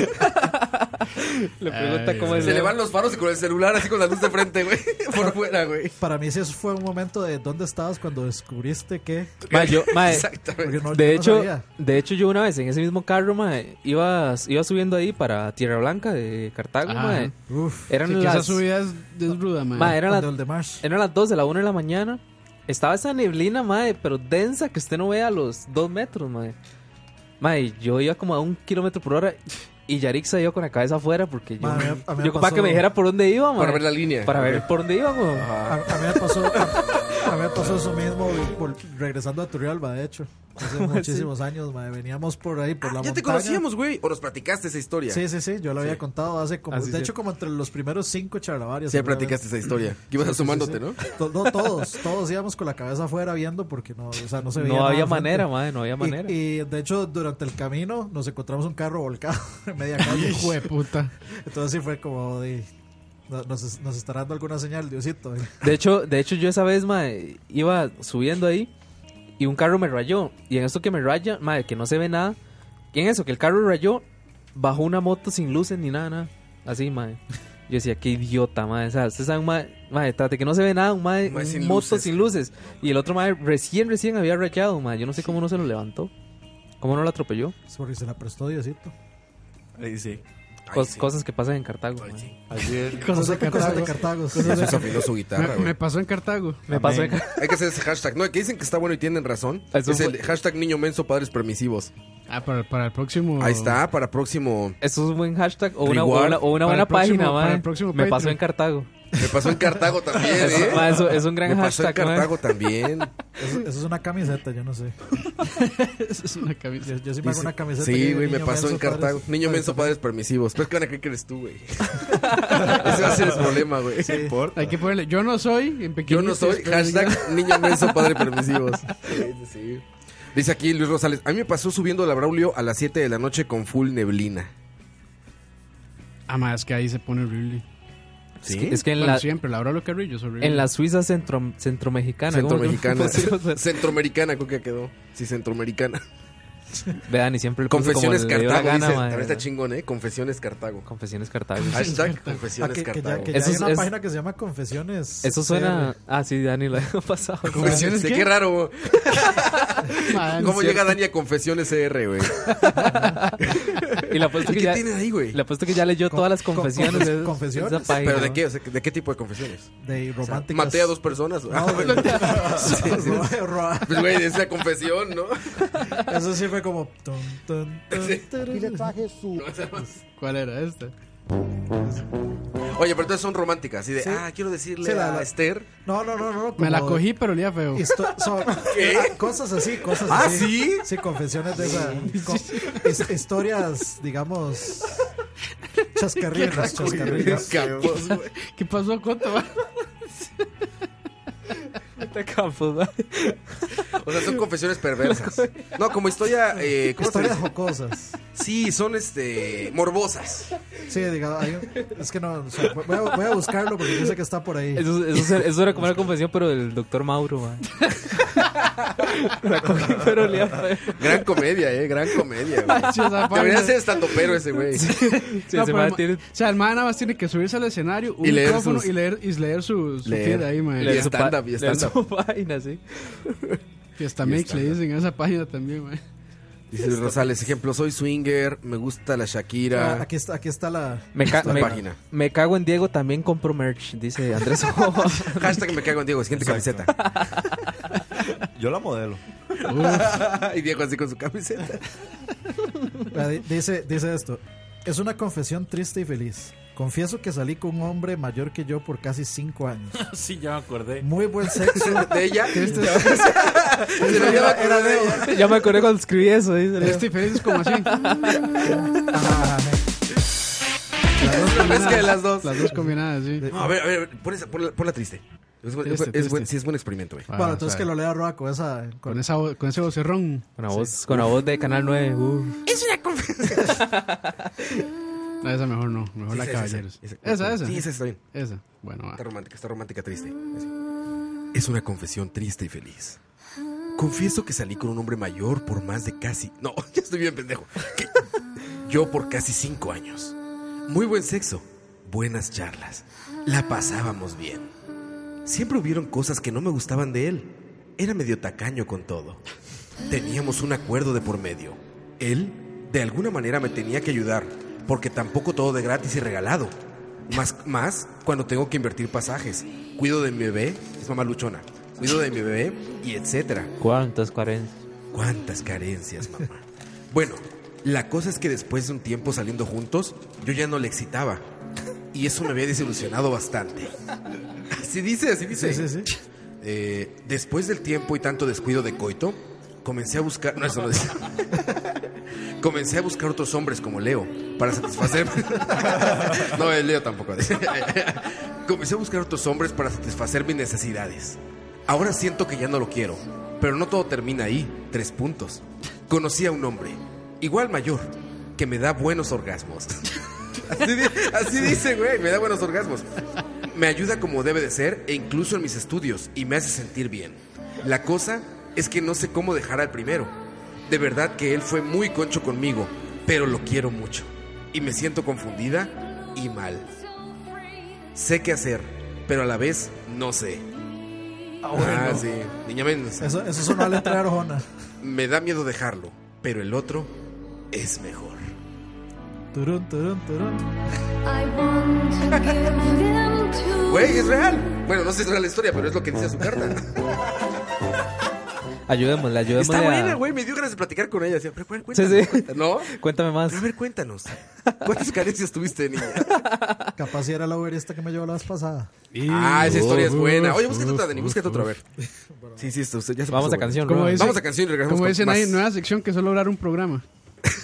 pregunta
Ay,
cómo es.
Se le van los faros y con el celular así con la luz de frente, güey. Por fuera, güey.
Eh,
Para mí sí eso fue un momento de dónde estabas cuando descubriste que...
Ma, yo- ma,
Exactamente.
porque no-
de
no
hecho,
sabía.
de hecho yo una vez en ese mismo carro, ma, iba, iba subiendo ahí para Tierra Blanca de Cartago,
Ajá.
ma.
Uf,
Eran
Sí, que esa
las
subida es, es ruda, mae.
ma, eh. eran las
donde el de Marsh.
eran las 2 de la 1 de la mañana. Estaba esa neblina, madre, pero densa que usted no vea a los 2 metros, madre. Madre, yo iba como a un kilómetro por hora y Yarixa iba con la cabeza afuera porque yo,
Ma, a mí- a mí me
yo para
pasó-
que me dijera por dónde iba,
Para
mae.
ver la línea.
Para ver por dónde iba, güey.
A, a mí me pasó, a, a mí me pasó eso mismo vol- regresando a Turrialba, de hecho. Hace muchísimos años, mae, veníamos por ahí, por la
Ah, Ya te
montaña.
conocíamos, güey. O nos platicaste esa historia.
Sí, sí, sí, yo lo había contado hace como...
Así
de
sí.
hecho, como entre los primeros cinco charlavarios.
Sí,
seguramente.
platicaste esa historia. Que ibas asomándote, ¿no?
To- no, todos, todos íbamos con la cabeza afuera viendo porque no, o sea, no se veía
No
nada
había
al frente.
manera, madre, no había manera.
Y, y, de hecho, durante el camino nos encontramos un carro volcado en media calle.
Hijo de puta.
Entonces sí fue como de... no- Nos, nos estará dando alguna señal, Diosito.
De hecho, de hecho yo esa vez, mae, iba subiendo ahí y un carro me rayó. Y en eso que me raya, madre, que no se ve nada. Y en eso que el carro rayó, bajó una moto sin luces ni nada, nada. Así, madre. Yo decía, qué idiota, madre. O sea, ustedes saben, madre, madre, tras de que no se ve nada, un madre,
Mae,
un
sin
moto
luces.
sin luces. Y el otro, madre, recién, recién había rayado, madre. Yo no sé cómo no se lo levantó. ¿Cómo no lo atropelló?
Es porque se la prestó Diosito.
Ahí sí.
Cos- Cosas que pasan en Cartago. mae.
Ayer,
Cosas de
Cosas de Cartago.
Cartago.
Jesús afinó su guitarra,
Me, me
güey.
pasó en Cartago.
Me pasó de
Amén.
Car-
Hay que hacer ese hashtag. No, que dicen que está bueno y tienen razón.
Eso
es el
fue-
hashtag niño menso padres permisivos.
Ah, para, para el próximo.
Ahí está, para próximo.
Eso es un buen hashtag o una, o
Reward.
una- o una
Para
buena
el próximo-
página,
para
mae.
el próximo
Me pasó
Patreon.
en Cartago.
Me pasó en Cartago también,
Eso-
¿eh?
ma, eso- es un gran
Me pasó en
hashtag. ma.
Cartago también.
Eso, eso es una camiseta, yo no sé.
Es una
Yo,
camisa.
yo sí me hago una camiseta. que
Sí,
diga
güey, me
Niño
pasó en
Menso,
Cartago.
padres-
Niño menso, padres permisivos. Pero es que van a creer que eres tú, güey. Ese va a ser el problema, güey.
No importa.
Hay que ponerle. Yo no soy. En
Yo no
pequeñitos,
soy
pero diga-
hashtag niño menso padre permisivos. Sí, sí, sí. Dice aquí Luis Rosales, a mí me pasó subiendo la Braulio a las 7 de la noche con full neblina.
Ah, más es que ahí se pone horrible.
Es que- Es que en
Bueno,
la,
siempre, la Laura Carrillo es horrible.
en la Suiza centro, centromexicana.
Centroamericana.
¿cómo que pusimos eso?
Centroamericana, creo que quedó. Sí, centroamericana.
Vean, y siempre le puse
Confesiones
como le dio la
Cartago,
gana,
dice.
madre,
También está
¿verdad?
chingón, ¿eh? Confesiones Cartago.
Confesiones Cartago.
Hashtag
Ah,
confesiones
que, que ya,
Cartago.
que ya
Eso
hay
es-
una
es-
página que se llama Confesiones.
Eso suena... Ah, sí, Dani lo ha pasado.
Confesiones, Este, qué? raro.
Ah, no
¿Cómo
es
llega Dani a confesiones CR, güey?
Y le apuesto
¿Y
que
qué
ya...
tienen ahí, güey?
Le apuesto que ya leyó todas las
con-
confesiones
confes-
de, de
confesiones.
esa página.
¿Pero de qué? O sea, ¿De qué tipo de confesiones?
De románticas.
Maté a dos personas. güey.
No, güey.
Ah, Sí, sí.
Ro- ro-
Pues, güey, es la confesión, ¿no?
Eso sí fue como. tun, tun, tun, tun.
¿Cuál era esta?
Oye, pero entonces son románticas. Así de, ah, quiero decirle
Sí, la-
a
la-
Esther.
No, no, no, no.
Me la
como
cogí, pero olía feo.
histo- son-
¿Qué?
ah, Cosas así, cosas
¿Ah,
así.
sí?
Sí, confesiones de esas. historias, digamos. Chascarrillas, chascarrillas.
Campos, güey.
¿Qué pasó? ¿Cuánto va?
De Campos, ma.
O sea, son confesiones perversas. No, como historia. Eh, ¿Cómo se
Historias
dice?
jocosas.
Sí, son este morbosas.
Sí, diga, hay un- es que no, o sea, voy, a, voy a buscarlo porque yo sé que está por ahí.
Eso, eso- eso era como una confesión, pero del doctor Mauro, ma. La cogí, pero olía feo.
Gran comedia, eh, gran comedia, güey.
Sí, esa
Debería
vaina.
ser estando pero ese güey.
Sí,
No,
ese
pero
ma
el ma-
tiene-
O sea, el man nada más tiene que subirse al escenario, un
Y leer
micrófono
sus-
y leer, y leer su, su
Leer.
feed ahí, man.
Leer.
su pa-
stand-up, y
leer
stand-up.
su vaina, sí.
Fiesta Mix, le dicen a esa página también, man.
Dice Luis Rosales, ejemplo, soy swinger, me gusta la
Ah,
Shakira.
aquí está, aquí está la.
Me, ca-
La
me-
página.
me cago en Diego, también compro merch, dice Andrés Ojoa.
Hashtag me cago en Diego, siguiente
Exacto.
camiseta.
Yo la modelo.
y Diego así con su camiseta.
la di- dice, dice esto: Es una confesión triste y feliz. Confieso que salí con un hombre mayor que yo por casi 5 años.
Sí, ya me acordé.
Muy buen sexo.
De ella.
Se lo lleva- era de ella.
ya me acordé cuando escribí eso, dice Leo.
Este feliz es como así.
Ajá, ajá,
Una mezcla de las dos.
Las dos combinadas, sí.
No, a ver, a ver, pon, esa, pon, la, pon la triste. Es, buen- es
Triste,
buen- es buen-
triste.
sí, es buen experimento, güey.
Ah,
bueno, entonces
o
que lo
sea,
lea Roa con esa. eh,
Con,
con-
esa, vo- con ese vocerrón.
Con la voz, con la voz de Canal 9. uh.
No, Ah, esa mejor no. Mejor
Sí,
la
sí, sí,
Caballeros.
sí, sí.
Esa, esa.
Sí, esa está bien.
Esa. Bueno, va.
Está romántica, está romántica triste. Así. Es una confesión triste y feliz. Confieso que salí con un hombre mayor por más de casi. No, ya estoy bien pendejo. ¿Qué? Yo por casi cinco años. Muy buen sexo, buenas charlas. La pasábamos bien. Siempre hubieron cosas que no me gustaban de él. Era medio tacaño con todo. Teníamos un acuerdo de por medio. Él, de alguna manera, me tenía que ayudar, porque tampoco todo de gratis y regalado. Más, más cuando tengo que invertir pasajes. Cuido de mi bebé, es mamá luchona. Cuido de mi bebé y etcétera.
¿Cuántos 40?
Cuántas carencias, mamá. Bueno, la cosa es que después de un tiempo saliendo juntos, yo ya no le excitaba. Y eso me había desilusionado bastante. Así dice, así dice.
Sí, sí, sí.
Eh, después del tiempo y tanto descuido de coito, comencé a buscar. No, eso no dice. comencé a buscar otros hombres como Leo para satisfacer. no, el Leo tampoco. dice. comencé a buscar otros hombres para satisfacer mis necesidades. Ahora siento que ya no lo quiero, pero no todo termina ahí. Tres puntos. Conocí a un hombre, igual mayor, que me da buenos orgasmos. Así, di- así dice, güey, me da buenos orgasmos. Me ayuda como debe de ser e incluso en mis estudios y me hace sentir bien. La cosa es que no sé cómo dejar al primero. De verdad que él fue muy concho conmigo, pero lo quiero mucho. Y me siento confundida y mal. Sé qué hacer, pero a la vez no sé. Ah, sí. Niña Mendoza.
Eso, eso es una letra de Arjona.
Me da miedo dejarlo, pero el otro es mejor.
Turun, turun, turun.
Güey, es real. Bueno, no sé si es real la historia, pero es lo que dice su carta.
Ayudémosle, ayudémosle.
Está
a-
buena, güey. Me dio ganas de platicar con ella. Decía, pero bueno,
Sí,
cuéntanos.
sí.
¿No?
Cuéntame más.
Pero a ver, cuéntanos. ¿Cuántas carencias tuviste de niña?
Capaz si era la uberista que me llevó la vez pasada.
ah, esa historia es buena. Oye, búscate otra, Dani. Búscate otra, a ver. Sí, sí, esto, usted ya se
Vamos
puso
a
bueno.
canción,
¿Cómo
Roa.
dice?
Vamos a canción y regresamos
Como
con
dicen
más.
ahí, nueva sección que solo hablar un programa.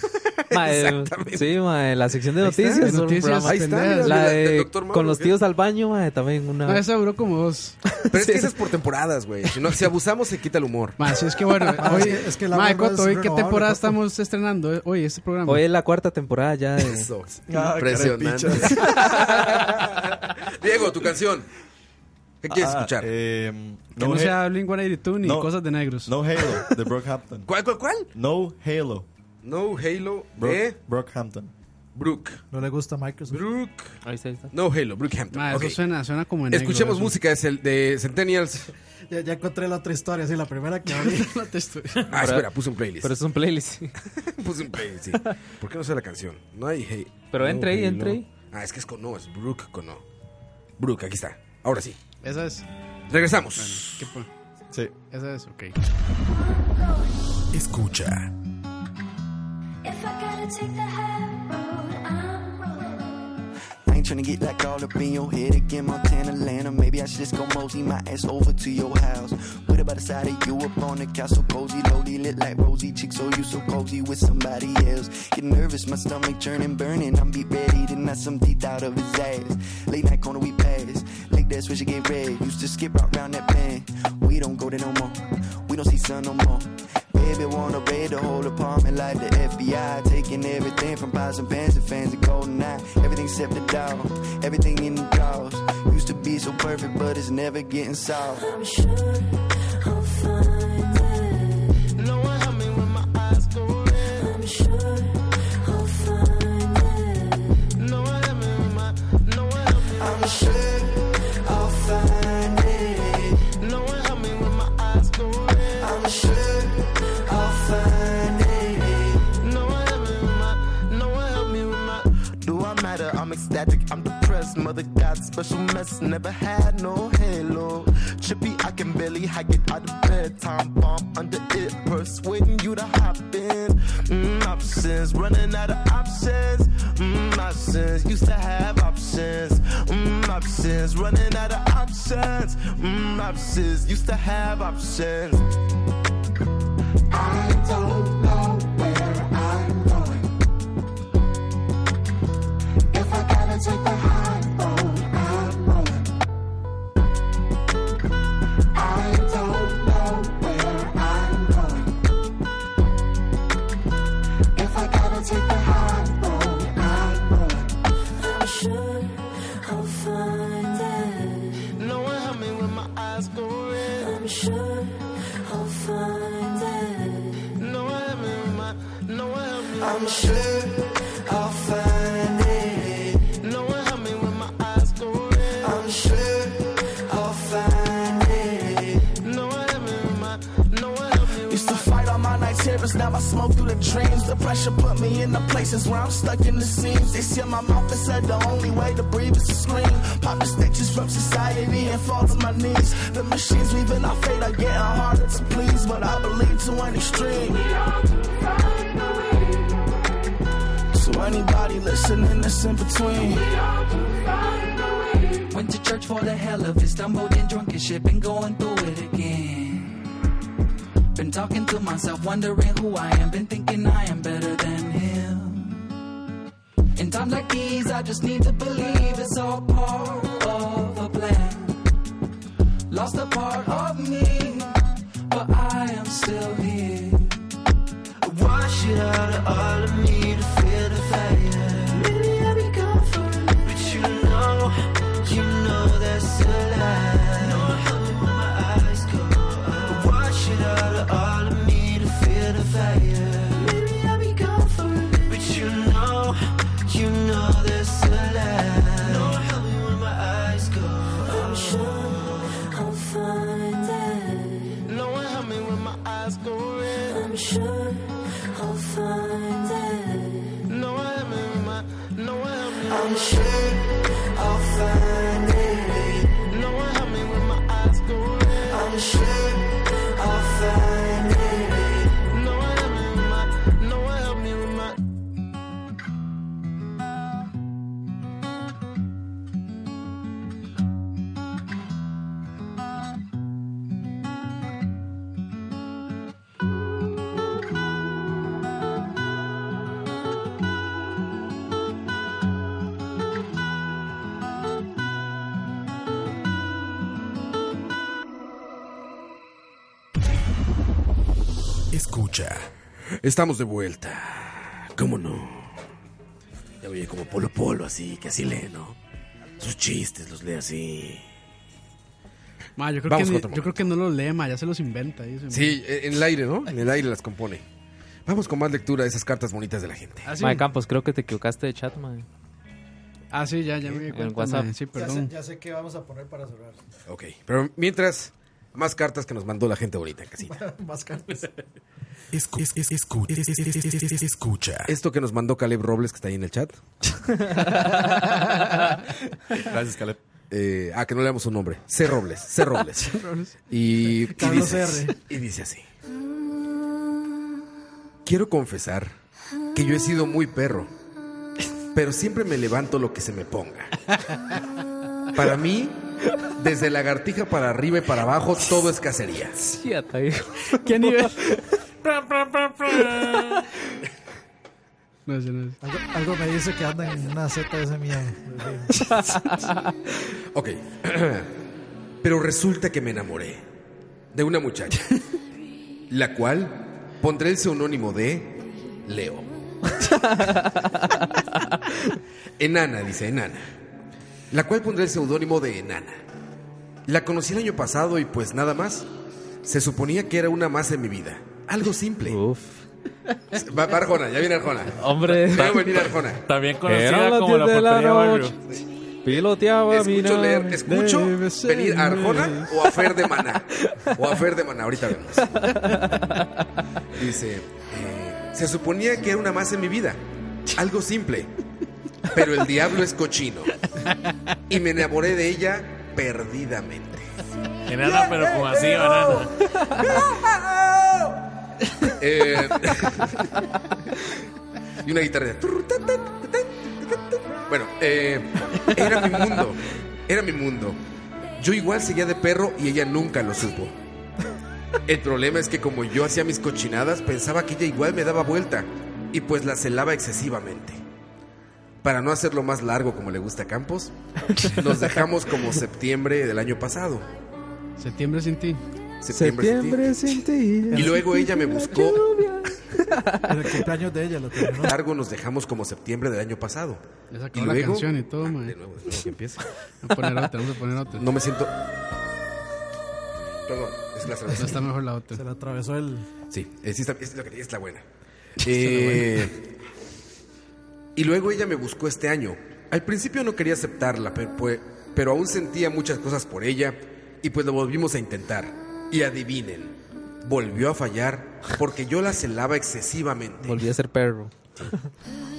Ma, eh, sí, ma, eh, la sección de noticias.
de
es un
noticias,
programa.
Ahí está,
pendejas.
mira,
La
del- del
de
doctor Mauro,
con los
¿qué?
tíos al baño, ma, eh, también
Ah.
una.
No, esa duró como dos.
Pero es que esa es por temporadas, güey. Si, no, si abusamos, se quita el humor.
Más, es que bueno,
Ma,
hoy,
es que- es que el
ma,
agua no
Coto,
es
hoy qué
renovable,
temporada
Coto.
estamos estrenando eh, hoy este programa.
Hoy es la cuarta temporada ya de.
Eso.
Ah,
Impresionante. Diego, tu canción. ¿Qué
Ah,
quieres escuchar?
Eh,
que no,
no, He-
sea Blink-182 ni
no.
cosas de negros.
no Halo, de Brockhampton.
¿Cuál, cuál, cuál?
No Halo,
No Halo
Brock-
de
Brockhampton.
Brook.
No le gusta Microsoft.
Brook.
Ahí está, ahí está.
No Halo, Brookhampton.
Ma,
Ok.
Ah, eso suena, suena como de negro.
Escuchemos
eso.
música es el de Centennials.
Ya, ya encontré la otra historia, sí, la primera que abrí.
No te estoy-
Ah, espera, puse un playlist.
Pero es un playlist.
Puse un playlist, sí. ¿Por qué no sé la canción? No hay hey.
Pero
no,
entre ahí,
Halo.
entre ahí.
Ah, es que es con no, es Brook con no. Brook, aquí está. Ahora sí.
Esa es.
Regresamos.
¿Qué po-
Sí.
Esa es, ok.
Escucha.
I ain't tryna get like all up in your head again, Montana, Atlanta. Maybe I should just go mosey my ass over to your house. What about the side of you up on the castle cozy, lowly lit like rosy chicks? So you so cozy with somebody else. Get nervous, my stomach churning, burning. I'm be ready to knock some teeth out of his ass. Late night corner we pass, like that's where she get red. Used to skip out round that bend. We don't go there no more. We don't see sun no more. Baby, wanna raid the whole apartment like the FBI. Taking everything from pies and pans to fans and golden eye. Everything except the dog, everything in the drawers. Used to be so perfect, but it's never getting solved.
I'm sure I'll find it. No one help me when my eyes go red. I'm sure I'll find it. No one help me when my no one help me. I'm sure I'll find it. No one help me when my eyes go red. I'm sure I'll find it. No one help me when my no one help me with my do I matter? I'm ecstatic, I'm depressed. Mother got special mess, never had no halo. Chippy, I can barely hike it out of bed. Time bomb under it, persuading you to hop in. Mm, options, running out of options. Mm, options, used to have options. Mm, options, running out of options. Mm, options, used to have options. I don't know where I'm going. If I gotta take the high road, I'm rolling. I don't know where I'm going. If I gotta take the high road, I'm rolling. I'm sure I'll find it. No one help me when my eyes go red. I'm sure I'll find it. No one help me when my no one help me. I'm sure I'll find it. No one help me when my eyes go red. I'm sure I'll find it. No one help me when my no one help me.
Used to fight all my night terrors, now I smoke through the dreams. The pressure put me in the places where I'm stuck in the seams. They seal my mouth and said the only way to breathe is to scream. Pop the stitches from society and fall to my knees. The machines weaving our fate are getting harder to please, but I believe to an extreme. To anybody listening that's in between.
Went to church for the hell of it, stumbled and drunk and shit, been going through it again. Been talking to myself, wondering who I am, been thinking I am better than him. In times like these, I just need to believe it's all part of a plan. Lost a part of me, but I am still here.
Wash it out of all of me to feel the fire. Maybe I'll be gone for a minute, but you know, you know that's a lie. No one help me when my eyes go out. Wash it out of all of me to feel the fire. Maybe I'll be gone for a minute, but you know, you know that's a lie. No one help me when my eyes go out. I'm sure I'll find it. No one help me when my eyes go red. I'm sure I'll find it. No one help me when my no one help me. I'm sure I'll find it. No one help me when my eyes go red. I'm sure I'll find it. No one help me with my no one help me with my
Escucha. Estamos de vuelta. ¿Cómo no? Ya oye como Polo Polo, así, que así lee, ¿no? Sus chistes los lee así.
Ma, yo, creo
Vamos
que
con
ni-
otro
yo creo que no los lee, ma, ya se los inventa. dice, ma.
Sí, en el aire, ¿no? En el aire las compone. Vamos con más lectura de esas cartas bonitas de la gente.
Ah, sí.
Mae Campos, creo que te equivocaste de chat, mae.
Ah, sí, ya, ya me di
En
cuenta,
WhatsApp.
ma, Sí,
Ya
perdón.
sé, ya sé qué vamos a poner para cerrar.
Ok, pero mientras, más cartas que nos mandó la gente bonita en casita.
Más cartas.
Escu- es- es- escu- es- es- es- es- es- es- escucha. Esto que nos mandó Caleb Robles, que está ahí en el chat. Gracias, Caleb. ah, que no leamos su nombre. C. Robles. C. Robles. y, y
Carlos
dice,
R.
y dice así. Quiero confesar que yo he sido muy perro, pero siempre me levanto lo que se me ponga. Para mí, desde lagartija para arriba y para abajo, todo es cacería.
¿Qué nivel?
Algo, algo me dice que anda en una Z de ese mierda.
Ok. Pero resulta que me enamoré de una muchacha, la cual Pondré el seudónimo de Leo. enana, dice Enana. La cual pondré el seudónimo de Enana. La conocí el año pasado y pues nada más. Se suponía que era una más en mi vida. Algo simple.
Uh.
Uf. Va, va Arjona, ya viene Arjona.
Hombre.
Va a venir Arjona.
También
Eran
conocida
las
como la
10 de la
portería barrio.
noche. Piloteaba
Escucho
mi
leer,
nave.
escucho
Debe ser
venir a Arjona o a Fer de Maná. O a Fer de Maná, ahorita vemos. Dice, eh, se suponía que era una más en mi vida. Algo simple. Pero el diablo es cochino. Y me enamoré de ella perdidamente.
Enana, pero con así, banana.
Eh, y una guitarra. Bueno, eh, era mi mundo. Era mi mundo. Yo igual seguía de perro y ella nunca lo supo. El problema es que como yo hacía mis cochinadas, pensaba que ella igual me daba vuelta y pues la celaba excesivamente. Para no hacerlo más largo como le gusta a Campos, nos dejamos como septiembre del año pasado.
Septiembre sin ti.
Septiembre sin ti.
sin ti.
Y luego ella me buscó.
En el cumpleaños de ella lo terminó.
Largo nos dejamos como septiembre del año pasado.
Ya
Y
sacó la
luego
canción y todo, man.
que empieza.
Vamos a poner otra, vamos a poner otra.
no me siento. Perdón, es la cerveza.
No está mejor la otra.
Se la atravesó el.
Sí, es, es, es lo que- es la buena. Eh, y luego ella me buscó este año. Al principio no quería aceptarla, pero, pues- pero aún sentía muchas cosas por ella y pues lo volvimos a intentar. Y adivinen, volvió a fallar porque yo la celaba excesivamente.
Volví a ser perro.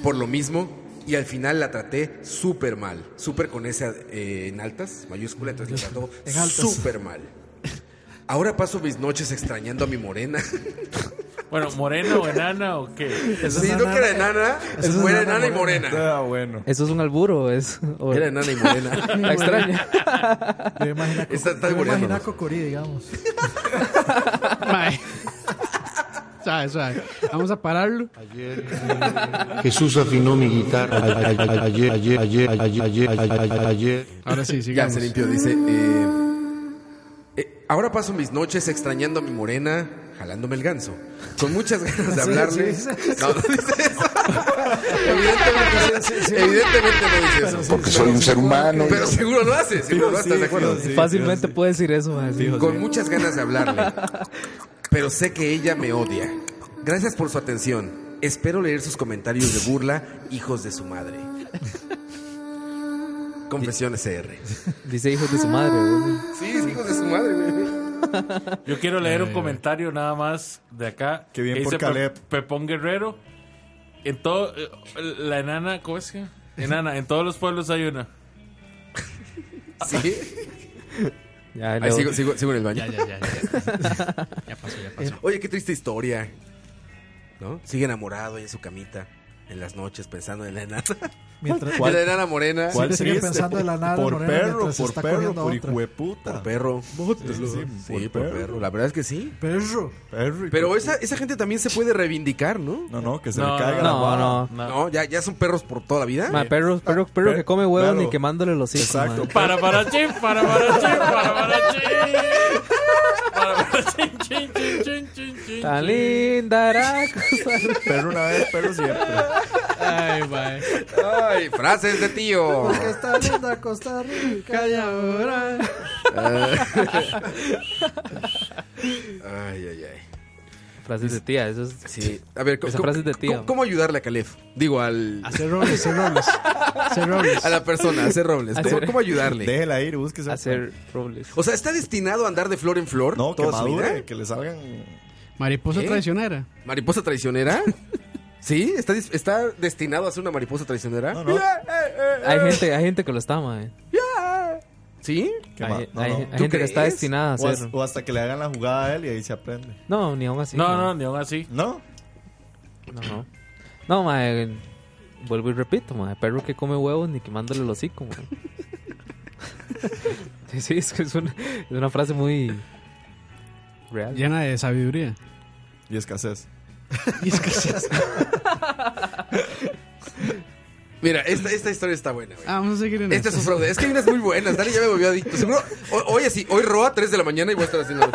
Por lo mismo, y al final la traté súper mal. Súper con esa eh, en altas, mayúscula, entonces la trató
En altas.
súper mal. Ahora paso mis noches extrañando a mi morena.
Bueno, morena o enana o qué.
Sí, no que era enana, era enana y morena.
Ah, bueno.
Eso es un alburo. Es, o-
Era enana y morena.
La extraña.
Yo imagino
Está- está
yo
alboreando.
imagino a Cocorí, digamos.
Mae. Suave, suave. Vamos a pararlo.
Jesús afinó mi guitarra a- a- a- ayer, ayer, ayer, ayer, ayer, ayer, ayer.
Ahora sí,
Ya
sigamos.
se limpió, dice. eh, eh, ahora paso mis noches extrañando a mi morena, jalándome el ganso. Con muchas ganas de hablarle.
sí,
No, no dice eso. Evidentemente, evidentemente no dice eso.
Porque soy un ser humano.
Pero seguro lo hace, seguro lo hace, ¿estás de acuerdo?
Fácilmente puede decir eso, mae.
Con muchas ganas de hablarle. Pero sé que ella me odia. Gracias por su atención. Espero leer sus comentarios de burla, hijos de su madre. Confesiones CR.
Dice hijos de su madre. güey.
Sí, es hijos de su madre, güey.
Yo quiero leer un comentario nada más de acá.
Qué bien
que
por
dice
Caleb.
Pe- Pepón Guerrero. En todo. eh, La enana, ¿cómo es que? Enana, en todos los pueblos hay una.
Sí.
Ya,
Ahí
luego-
sigo, sigo- sigo en el baño. Eh,
Ya, ya, ya. Ya, ya pasó, ya pasó.
Oye, qué triste historia. ¿No? Sigue enamorado ahí en su camita. En las noches pensando en la enana.
Mientras,
En la enana morena.
¿Cuál? Sí, sigue pensando en la nada
Por
morena
perro,
mientras se
por
está
perro,
comiendo
por
otra.
hijo de puta.
Perro.
Bótelo. Sí,
Sí, por perro. La verdad es que sí.
Perro.
Perro. hijo
Pero
de
esa, esa gente también se puede reivindicar, ¿no?
puta. No, no, que se
No,
le caiga la
No,
vara.
no.
No.
No, ya, ya son perros por toda la vida.
Mae, perro, perro, perro que come huevos
Claro.
ni quemándole los hijos.
Exacto.
Para para chin, para para chin, para para chin. Para para chin, chin, chin, chin, chin, chin.
Tan linda era cosa-
Perro una vez, perro siempre.
Ay, mae.
Ay, frases de tío.
Porque está linda Costa Rica.
Calla ahora.
Ay, ay, ay.
Frases de tía, eso es.
Sí. A ver,
Esa frase es de tío.
¿cómo, cómo ayudarle a Calef? Digo, al,
Hacer robles, hacer robles. Hacer robles.
a la persona, a hacer Robles. ¿Cómo,
Hacer-
cómo ayudarle?
Déjela ir, búsquese.
Hacer robles.
O sea, ¿está destinado a andar de flor en flor
No, que
toda su vida?
madure, que le salgan.
Mariposa
¿Eh?
traicionera.
¿Mariposa traicionera? ¿Sí? ¿Está, dis- ¿Está destinado a ser una mariposa traicionera? eh,
No, no.
Hay gente, hay gente que lo está, mae.
¿Sí?
Que
Hay,
ma- no,
hay-
no.
hay
¿Tú
gente que está
crees?
destinada a
O, as-
hacer.
o hasta que le hagan la jugada a él y ahí se aprende.
No, ni aún así.
No,
mae.
no, ni aún así.
¿No?
No, no. No, mae. Vuelvo y repito, mae. Perro que come huevos ni quemándole el hocico, mae. Sí, sí, es que es una, es una frase muy real.
Llena de sabiduría.
Y escasez.
Y es que se-
Mira, esta, esta historia está buena, güey.
Ah, vamos a seguir en
Este es
esto.
un fraude. Es que hay unas muy buenas. Dani ya me volvió adicto. Seguro, ho- hoy así, hoy roa a 3 de la mañana y voy a estar haciendo.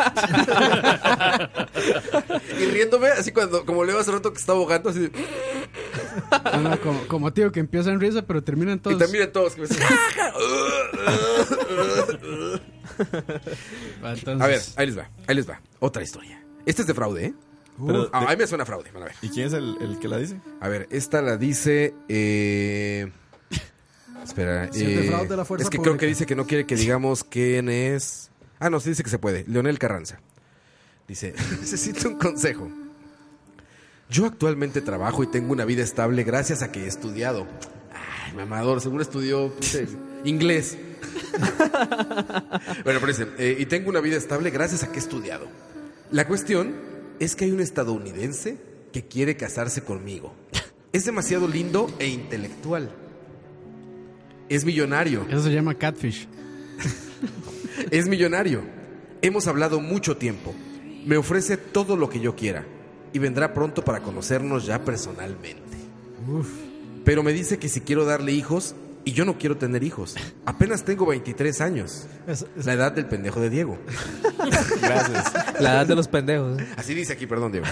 Y riéndome, así cuando, como leo hace rato que estaba ahogando, así de,
No, no, como, como tío que empieza en risa, pero termina en
Y
todos.
también a todos que me dicen,
Va, Ah, entonces.
A ver, ahí les va, ahí les va. Otra historia. Esta es de fraude, ¿eh?
Pero
Ah,
de-
a mí me suena a fraude. Van a ver.
¿Y quién es el, el que la dice?
A ver, esta la dice. Eh... Espera.
Si es de
eh,
fraude de la fuerza
es que creo
pública.
que dice que no quiere que digamos quién es. Ah, no, sí dice que se puede. Leonel Carranza. Dice: Necesito un consejo. Yo actualmente trabajo y tengo una vida estable gracias a que he estudiado. Ay, mamador, seguro estudió dice, inglés. bueno, pero dice, eh, y tengo una vida estable gracias a que he estudiado. La cuestión es que hay un estadounidense que quiere casarse conmigo. Es demasiado lindo e intelectual. Es millonario.
Eso se llama catfish.
Es millonario. Hemos hablado mucho tiempo. Me ofrece todo lo que yo quiera y vendrá pronto para conocernos ya personalmente. Pero me dice que si quiero darle hijos y yo no quiero tener hijos. Apenas tengo 23 años. La edad del pendejo de Diego. Gracias.
La edad de los pendejos.
Así dice aquí, perdón, Diego.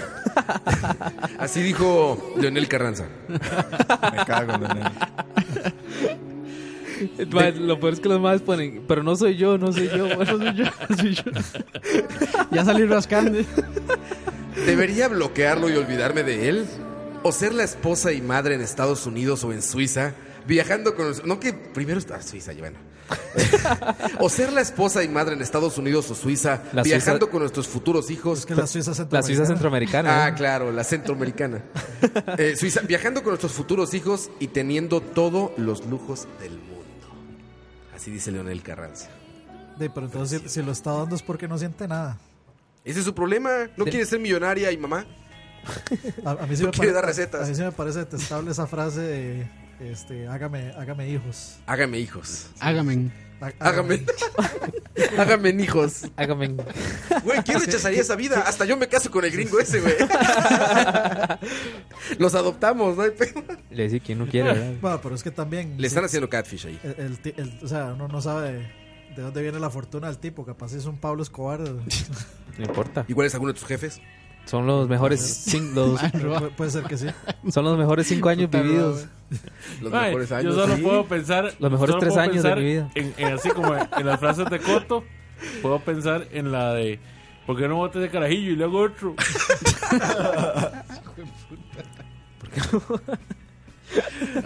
Así dijo Leonel Carranza. Me cago en
Ma, Lo peor es que los más ponen, pero no soy yo, no soy yo, no soy yo, no soy yo.
Ya salí rascando.
¿Debería bloquearlo y olvidarme de él? ¿O ser la esposa y madre en Estados Unidos o en Suiza? Viajando con... No que primero está Suiza, y bueno. o ser la esposa y madre en Estados Unidos o Suiza,
La Suiza-
viajando con nuestros futuros hijos.
que la Suiza
La Suiza centroamericana. ¿eh?
Ah, claro, la centroamericana. Eh, Suiza, viajando con nuestros futuros hijos y teniendo todos los lujos del mundo. Así dice Leonel Carranza.
De, pero entonces si, si lo está dando es porque no siente nada.
Ese es su problema. No quiere ser millonaria y mamá.
A, a mí sí
No
me
quiere
pare-
dar recetas.
A mí sí me parece detestable esa frase de este, hágame, hágame hijos.
Hágame hijos.
Hágame.
Há-
Hágame. Hágame hijos.
Hágame.
Güey, ¿quién rechazaría esa vida? Hasta yo me caso con el gringo ese, güey. Los adoptamos, ¿no? hay pedo.
Le decía quien no quiere, ¿verdad?
Bueno, pero es que también.
Le están
sí,
haciendo catfish ahí.
El, el ti- el- o sea, uno no sabe de dónde viene la fortuna del tipo. Capaz es un Pablo Escobar.
No importa.
¿Igual es alguno de tus jefes?
Son los mejores cinco,
Pu- puede ser que sí.
son los mejores cinco años
Puta,
vividos.
Los
Mae, Yo solo
sí.
puedo pensar.
Los mejores
solo
tres
puedo
años de
pensar
mi vida.
En, en así como en las frases de Coto, puedo pensar en la de. ¿Por qué no botes de carajillo y luego otro?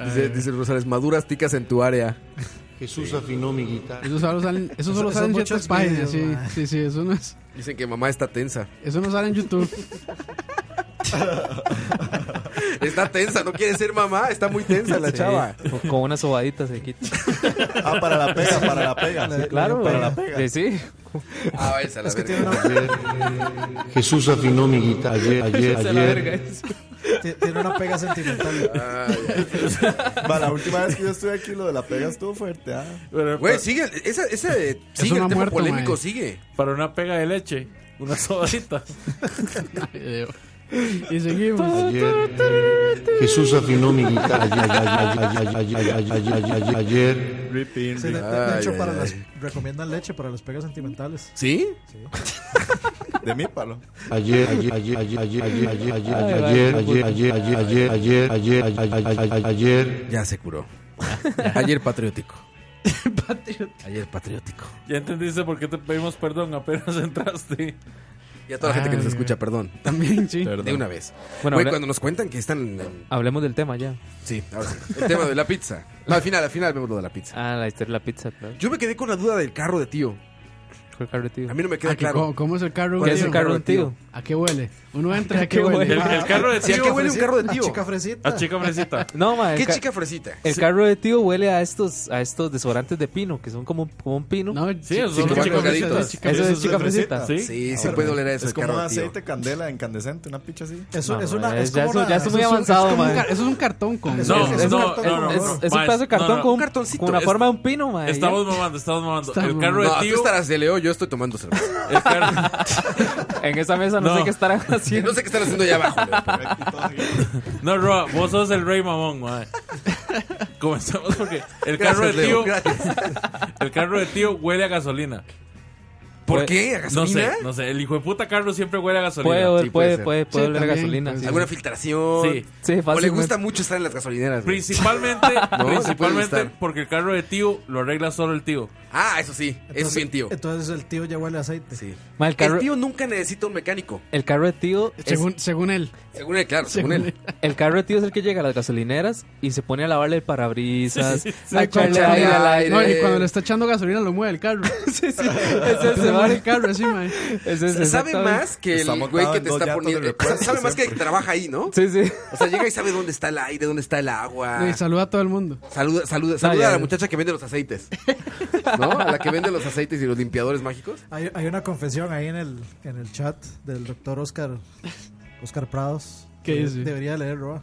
Dice, dice Rosales, maduras ticas en tu área.
Jesús afinó mi guitarra.
Eso solo salen, eso solo
Esos
sale en
muchos
ciertas páginas.
videos, ma.
sí, sí, sí, eso no, es,
Dicen que mamá está tensa.
eso no sale en YouTube.
Está tensa, no quiere ser mamá, está muy tensa la
Sí,
chava.
con- Con una sobadita se quita.
Ah, para la pega, para la pega.
Sí, claro,
Para
güey.
la pega.
Sí, sí.
Ah, váyase a la verga.
Jesús afinó mi guitarra. Ayer, ayer,
Se la verga
ayer.
eso.
Ti- Tiene una pega sentimental.
Va, la última vez que yo estuve aquí, lo de la pega estuvo fuerte. ah.
Pero
Güey,
pa-
sigue, esa, esa, sigue el
no ha
tema
muerto,
polémico,
mae.
sigue.
para una pega de leche, una sobadita.
Y seguimos.
Ayer, Jesús afinó mi guitarra. Ayer, ayer, ayer, ayer, ayer, ayer, ayer, ayer.
Rip in,
Sí, de,
rip.
de- de hecho,
Ay,
para
ay,
las, recomiendan leche para las pegas sentimentales.
¿Sí?
De mi palo.
Ayer, ayer, ayer, ayer, ayer, ayer, ayer, ayer, ayer, ayer, ayer, ayer, ayer, ayer, ayer, ayer, ayer.
Ya se curó. Ayer patriótico. Ayer patriótico.
Ya entendiste por qué te pedimos perdón apenas entraste.
Y a toda la gente que nos escucha, perdón.
También, sí.
De una vez.
Bueno,
Güey,
habla-
cuando nos cuentan que están en-
Hablemos del tema ya.
Sí, ahora sí. El tema de la pizza. No, al final, al final vemos lo de la pizza.
Ah, la historia de la pizza, claro.
Yo me quedé con la duda del carro de tío.
Fue el carro de tío.
A mí no me
Ah,
queda
que ¿cómo,
claro.
cómo es el carro?
¿Qué es
tío?
el carro de tío?
¿A qué huele? Uno entra, ¿a qué
¿Qué
huele?
huele?
El, el carro de
Ah. Sí, ¿a
tío.
qué huele un carro de
Fresita,
tío?
Chica fresita.
A chica fresita.
No, ma, el,
¿Qué
ca-
chica fresita?
el carro de tío huele a estos, a estos desodorantes de pino, que son como, como un pino.
No,
Sí, eso
sí,
son
como
chica
colgaditos.
fresita, chica
eso
fresita.
es chica fresita.
Sí.
Sí, se puede oler a eso
Ah, Es
el
como
carro
un
de tío.
aceite candela incandescente, una picha así.
Eso,
No,
ah, es
no,
una,
ya
es
es-
como
ya
una-
es
eso es-
muy
es como un
avanzado,
ca-
man.
Eso es un cartón con.
Eso
No,
es-
es
un
no,
cartón,
no, no,
por
es,
no,
favor.
es un
Mae,
pedazo de cartón
no, no.
con, un-
Un cartoncito.
con la
Es-
forma de un pino, ma.
Estamos mamando, estamos mamando.
Estamos
el carro
No,
de
tú
tío.
estarás de Leo, yo estoy tomando cerveza.
el carro-
En esa mesa no,
No.
sé qué estarán haciendo.
No sé qué están haciendo allá abajo. Leo, pero-
No, Roa, vos sos el rey mamón, mae. Comenzamos porque el carro
Gracias,
de
Leo.
tío,
Gracias.
el carro de tío huele a gasolina.
¿Por
Puede-
qué? ¿A
No sé,
gasolina?
no sé. El hijo de puta Carlos siempre huele a gasolina.
Puede- Sí, puede puede, ser. puede, puede oler a gasolina, sí.
Alguna filtración.
Sí.
Sí,
o le
fácilmente.
gusta mucho estar en las gasolineras. güey.
Principalmente,
No, le puede
principalmente
gustar.
porque el carro de tío lo arregla solo el tío.
Ah, eso sí, eso sí, el tío.
Entonces el tío ya huele a aceite.
Sí.
Ma, el carro-
El tío nunca necesita un mecánico.
El carro de tío.
Según-
según él.
Según él, claro, según él.
El carro de tío es el que llega a las gasolineras y se pone a lavarle el parabrisas,
Sí, sí, sí.
a echarle aire al aire.
No, y cuando le está echando gasolina lo mueve el carro.
sí, sí.
Se mueve el carro así, mae.
sabe más que
Está
el
montado
güey que
en
te
dos
está
llantas de
poniendo.
repuesto
Sabe más que el que
siempre.
trabaja ahí, ¿no?
Sí, sí.
O sea, llega y sabe dónde está el aire, dónde está el
Ah.
agua.
Y saluda a todo el mundo.
Saluda, saluda, saluda a la muchacha que vende los aceites. ¿No? A la que vende los aceites y los limpiadores mágicos.
Hay, hay una confesión ahí en el, en el chat del doctor Oscar, Oscar Prados.
¿Qué
Que
dice?
Debería ¿ah? leer, Roa.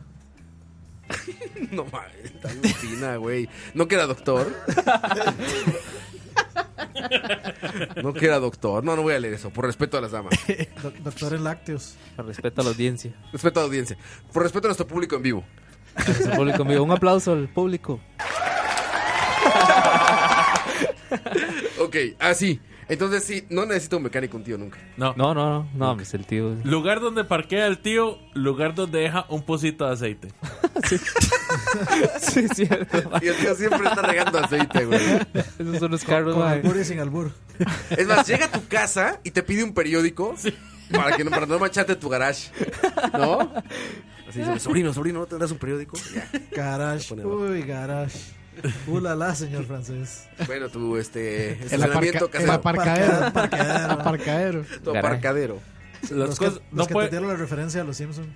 No mames, está bien fina, güey. No que era doctor. No que era doctor. No, no voy a leer eso. Por respeto a las damas.
Doc- doctor en lácteos.
Respeto a la audiencia.
Respeto a la audiencia. Por respeto a nuestro público en vivo.
Eso, público mío. Un aplauso al público.
Ok, así. Entonces sí, no necesito un mecánico un tío nunca.
No.
No, no, no. No, pues el tío.
Lugar donde parquea el tío, lugar donde deja un pocito de aceite.
Sí, es cierto.
Y el tío siempre está regando aceite, güey.
Esos son los carros,
Con
mae.
albur y sin albur.
Es más, llega a tu casa y te pide un periódico para que no, para no mancharte tu garage. ¿No? Así dice, sobrino, sobrino, ¿no tendrás un periódico? Ya.
Garage. Uy, garage. Ulala, señor francés.
Bueno, tu este
El
estacionamiento
aparca-
casero.
el aparcadero. Aparcadero.
Aparcadero.
Tu aparcadero.
Las
los
cosas-
que,
Pues no
los que
puede-
te dieron la referencia a los Simpsons.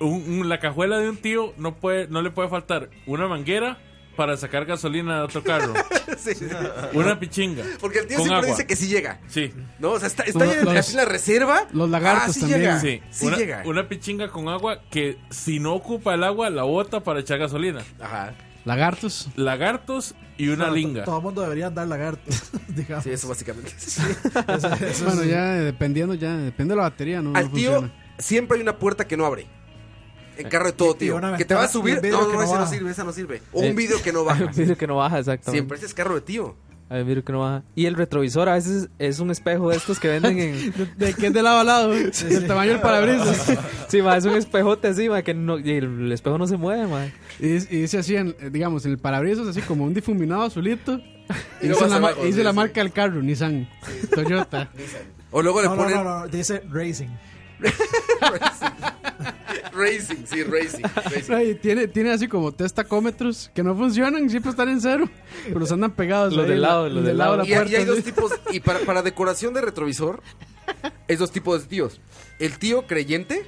Un- un- la cajuela de un tío no puede, no le puede faltar una manguera para sacar gasolina de otro carro.
Sí, sí.
Una pichinga.
Porque el tío
Con
siempre
agua.
dice que sí llega.
Sí.
No, o sea, está, está en, así en la reserva. Ah, sí Llega.
Sí,
Sí
una,
llega.
una pichinga con agua que si no ocupa el agua, la bota para echar gasolina.
Ajá.
Lagartos.
Lagartos y una
Bueno, to-
linga.
Todo el mundo debería andar lagarto. digamos.
Sí, eso básicamente.
bueno, ya eh, dependiendo, ya depende de la batería, ¿no?
Al
no
tío
funciona.
siempre hay una puerta que no abre. En carro de todo,
y
tío.
una
Que te va a
ventana y
subir.
un vidrio
No,
que
no,
no
ese no
baja.
sirve, esa no sirve. O un
Eh,
vídeo que no baja.
un video que no baja, exactamente.
Siempre ese es carro de tío.
Ay, mira que no baja. Y el retrovisor a veces es un espejo de estos que venden en.
de, que es de lado a lado, del tamaño del parabrisas.
sí, ma, es un espejote así, ma, que no, y el, el espejo no se mueve, ma.
Y, dice- y dice así, en, eh, digamos, en el parabrisas, así como un difuminado azulito.
Y
Y
luego
dice
hacia
la, ma-
abajo,
y dice
sí,
la
sí.
marca del carro, Nissan, Toyota.
O luego le
no,
ponen
no, no, no, dice racing.
racing, sí, racing. racing.
Y tiene, tiene así como testacómetros que no funcionan, siempre están en cero, pero los andan pegados.
Los
ahí,
de
la-
lado, los de lado.
la
Y, hay- y hay
puerta,
dos
así.
tipos. Y para, para decoración de retrovisor, es dos tipos de tíos. El tío creyente,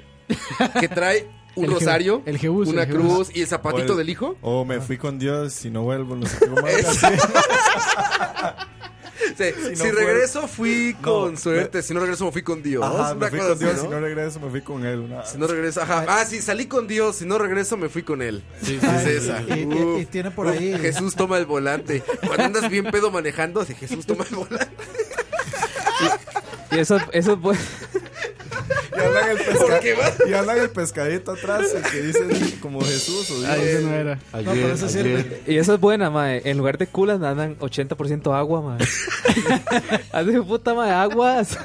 que trae un
El je-
rosario,
el jebus,
una
el jebus.
cruz y el zapatito
O el-
del hijo.
O me fui con Dios y no vuelvo, no sé qué madre.
O sea, si
no fue-
regreso, fui
No,
con
me-
suerte. Si no regreso, me fui con Dios.
Ajá,
Una
me fui
cosa
con
así,
Dios,
¿no?
si no regreso me fui con él. una-
Si no regreso, ajá. Ah, sí, salí con Dios. Si no regreso, me fui con él. es esa.
Y, y-
Uf,
y tiene por
uf,
ahí.
Jesús toma el volante. Cuando andas bien pedo manejando, dice Jesús toma el volante.
Y eso, eso pues.
Y hablan el, pesca-
¿Por qué va?
y hablan el pescadito atrás, el que dice como Jesús o Dios.
Ah, ese no era.
No, pero eso sirve.
Y eso es buena, mae. En lugar de culas andan 80% agua, mae. Hace puta, mae, aguas.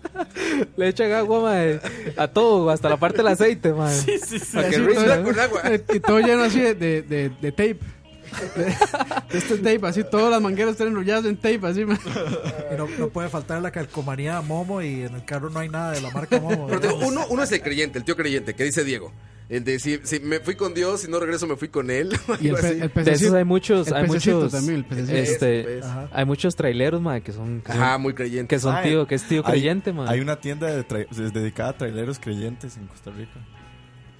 Le echan agua, mae, a todo, hasta la parte del aceite, mae. Sí, sí, sí.
Y
Para que
así
rinda.
todo- Eh,
con agua.
Y todo lleno así de, de, de- de tape. De, de este tape, así todas las mangueras están enrolladas en tape, así. man.
Y no, no puede faltar la calcomanía Momo y en el carro no hay nada de la marca Momo.
Pero te digo,
digamos.
uno, uno es el creyente, el tío creyente, que dice Diego. El de si, si me fui con Dios, si no regreso, me fui con él. o
Y el,
algo
pe-
así.
el
De esos
pececito-
hay muchos,
el
hay
pececito
muchos,
también, el pececito.
este,
Pez, pez.
hay muchos traileros, mae, que son, que son-
Ajá, muy creyente.
que son
Ay,
tío, que es tío
hay-
creyente, mae.
Hay una tienda de tra- es dedicada a traileros creyentes en Costa Rica.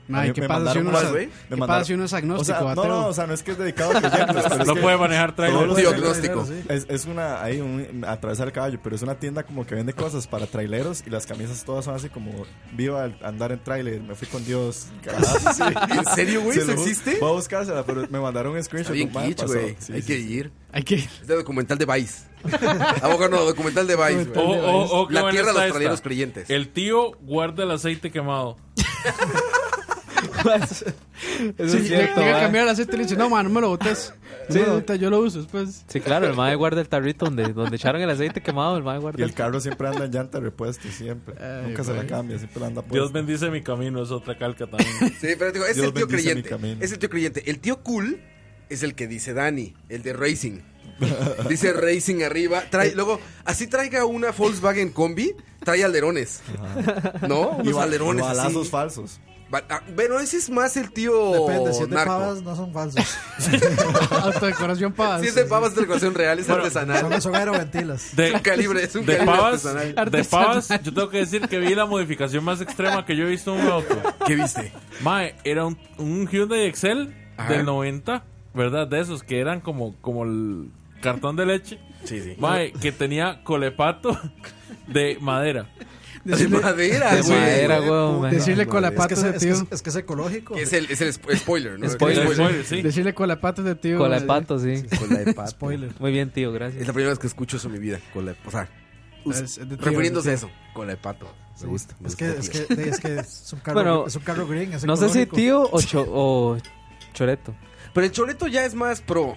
Ay,
A mí
¿qué
me
pasa si
mandaron
uno
unas-
es-
me
qué
mandaron-
pasa si uno es agnóstico,
O sea, no,
ateo?
no, o sea, no es que es dedicado a creyentes. pero es
No
que
puede manejar trailer.
todos los
Tío
traileros-
agnóstico.
Es, es una, hay un, atravesar el caballo, pero es una tienda como que vende cosas para traileros y las camisas todas son así como, viva el andar en trailer, me fui con Dios. Carajo, sí.
¿En serio, güey?
Se
¿Eso
lo ju-
existe?
Voy a buscársela, pero me mandaron un
Está
screenshot.
bien
madre,
kitsch,
pasó.
güey.
Sí,
Hay
sí,
que
sí.
ir.
Hay que
Es de documental de Vice. ¿A poco no? Documental de Vice,
O,
güey.
o, o, qué
La
buena
tierra de
está
los traileros
esta.
creyentes.
El tío guarda el aceite quemado.
Eso es
Sí,
cierto,
llega a
mae.
cambiar el aceite y le dice, no, man, no me lo botes. No
Sí.
me lo botes, yo lo uso pues, después.
Sí, claro, el mae guarda el tarrito donde, donde echaron el aceite quemado, el mae guarda
Y el carro siempre anda en llanta de repuesto, siempre. Nunca se la
güey.
cambia, siempre la anda puesta.
Dios bendice mi camino, es otra calca también.
Sí, pero digo, es
Dios
el tío
bendice mi
creyente.
camino.
Es el tío creyente. El tío cool es el que dice Dani, el de Racing. Dice Racing arriba. Trae, luego, así traiga una Volkswagen combi, trae alderones. ¿No?
Y
Unos
ba-
alderones.
y
así.
balazos falsos.
Ba- ah, Bueno, ese es más el tío.
Depende, si es de
Oh, narco.
pavas, no son falsos.
Hasta decoración pavas.
Si es de pavas, es de decoración real, es artesanal.
Son, son aeroventilas.
De,
Es un calibre, es un
de
calibre
pavas,
artesanal.
De pavas,
Artesanal.
yo tengo que decir que vi la modificación más extrema que yo he visto en un auto.
¿Qué viste?
Mae, era un, un Hyundai Excel
Ajá.
del 90, ¿verdad? De esos que eran como, como el cartón de leche.
Sí, sí.
Mae, que tenía colepato de madera.
Decirle- De madera,
De
güey.
madera,
güey,
güey.
Decirle con la
Es
pata
que se-
de
es
tío.
que
Es que es ecológico.
Es el, es el spo- spoiler, ¿no?
Spoiler.
Spoiler, sí.
Decirle con la pata de tío.
Cola de
eh,
pato, sí.
Cola de pato.
Spoiler. Muy bien, tío, gracias.
Es la primera vez que escucho eso en mi vida. Con la, o sea, us-
Es- es de tío,
refiriéndose a
es de
eso, con la de pato. Me gusta. me
Es que,
gusta
es,
mucho.
que, de- es que es un carro,
Bueno,
es un carro green. Es
no sé si
ecológico.
tío o, cho- o choreto.
Pero el choleto ya es más pro.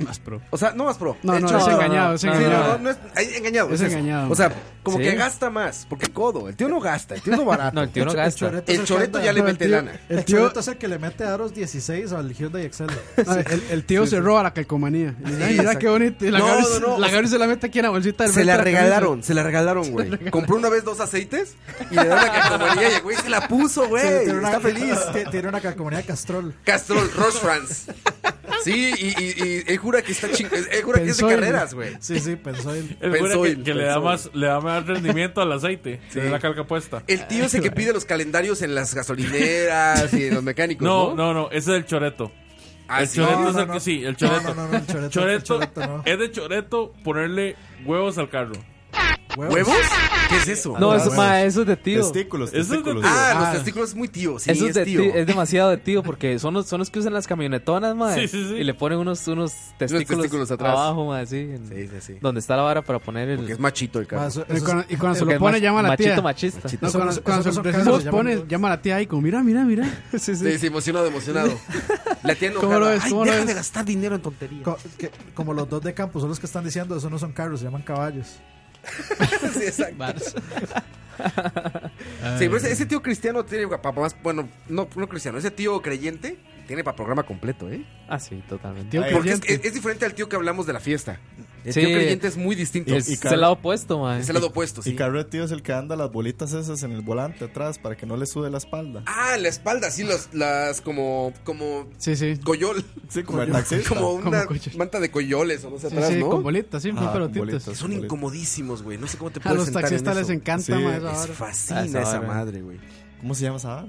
Más pro.
O sea, no más pro.
No,
El
no,
choleto-
es engañado, es
Sí, no,
engañado.
no, no es- ay, engañado. es
Es
eso.
engañado.
O sea, como
Sí.
que gasta más. Porque codo. El tío no gasta. Ah, El tío no barato.
No, el tío no gasta.
Choreto es
El choleto
que
ya
anda-
le
No, el
mete
tío-
lana.
El
tío-
choleto es el que le mete aros 16 al Hyundai Excel.
Ah, el, el tío cerró a la calcomanía. Y, ay, mira qué bonito. Y la
No,
Gaby,
no, no,
la
o
Gaby se la mete aquí en la bolsita del
Se
frente
la
de camisa.
regalaron, se la regalaron, güey. Compró una vez dos aceites y le da una calcomanía y el güey se la puso, güey.
Sí, tiene una-
Está feliz.
tiene- Tiene una calcomanía de Castrol.
Castrol, Roche France. Sí, y, y- y él jura que está ching... Él jura que es de
Pensoil.
carreras, güey.
Sí, sí, pensó él.
El güey era que,
Pensoil,
que le da
Pensoil.
más, le da más rendimiento al aceite. Tiene la calca puesta.
El tío es el que pide los calendarios en las gasolineras y en los mecánicos,
No,
¿no?
no, no, ese es el choreto.
Ah,
el
sí.
choreto
No,
es
no,
el
no.
que sí, el choreto.
No, no, no, el choreto-
Choreto-
el choreto no.
Es de choreto ponerle huevos al carro.
¿Huevos? ¿Qué es eso?
No, eso, ma, eso es de tío.
Testículos,
Eso es de
testículos.
tío.
Ah,
Ah.
los testículos es muy tío. Sí,
eso es,
es,
de
tío.
tío, es demasiado de tío porque son los, son los que usan las camionetonas,
Sí,
madre.
sí, sí.
Y le ponen unos, unos testículos,
testículos atrás.
abajo, madre, sí, en-
Sí, sí, sí.
Donde está la vara para poner el.
Porque es machito el carro.
Más- eso
Y
es-
cuando, y cuando se
Porque
lo
es
pone,
mach-
llama a la
machito,
tía.
machista.
No,
Eso-
cuando
eso-
cuando
eso-
se
eso-
se lo
eso-
pone,
llaman-
llama a la tía ahí, como, mira, mira, mira.
Sí, sí, emocionado, emocionado. La tía enojada.
¿Cómo lo ves?
Ay,
¿Cómo lo
deja
ves?
de gastar dinero en tonterías.
Co- que- como los dos de campo son los que están diciendo, eso no son carros, se llaman caballos.
Sí, exacto. Sí, pero ese, ese tío cristiano tiene para más. Bueno, no, no cristiano, ese tío creyente tiene para programa completo, ¿eh?
Ah, sí, totalmente.
Tío
Porque es,
creyente.
es- es diferente al tío que hablamos de la fiesta. El
Sí.
tío creyente es muy distinto.
es
y
el
car-
lado opuesto, madre.
es el lado opuesto,
Y
sí.
Carrot, tío, es el que anda las bolitas esas en el volante atrás para que no le sude la espalda.
Ah, la espalda, sí, los, las como. como
Sí, sí.
coyol.
Sí, como el taxista.
Como una
Como coyol.
manta de coyoles o no sé
Sí,
atrás,
sí,
¿no?
con bolitas, sí, muy
Ah,
pelotitas.
bolitas.
Son incomodísimos, güey. No sé cómo te
A
puedes
los
sentar en
taxistas les
eso.
encanta,
Sí,
ma, esa
Les
vara.
fascina
Ah, esa
esa
vara.
madre, güey.
¿Cómo se llama esa? vara?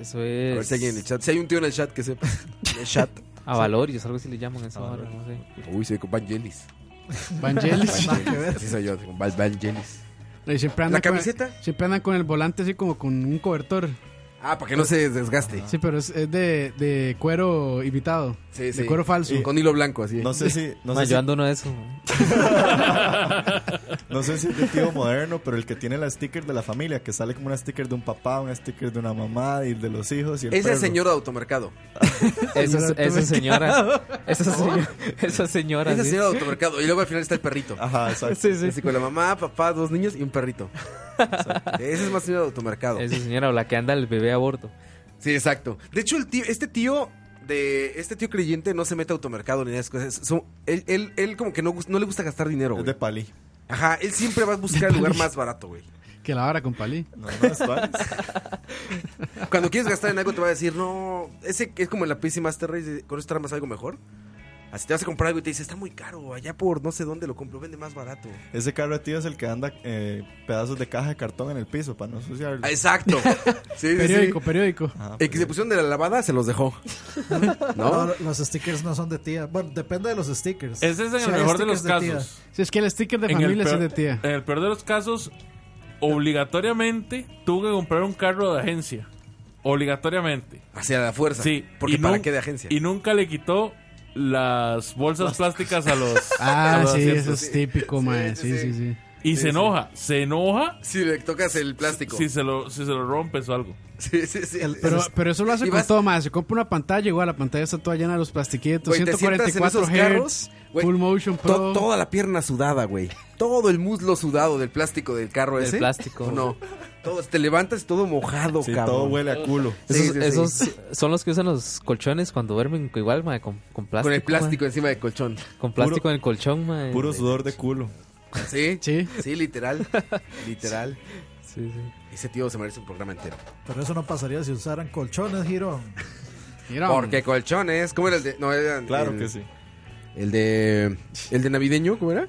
Eso
A ver
es.
si alguien en el chat. Si hay un tío en el chat que sepa. En el chat.
A valorios, algo así le llaman esa vara, no sé.
Uy, soy con Vangelis.
Vangelis.
Así soy yo, con Val- Vangelis.
Y Eh, siempre anda
¿La
con-
camiseta?
Siempre andan con el volante así como con un cobertor.
Ah, para que no se
Ah.
desgaste.
Sí, pero es, es de, de cuero imitado.
Ah. Sí,
de
sí.
cuero falso.
Con hilo blanco, así.
No sé si. No
Ma,
sé si,
yo ando uno de esos. ma.
no sé si es de tío moderno, pero el que tiene la sticker de la familia, que sale como una sticker de un papá, una sticker de una mamá y el de los hijos. Y el
Ese
perro.
señor de automercado.
Esa, esa señora. Esa señora. Esa señora.
Ese
sí. Ah,
señor de automercado. Y luego al final está el perrito.
Ajá, exacto.
Sí, sí.
Así con la mamá, papá, dos niños y un perrito. Ese es más señor de automercado.
Esa señora o la que anda el bebé a bordo.
Sí, exacto. De hecho, el tío, este tío de este tío creyente no se mete a automercado ni nada de esas cosas. Son- él, él, él como que no, gus- no le gusta gastar dinero,
Es de
güey.
palí.
Ajá, él siempre va a buscar el lugar más barato, güey.
Que la vara con palí.
No, no, es Vans.
Cuando quieres gastar en algo te va a decir, no, ese es como en la PC Master Race, de, con eso trae más algo mejor. Así te vas a comprar algo y te dice, está muy caro, allá por no sé dónde lo compro, vende más barato.
Ese carro tío es el que anda eh, pedazos de caja de cartón en el piso para no ensuciarlo.
Ah, Exacto. Sí, sí, sí.
Periódico, periódico.
Ajá,
El que se pusieron de la lavada se los dejó.
No,
¿No?
los stickers no son de tía. Bueno, depende de los stickers.
Ese es en
Si
el
hay
mejor de los
stickers tía.
casos.
Si es que el sticker de
en, el
familia es el
peor,
de tía.
en el peor de los casos, obligatoriamente tuve que comprar un carro de agencia. Obligatoriamente.
Hacia la fuerza.
Sí.
Porque
y
para
nun-
qué de agencia.
Y nunca le quitó las bolsas plásticas a los. a
Ah,
los
sí,
asientos.
eso es típico, mae. Sí, sí, sí.
Sí,
Y se
sí.
enoja, se enoja.
Si le tocas el plástico.
Si se lo, si se lo rompes o algo.
Sí, sí, sí.
Pero, pero eso lo hace
Y
con
vas-
todo, más. Se compra una pantalla, igual la pantalla está toda llena de los plastiquitos.
Güey, te sientas en
144
esos carros,
Hz,
güey,
full motion
to-
pro.
toda la pierna sudada, güey. Todo el muslo sudado del plástico del carro
Del
ese.
plástico.
¿O No. Todo, te levantas todo mojado, cabrón.
Esos,
Sí, sí, sí.
esos son los que usan los colchones cuando duermen, igual, mae, con, con plástico.
Con el
¿eh?
plástico
mae.
encima del colchón.
Con plástico en el colchón, mae.
Puro sudor de culo.
Sí.
Sí.
Sí, literal. literal.
Sí, sí.
Ese tío se merece un programa entero.
Pero eso no pasaría si usaran colchones, Girón.
Porque colchones. ¿Cómo era el de.? No, eran.
Claro
el-
que sí.
El de. El de navideño, ¿cómo era?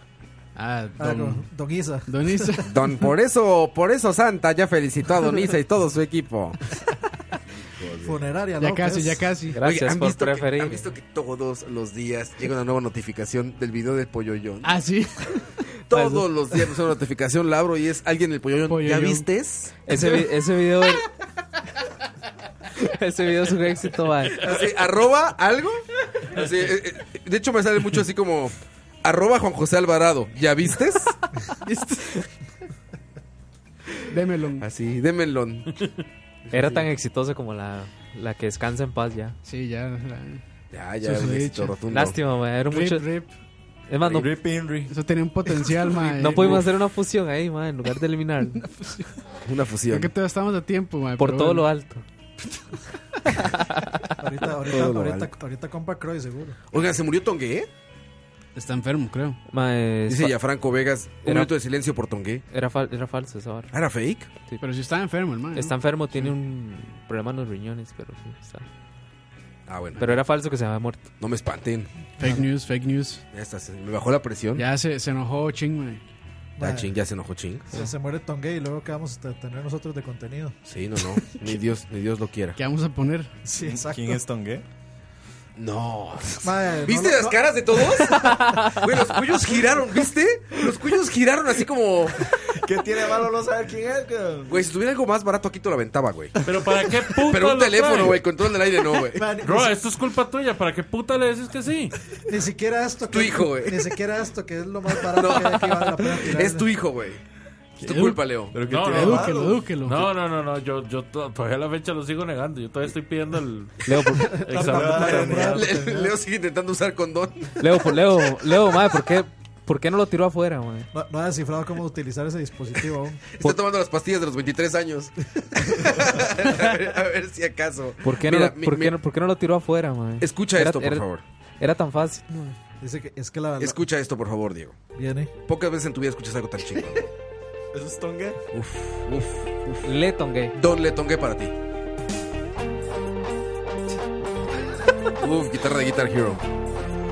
Ah,
Ah, no, Don Isa.
Don
Don, por eso, por eso Santa ya felicitó a Don Isa y todo su equipo.
Funeraria,
Ya
López.
casi,
pues.
ya casi.
Oye, ¿han visto que- ¿Han visto que todos los días llega una nueva notificación del video del polloyón?
Ah, pues. sí.
Todos los días nos una notificación, Labro, y es alguien del polloyón. ¿Ya
Polloyón.
vistes?
Ese, vi- ese video. ese video es un éxito, mae.
Así, arroba algo. Así, eh, eh, de hecho, me sale mucho así como. Arroba Juan José Alvarado. ¿Ya vistes?
Démelo.
Así, démenlon.
Era tan exitoso como la, la que descansa en paz ya.
Sí, ya.
Ya,
ya, un éxito rotundo. Lástima, mae, era
Rip,
mucho-
rip.
Es más, no-
Rip Henry.
Eso tenía un potencial, mae.
No pudimos hacer una fusión ahí, mae, en lugar de eliminar.
una
Creo que todavía estamos a tiempo, mae.
Por
pero
todo
bueno.
lo alto.
Ahorita, ahorita,
Todo lo
ahorita,
vale.
ahorita compra Croy, seguro.
Oiga, ¿se murió Tongué?
Está enfermo, creo.
Dice ya Franco Vegas. Un
Era-
minuto de silencio por Tongué.
Era, fal- era falso esa barra.
¿Era fake?
Pero si está enfermo, hermano.
Mm.
Está enfermo, tiene un problema en los riñones, pero sí, está.
Ah, bueno.
Pero era falso que se había muerto.
No me espanten.
Fake news, fake news.
Ya está, se me bajó la presión.
Ya se, se enojó, ching, mae.
Ah, ching, ya se enojó ching.
Se, se muere Tongue y luego qué vamos a tener nosotros de contenido.
Sí, no, no. Ni Dios, ni Dios lo quiera.
¿Qué vamos a poner?
Sí, exacto.
¿Quién es Tongue?
No.
Mae, no
¿Viste
lo-
las
no-
caras de todos? Güey, los cuyos giraron, ¿viste? Los cuyos giraron así como.
¿Qué tiene malo no saber quién es? cabrón?
Güey, si tuviera algo más barato aquí te lo aventaba, güey.
Pero para qué puta.
Pero un
lo
teléfono,
trae?
güey, control del aire no, güey.
Roa, esto es culpa tuya. ¿Para qué puta le dices que sí?
Ni siquiera esto.
Tu
que-
hijo, güey.
Ni siquiera esto, que es lo más barato que hay que vale la pena tirarle.
Es tu hijo, güey. Es tu culpa, Leo.
Pero
No, no, no.
Edúquelo, edúquelo.
No, no, no, no, yo, yo to- todavía a la fecha lo sigo negando. Yo todavía estoy pidiendo el
Leo, por-
examen de paternidad.
Le- Leo sigue intentando usar condón.
Leo, por- Leo, Leo, mae, ¿por qué, ¿por qué no lo tiró afuera, mae?
No, no ha descifrado cómo utilizar ese dispositivo aún.
Está tomando las pastillas de los 23 años. a, ver, a ver si acaso.
¿Por qué no,
Mira,
lo,
mi-
por
mi-
qué no- por qué no lo tiró afuera, mae?
Escucha esto, por favor.
Era tan fácil, mae.
Dice que es que
Ah,
la. la-
Escucha esto, por favor, Diego.
Viene.
Pocas veces en tu vida escuchas algo tan chingo.
¿Eso es Tongue?
Uf, uf, uf.
Leton gay.
Don Letongue para ti. Uf, guitarra de Guitar Hero.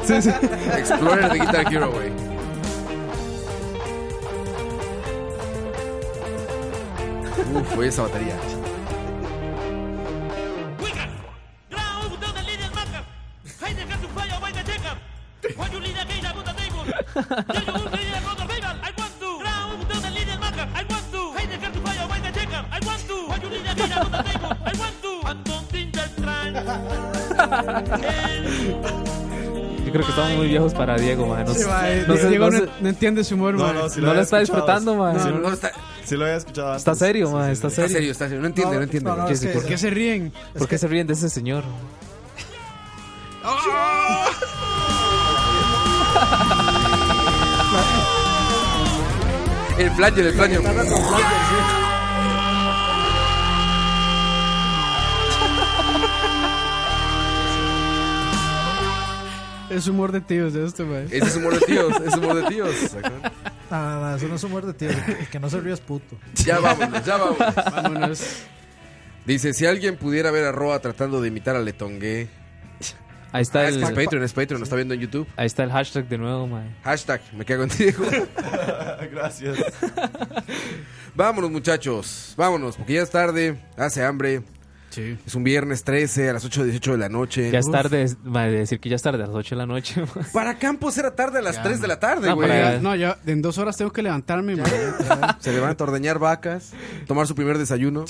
Sí, sí.
Explorer de Guitar Hero, güey. Uf, güey, esa batería.
Yo creo que estamos muy viejos para Diego, mae. No,
Sí,
sé-
mae,
no sé-
eh, Diego
no
no,
sé-
no entiende su humor, mae.
no, sí lo No lo había está escuchado. disfrutando, mae.
No,
Sí,
no,
no.
Sí lo había escuchado antes.
Está serio, mae, está
Está
serio.
serio, está serio. No entiende, no entiende.
no, es que-
¿Por qué se ríen?
¿Por qué se ríen de ese señor?
El flanger, el flanger.
Es humor de tíos de esto, mae.
Ese es humor de tíos, es humor de tíos.
Ah, no, eso no es humor de tío. El que, el que no se ríe es puto.
Ya vámonos, ya vámonos.
Vámonos.
Dice, si alguien pudiera ver a Roa tratando de imitar a Letongue.
Ahí está
Ah,
el.
es Patreon, es Patreon, lo está viendo en YouTube.
Ahí está el hashtag de nuevo, mae.
Hashtag, me cago en Diego.
Gracias.
Vámonos, muchachos. Vámonos, porque ya es tarde, hace hambre.
Sí.
Es un viernes 13 a las 8 18 de la noche.
Ya es
Uf.
tarde, es- mae, decir que ya es tarde, a las 8 de la noche, mae.
Para Campos era tarde a las 3 de la tarde,
No,
güey.
para-
No, ya en dos horas tengo que levantarme, mae.
Se levanta a ordeñar vacas, tomar su primer desayuno.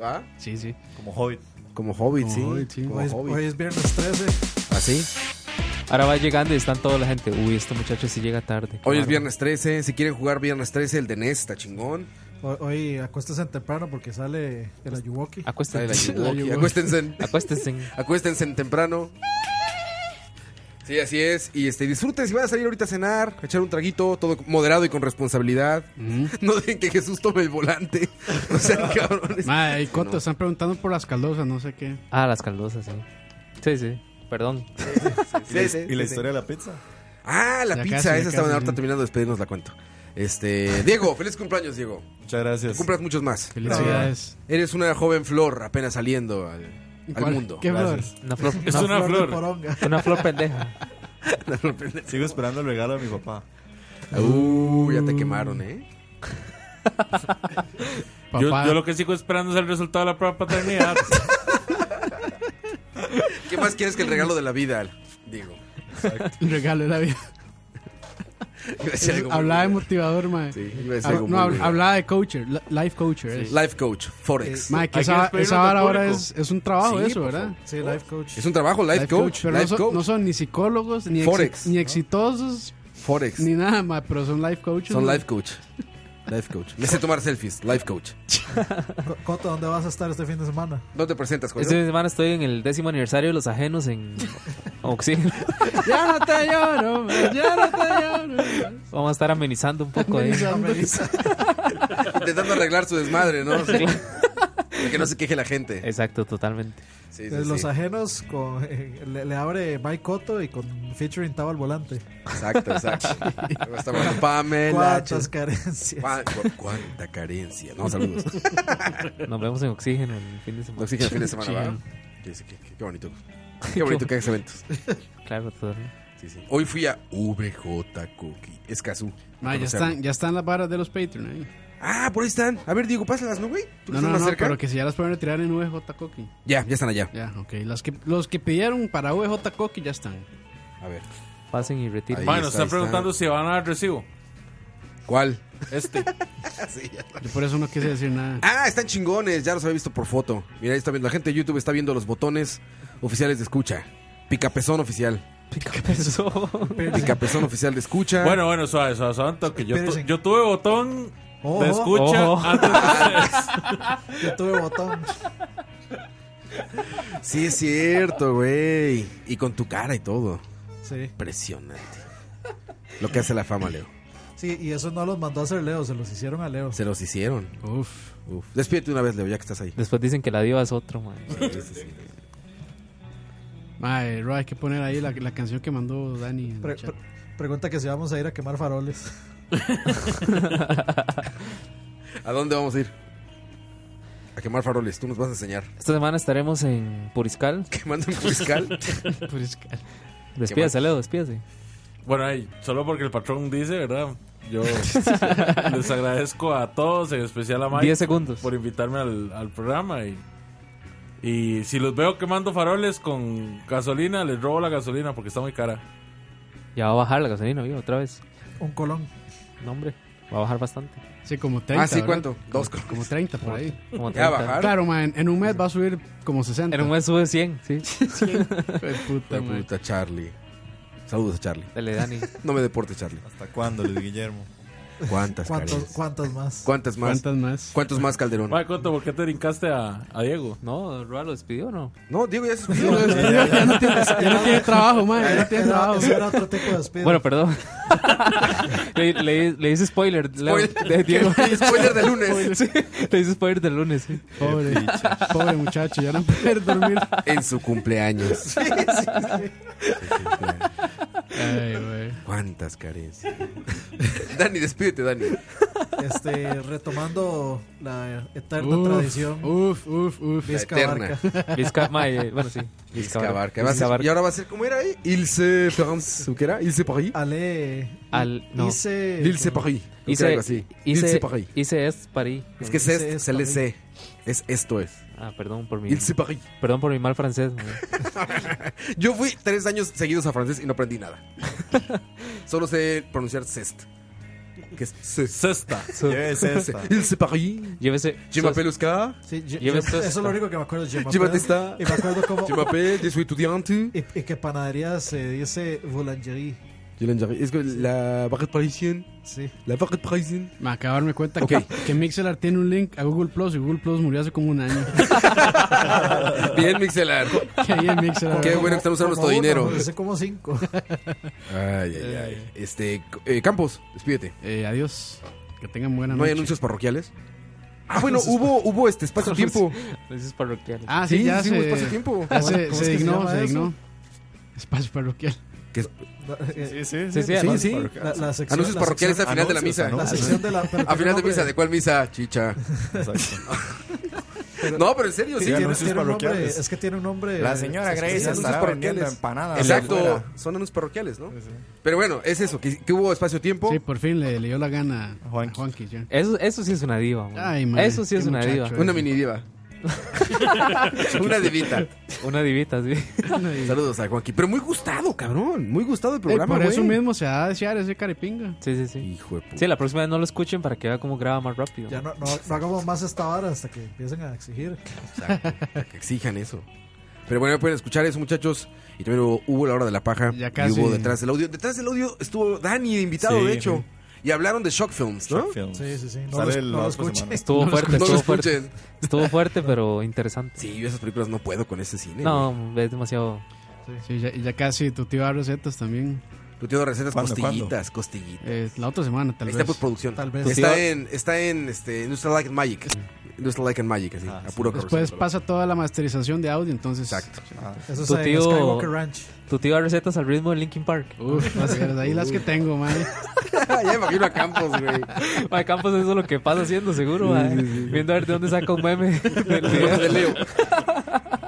¿Va?
Sí, sí.
Como hobbit.
Como hobbit, sí.
Hobbit, sí.
Como
Hoy es,
hobbit.
hoy es viernes 13.
Así.
Ahora va llegando y están toda la gente. Uy, este muchacho sí llega tarde.
Hoy es
Claro.
viernes 13. Si quieren jugar viernes 13, el de NES está chingón.
Ho- Hoy acuéstense temprano porque sale el Ayuwoki.
Acuéstense. Acuéstense. Acuéstense. Acuéstense temprano. Sí, así es. Y este, disfruten si van a salir ahorita a cenar, a echar un traguito, todo moderado y con responsabilidad. No dejen que Jesús tome el volante. O sea, cabrones.
Ma, y Coto,
No.
están preguntando por las caldosas, no sé qué.
Ah, las caldosas, sí. Sí, sí. Perdón.
¿Y la- y la historia de la pizza?
Ah, la
Ya
pizza,
casi,
esa
ya
estaba
casi,
ahorita
sí.
terminando de despedirnos, la cuento. Este, Diego, feliz cumpleaños, Diego.
Muchas gracias.
Que cumplas muchos más.
Felicidades.
Eres una joven flor apenas saliendo al, al
¿Cuál?
mundo.
¿Qué flor? Gracias.
Una flor-
Es una
flor flor. poronga. Una flor pendeja.
Sigo esperando el regalo de mi papá.
Uh, ya te quemaron, ¿eh?
Yo, yo lo que sigo esperando es el resultado de la prueba de paternidad.
¿Qué más quieres que el regalo de la vida, Diego?
Un regalo de la vida.
Iba a decir algo muy
hablaba de motivador, mae.
iba a decir
Hab-
algo
no,
muy
hab-
bueno.
hablaba de coacher, li- life coacher. es.
Life coach, Forex.
Mae, que esa, esa vara ahora es, es un trabajo
Sí,
eso,
por
¿verdad?
Sí, life coach.
Es un trabajo, life, coach.
pero
life
no, son,
coach.
no son ni psicólogos, ni, exi-
Forex.
ni exitosos,
Forex.
ni nada, mae, pero son life coaches.
Son
mae.
life coach. Life coach. Me sé tomar selfies, life coach.
Co- Coto, ¿dónde vas a estar este fin de semana?
No te presentas, Jorge.
Esta Este semana estoy en el décimo aniversario de los ajenos en Oxígeno.
Ya no te lloro, mae, ya no te lloro.
Vamos a estar amenizando un poco. ¿eh? ahí.
Intentando arreglar su desmadre, ¿no? Sí. Para que no se queje la
Eh,
gente.
Exacto, totalmente.
Sí, sí,
pues
Eh, Los
sí.
ajenos con, eh, le, le abre Mike Coto y con featuring Tavo al volante.
Exacto, exacto. Luego está bueno, Pamela. Ch-
¿Cuántas carencias?
Cuán- cu- cuánta carencia. No, saludos.
Nos vemos en Oxígeno el fin de semana.
Oxígeno el fin de semana, ¿verdad?
Sí.
Sí, sí, qué, qué- qué bonito. Qué bonito que hagas eventos.
Claro, todo.
Sí, sí. Hoy fui a VJ Cookie, Escazú.
Mae, Ah, ya, están, ya están las varas de los Patreon ahí.
Ah, por ahí están. A ver, Diego, pásalas, ¿no, güey? ¿Tú que
No,
estás
no,
más
no,
cerca?
pero que si ya las pueden retirar en VJ Coqui.
Ya, ya están allá.
Ya, ok. Las que, los que pidieron para VJ Coqui ya están.
A ver.
Pasen y retiren.
Bueno, están preguntando si van a dar recibo.
¿Cuál?
Este.
Yo por eso no quise decir nada.
Ah, están chingones, ya los había visto por foto. Mira, ahí está viendo. La gente de YouTube está viendo los botones oficiales de escucha. Picapezón oficial. Picapezón. Picapezón oficial de escucha.
Bueno, bueno, suave, suave, suave. un toque. Yo, tu-
Espérense.
yo tuve botón
Ojo.
de escucha
Ojo.
antes de ustedes.
Yo tuve botón.
Sí, es cierto, güey. Y con tu cara y todo.
Sí.
Impresionante. Lo que hace la fama, Leo.
Sí, y eso no los mandó a hacer Leo, se los hicieron a Leo.
Se los hicieron.
Uf.
Uf. Despídete una vez, Leo, ya que estás ahí.
Después dicen que la diva es otro, man.
Mae, eh, Roa, hay que poner ahí la, la canción que mandó Dani. en el
Pre-
chat.
pre- pregunta que si vamos a ir a quemar faroles.
¿A dónde vamos a ir? A quemar faroles. Tú nos vas a enseñar.
Esta semana estaremos en Puriscal.
Quemando en Puriscal.
Puriscal.
Despídase, Leo, despídase.
Bueno, ahí, solo porque el patrón dice, ¿verdad? Yo les agradezco a todos, en especial a Mike.
10 segundos.
Por invitarme al, al programa. Y, y si los veo quemando faroles con gasolina, les robo la gasolina porque está muy cara.
Ya va a bajar la gasolina, vivo, otra vez.
Un colón.
No, hombre, va a bajar bastante.
Sí, como 30. ¿verdad? Como, como 30 por ahí. Claro, mae, en- en un mes va a subir como 60.
En un mes Pues sube 100, sí.
100.
Hijo
puta,
de
mae.
puta, Charlie. Saludos a Charlie.
Dale, Dani.
no me deportes, Charlie.
¿Hasta cuándo, Luis Guillermo?
¿Cuántas
¿Cuántos,
carencias?
¿Cuántas más?
¿Cuántas más?
¿Cuántas más?
¿Cuántos más, Calderón?
Mike, Coto, ¿por qué te brincaste a, a Diego?
No, Roa lo despidió, ¿no?
No, Diego ya se
Ya no tiene- ya no tiene trabajo, mae, ya no tiene
Era-
trabajo.
ese era otro tipo de despido.
Bueno, perdón. le, le, le hice spoiler, Leo,
Spoiler.
de Diego.
Spoiler de lunes.
Sí, le hice spoiler del lunes, sí.
Pobre, pobre muchacho, ya no puede dormir.
En su cumpleaños.
Ay, güey.
¿Cuántas carencias? Dani, despídete, Dani.
Este, retomando la eterna
Uf,
tradición.
Uf, uf, uf.
La
Vizca
eterna.
Barca.
Vizca- ma, eh, bueno, sí.
Vizca
Vizca
Barca.
Barca.
Va a ser-
Vizca Barca.
Y ahora va a ser, ¿cómo era ahí? Ilse France, ¿o qué era? Ilse
Ah,
Paris.
Ale.
Al, no.
Hice-
Ilse Paris. creo que
Hice,
algo así. Ilse
hice,
Paris.
hice es París.
Es que es
Hice
est, se le sé. Es esto es.
Ah, perdón por mi.
Ilse Paris.
Perdón por mi mal francés. ma.
Yo fui tres años seguidos a francés y no aprendí nada. Solo sé pronunciar cest.
que es
cesta.
Llévese esta.
Il se Paris.
Llévese.
Je m'appelle Oscar.
Sí, je-
Llévese
eso es
esta.
lo único que me acuerdo. Je m'appelle-
Llévate esta.
Y me acuerdo cómo.
Je m'appelle, je suis estudiante.
Y, y que panadería se dice boulangerie.
Je l'enjarre. Es que la baguette parisienne.
Sí.
La baguette parisienne.
Me acabo de darme cuenta
Ok.
que, que Mixelar tiene un link a Google Plus y Google Plus murió hace como un año.
Bien, Mixelar.
Qué bien, Mixelar.
Qué bueno que están usando nuestro dinero.
Hace como cinco.
Ay, ay, ay. Este, eh, Campos, despídete.
Eh, adiós. Que tengan buena
¿No hay
noche.
anuncios parroquiales? Ah, bueno, hubo, hubo este espacio-tiempo.
Entonces parroquiales.
Ah, sí, ya
hubo
se.
espacio-tiempo.
Ya
¿Cómo es
se,
que
se
se
dignó,
llama
se
eso?
dignó. Espacio parroquial.
Sí,
Sí, sí,
Anuncios
sí.
parroquiales. La- la sección-
anuncios
la
parroquiales
sección-
al final de la
anuncios,
misa.
anuncios. La sección de la- pero
Al final de
tiene
misa, ¿de cuál misa? Chicha. no, pero en serio, sí.
Tiene- tiene un nombre- es que tiene un nombre.
La
señora
es-
Grace
es- es-
estará
anuncios
vendiendo
parroquiales.
empanadas.
Exacto,
afuera.
son anuncios parroquiales, ¿no? Pero bueno, es eso, que, que hubo espacio-tiempo.
Sí, por fin le, le dio la gana a Juanqui. ya.
Eso, eso sí es una diva. güey.
Ay, man,
eso sí es
qué
una
muchacho
diva.
ese. Una
mini diva. Una divita.
Una divita, sí.
Saludos a Juanqui. Pero muy gustado, cabrón. Muy gustado el
Ey,
programa,
Eh, por
güey.
eso mismo se va a desear ese caripinga.
Sí, sí, sí.
Hijo de puta.
Sí, la próxima vez no lo escuchen para que vea cómo graba más rápido.
Ya no, no, no hagamos más esta vara hasta que empiecen a exigir.
Que exijan eso. Pero bueno, pueden escuchar eso, muchachos. Y también hubo, hubo la hora de la paja.
Ya casi.
Y hubo detrás del audio. Detrás del audio estuvo Dani, de invitado,
Sí,
de hecho.
sí.
Y hablaron de Shock Films, ¿no?
Shock Films.
Sí, sí, sí. No
Sale
lo-
el-
no
la
lo
otra
escuchen.
semana.
Estuvo fuerte,
No lo
estuvo fuerte.
escuchen.
Estuvo fuerte, pero interesante.
Sí, yo esas películas no puedo con ese cine. güey.
No, es demasiado.
Sí, ya, ya casi tu tío da recetas también.
Tu tío de recetas
¿Cuándo,
costillitas, costillitas.
Eh, la otra semana, tal
Ahí
vez.
está postproducción.
Tal vez.
Está
Tu tío-
en, está en este, Industrial Light and Magic. Industrial Light and Magic, así. a puro
Ah, Después
carrusel.
pasa toda la masterización de audio, entonces. Exacto.
Eso
Tu tío,
Skywalker Ranch.
tu tío da recetas al ritmo de Linkin Park.
Uf, las- ahí las que tengo, man.
ya me imagino a Campos, güey.
Ma, Campos, eso es lo que pasa haciendo, seguro. ma. Viendo a ver de dónde saca un meme del video
de Leo.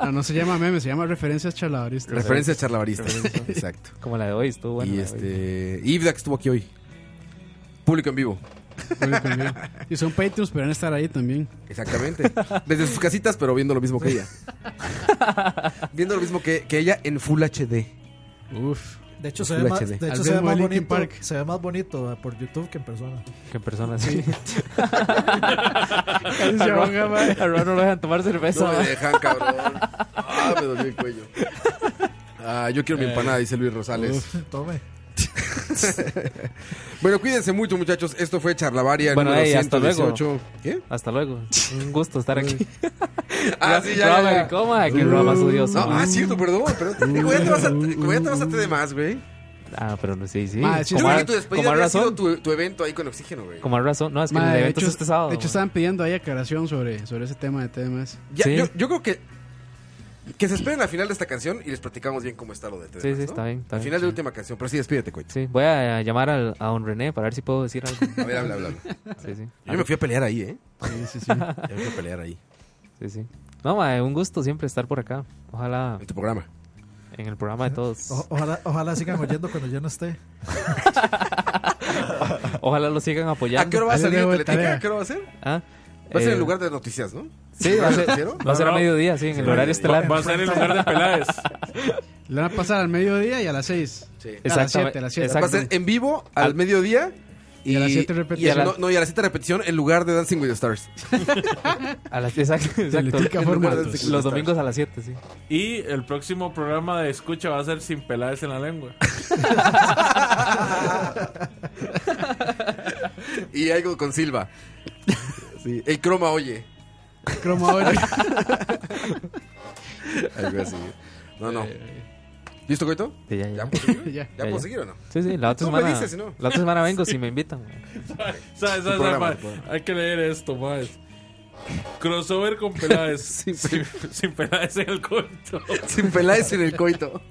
No, no se llama meme, se llama referencias charladoristas.
Referencias charlavaristas. Exacto.
Como la de hoy, estuvo buena.
Y
la de hoy.
este. Ivda que estuvo aquí hoy. Público en vivo.
Público en vivo. Y son Patreons, pero van a estar ahí también.
Exactamente. Desde sus casitas, pero viendo lo mismo que ella. viendo lo mismo que, que ella en Full HD.
Uf.
De hecho,
Es
se ve
Full
más,
HD.
de
Al
hecho, se ve
ritmo de
más bonito.
Linkin Park.
Se ve más bonito eh, por YouTube que en persona.
Que en persona sí.
Casi se ahoga, ma.
A Ron no lo dejan tomar cerveza.
No eh. me
ma.
dejan, cabrón. Ah, me dolió el cuello. Ah, yo
Eh.
quiero mi empanada, dice Luis Rosales.
Tome.
Bueno, cuídense mucho, muchachos. Esto fue Charlavaria
Bueno,
número
ey, hasta luego.
118. ¿Qué?
Hasta luego. Un gusto estar aquí.
Ah, sí, ya.
Programa
ya,
de
ya.
coma, que programa odioso.
No, ah, es cierto, perdón. Pero, como ya te vas a, como ya te vas a TD más, güey.
Ah, pero no sí, sí.
Ma, sí,
Yo
Como
creo
a-
que tu despedida
como a
había
razón.
sido tu, tu evento ahí con oxígeno, güey.
Como a razón. No, es que
Ma,
el
de
evento
hecho,
es este sábado.
de hecho, estaban pidiendo ahí aclaración sobre, sobre ese tema de TMS.
Ya,
Sí.
yo, yo creo que que se esperen al final de esta canción y les platicamos bien cómo está lo de TD.
Sí,
más,
sí,
¿no?
está bien, está
al final
bien,
de la
sí.
última canción, pero sí, despídete, coito.
Sí, voy a llamar al- a don René para ver si puedo decir algo.
A ver, habla, habla. habla.
Sí, sí.
Yo me fui a pelear ahí, ¿eh?
Sí, sí, sí.
Yo me fui a pelear ahí.
Sí, sí. No, ma, un gusto siempre estar por acá. Ojalá
En tu programa.
en el programa de todos.
O- ojalá, ojalá sigan oyendo cuando yo no esté.
Ojalá lo sigan apoyando.
¿A qué hora va a
Ahí le
salir en
debo de
Teletica?
tarea.
¿A qué hora va a ser?
Ah,
Va a ser
eh,
en lugar de noticias, ¿no?
Sí, va a ser,
¿Noticiero?
va a, ser a
No, no.
mediodía, sí, en el horario estelar.
Va a ser en lugar de Peláez.
Le van a pasar al mediodía y a las 6.
Sí.
A las
Exactamente,
7, a las 7.
Va a ser
Exacto.
en vivo al mediodía.
Y a las siete repetición.
y a
Y a
la-
las-
no, y a las 7 repetición en lugar de Dancing with the Stars.
A las, exacto, exacto.
Teletica
En
forma
lugar de-
dos.
Los domingos a las 7, sí.
Y el próximo programa de escucha va a ser sin Peláez en la lengua.
Y algo con Silva. Sí. El croma, oye.
Cromo ahora.
Algo así. Eh. No, no. ¿Listo, Coito?
Sí, ya, ya.
¿Ya puedo seguir?
Ya.
¿Ya
Ya,
puedo
ya.
seguir o no?
Sí, sí, la otra
Tú me
semana.
dices, si no.
La otra semana vengo si me invitan. ma.
¿Sabes, sabes,
programa,
sabes,
tu
ma?
programa.
Hay que leer esto, más. Crossover con Peláez. sin, sin Peláez en el coito.
Sin Peláez en el coito.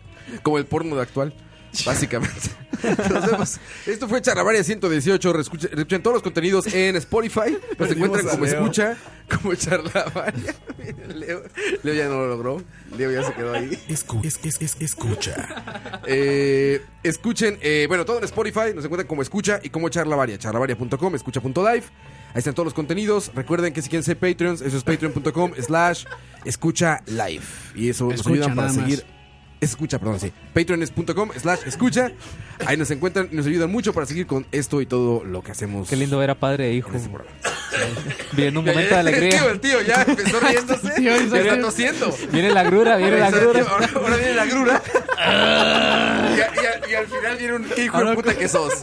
Como el porno de actual. Básicamente. Nos vemos. Esto fue Charlavaria 118. Reescuchen, reescuchen todos los contenidos en Spotify. Nos encuentran como escucha, como Charlavaria. Mira, Leo, Leo ya no lo logró. Leo ya se quedó ahí.
Escu- es- es- es- escucha.
Eh, escuchen, eh, bueno, todo en Spotify. Nos encuentran como escucha y como Charlavaria. Charlavaria.com, escucha.live. Ahí están todos los contenidos. Recuerden que si quieren ser Patreons, eso es patreon.com slash escucha live. Y eso nos
Escucha
ayudan para
nada más.
seguir escucha, perdón, sí. Patreones.com slash escucha. Ahí nos encuentran y nos ayudan mucho para seguir con esto y todo lo que hacemos.
Qué lindo ver a padre e hijo. Viene un
Ya,
momento
ya,
de alegría.
El tío, el tío ya empezó riéndose.
Tío,
ya está
tío.
tosiendo.
Viene la grura, viene la
Ahora,
grura.
Ahora, ahora viene la grura. y, a- y a- y al final viene un hijo de puta que sos.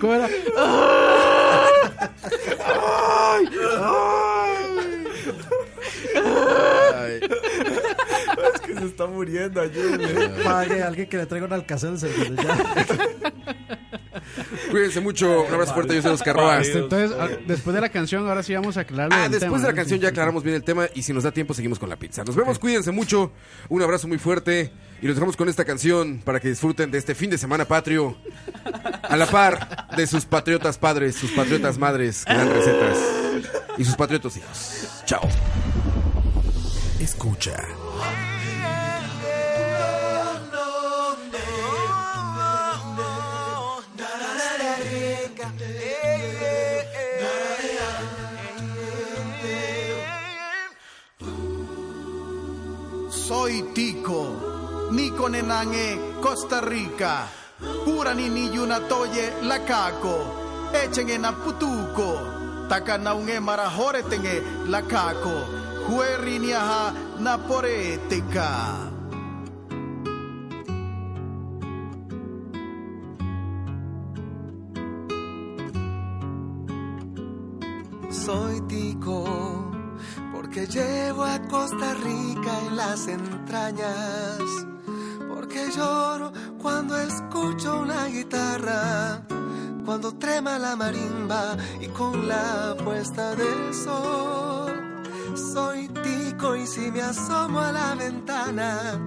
¿Cómo era?
¡Ay!
Ay. Es que se está muriendo, ayúdenme.
Padre, alguien que le traiga un alcacelser. desde ya.
Cuídense mucho. Un abrazo fuerte. Yo soy Oscar
Este,
Roa.
Entonces, a- después de la canción, ahora sí vamos a aclararlo.
Ah, después de la canción ya aclaramos bien el tema y si nos da tiempo seguimos con la pizza. Nos vemos, cuídense mucho, un abrazo muy fuerte y los dejamos con esta canción para que disfruten de este fin de semana patrio a la par de sus patriotas padres, sus patriotas madres que dan recetas y sus patriotas hijos. Chao. Escucha.
Soy Tico, Nico Nenangé, E, Costa Rica. Pura nini yunatoye la caco. Echen en aputuco. Takanaunge marajoreten la caco. Juerri niaja naporeteca.
Soy tico porque llevo a Costa Rica en las entrañas, porque lloro cuando escucho una guitarra, cuando trema la marimba y con la puesta del sol. Soy tico y si me asomo a la ventana,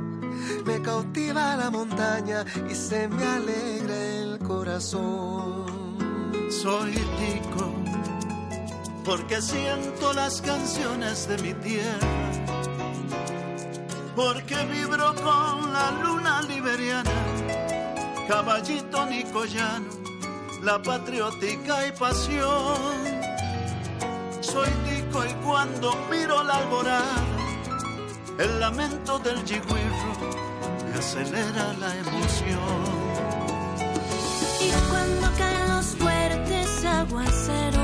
me cautiva la montaña y se me alegra el corazón.
Soy tico porque siento las canciones de mi tierra, porque vibro con la luna liberiana, caballito nicoyano, la patriótica y pasión. Soy tico y cuando miro la alborada, el lamento del yigüirro me acelera la emoción.
Y cuando caen los fuertes aguaceros,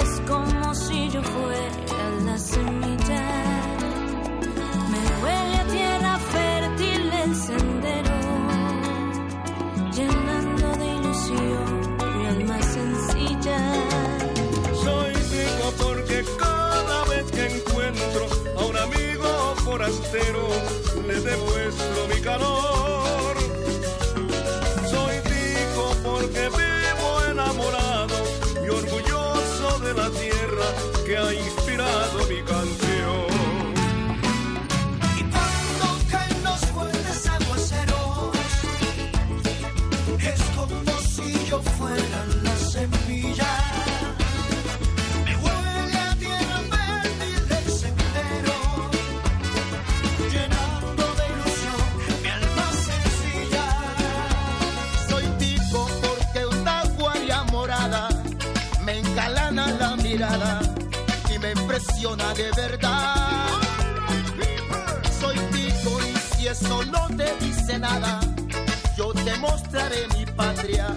es como si yo fuera la semilla. Me huele a tierra fértil el sendero, llenando de ilusión mi alma sencilla.
Soy rico porque cada vez que encuentro a un amigo forastero le demuestro mi calor. Soy rico porque vivo enamorado y orgulloso de la tierra que ha inspirado mi canción.
Cuando caen los fuertes aguaceros, es como si yo fuera la semilla. Me huele a tierra fértil del sendero, llenando de ilusión mi alma sencilla.
Soy tipo porque una guardia morada me engalana la mirada y me impresiona de verdad. Soy tico y si eso no te dice nada, yo te mostraré mi patria.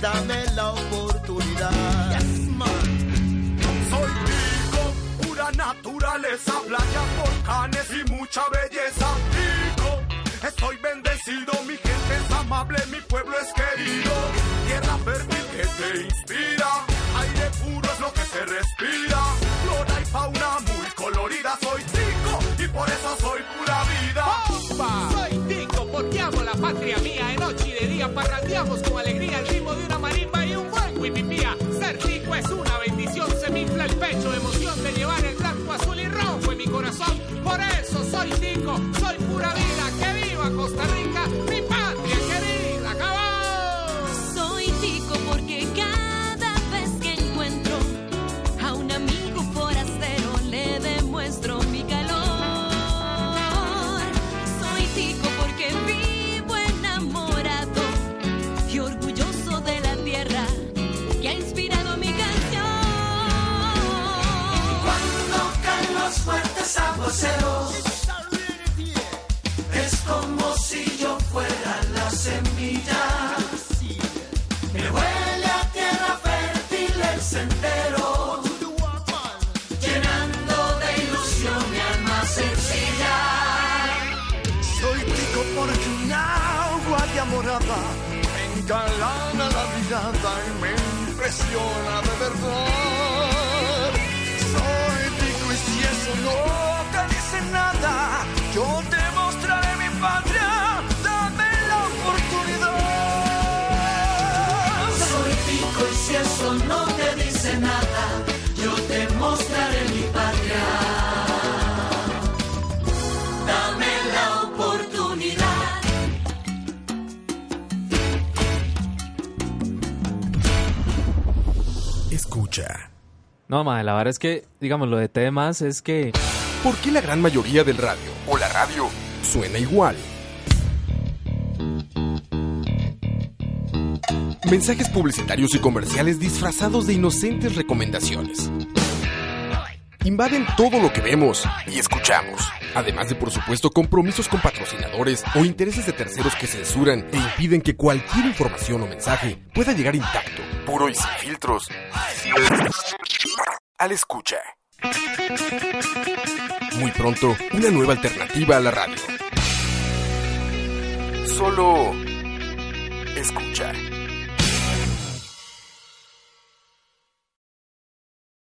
Dame la oportunidad.
Soy rico, pura naturaleza, playas, volcanes y mucha belleza. Rico, estoy bendecido, mi gente es amable, mi pueblo es querido. Tierra fértil que te inspira, aire puro es lo que se respira. Flora y fauna muy colorida, soy rico y por eso soy pura vida.
Soy Tico porque amo la patria mía. De noche y de día parrandeamos con alegría el ritmo de una marimba y un buen wipipía. Ser tico es una bendición, se me infla el pecho. Emoción de llevar el blanco, azul y rojo en mi corazón. Por eso soy tico, soy pura vida. Que viva Costa Rica, mi patria querida.
Soy tico porque cada vez que encuentro a un amigo forastero le demuestro mi calor. Soy tico porque vivo enamorado y orgulloso de la tierra que ha inspirado mi canción.
tico porque un agua de morada me engalana la mirada y me impresiona de verdad. Soy tico y si eso no te dice nada, yo te mostraré mi patria. Dame la oportunidad.
Soy pico y si eso no te dice nada, yo te mostraré mi patria. Dame la oportunidad.
Escucha.
No, madre, la verdad es que, digamos, lo de T más es que.
¿Por qué la gran mayoría del radio o la radio suena igual? Mensajes publicitarios y comerciales disfrazados de inocentes recomendaciones. Invaden todo lo que vemos y escuchamos. Además de, por supuesto, compromisos con patrocinadores o intereses de terceros que censuran e impiden que cualquier información o mensaje pueda llegar intacto, puro y sin filtros. Al escucha. Muy pronto, una nueva alternativa a la radio. Solo escucha.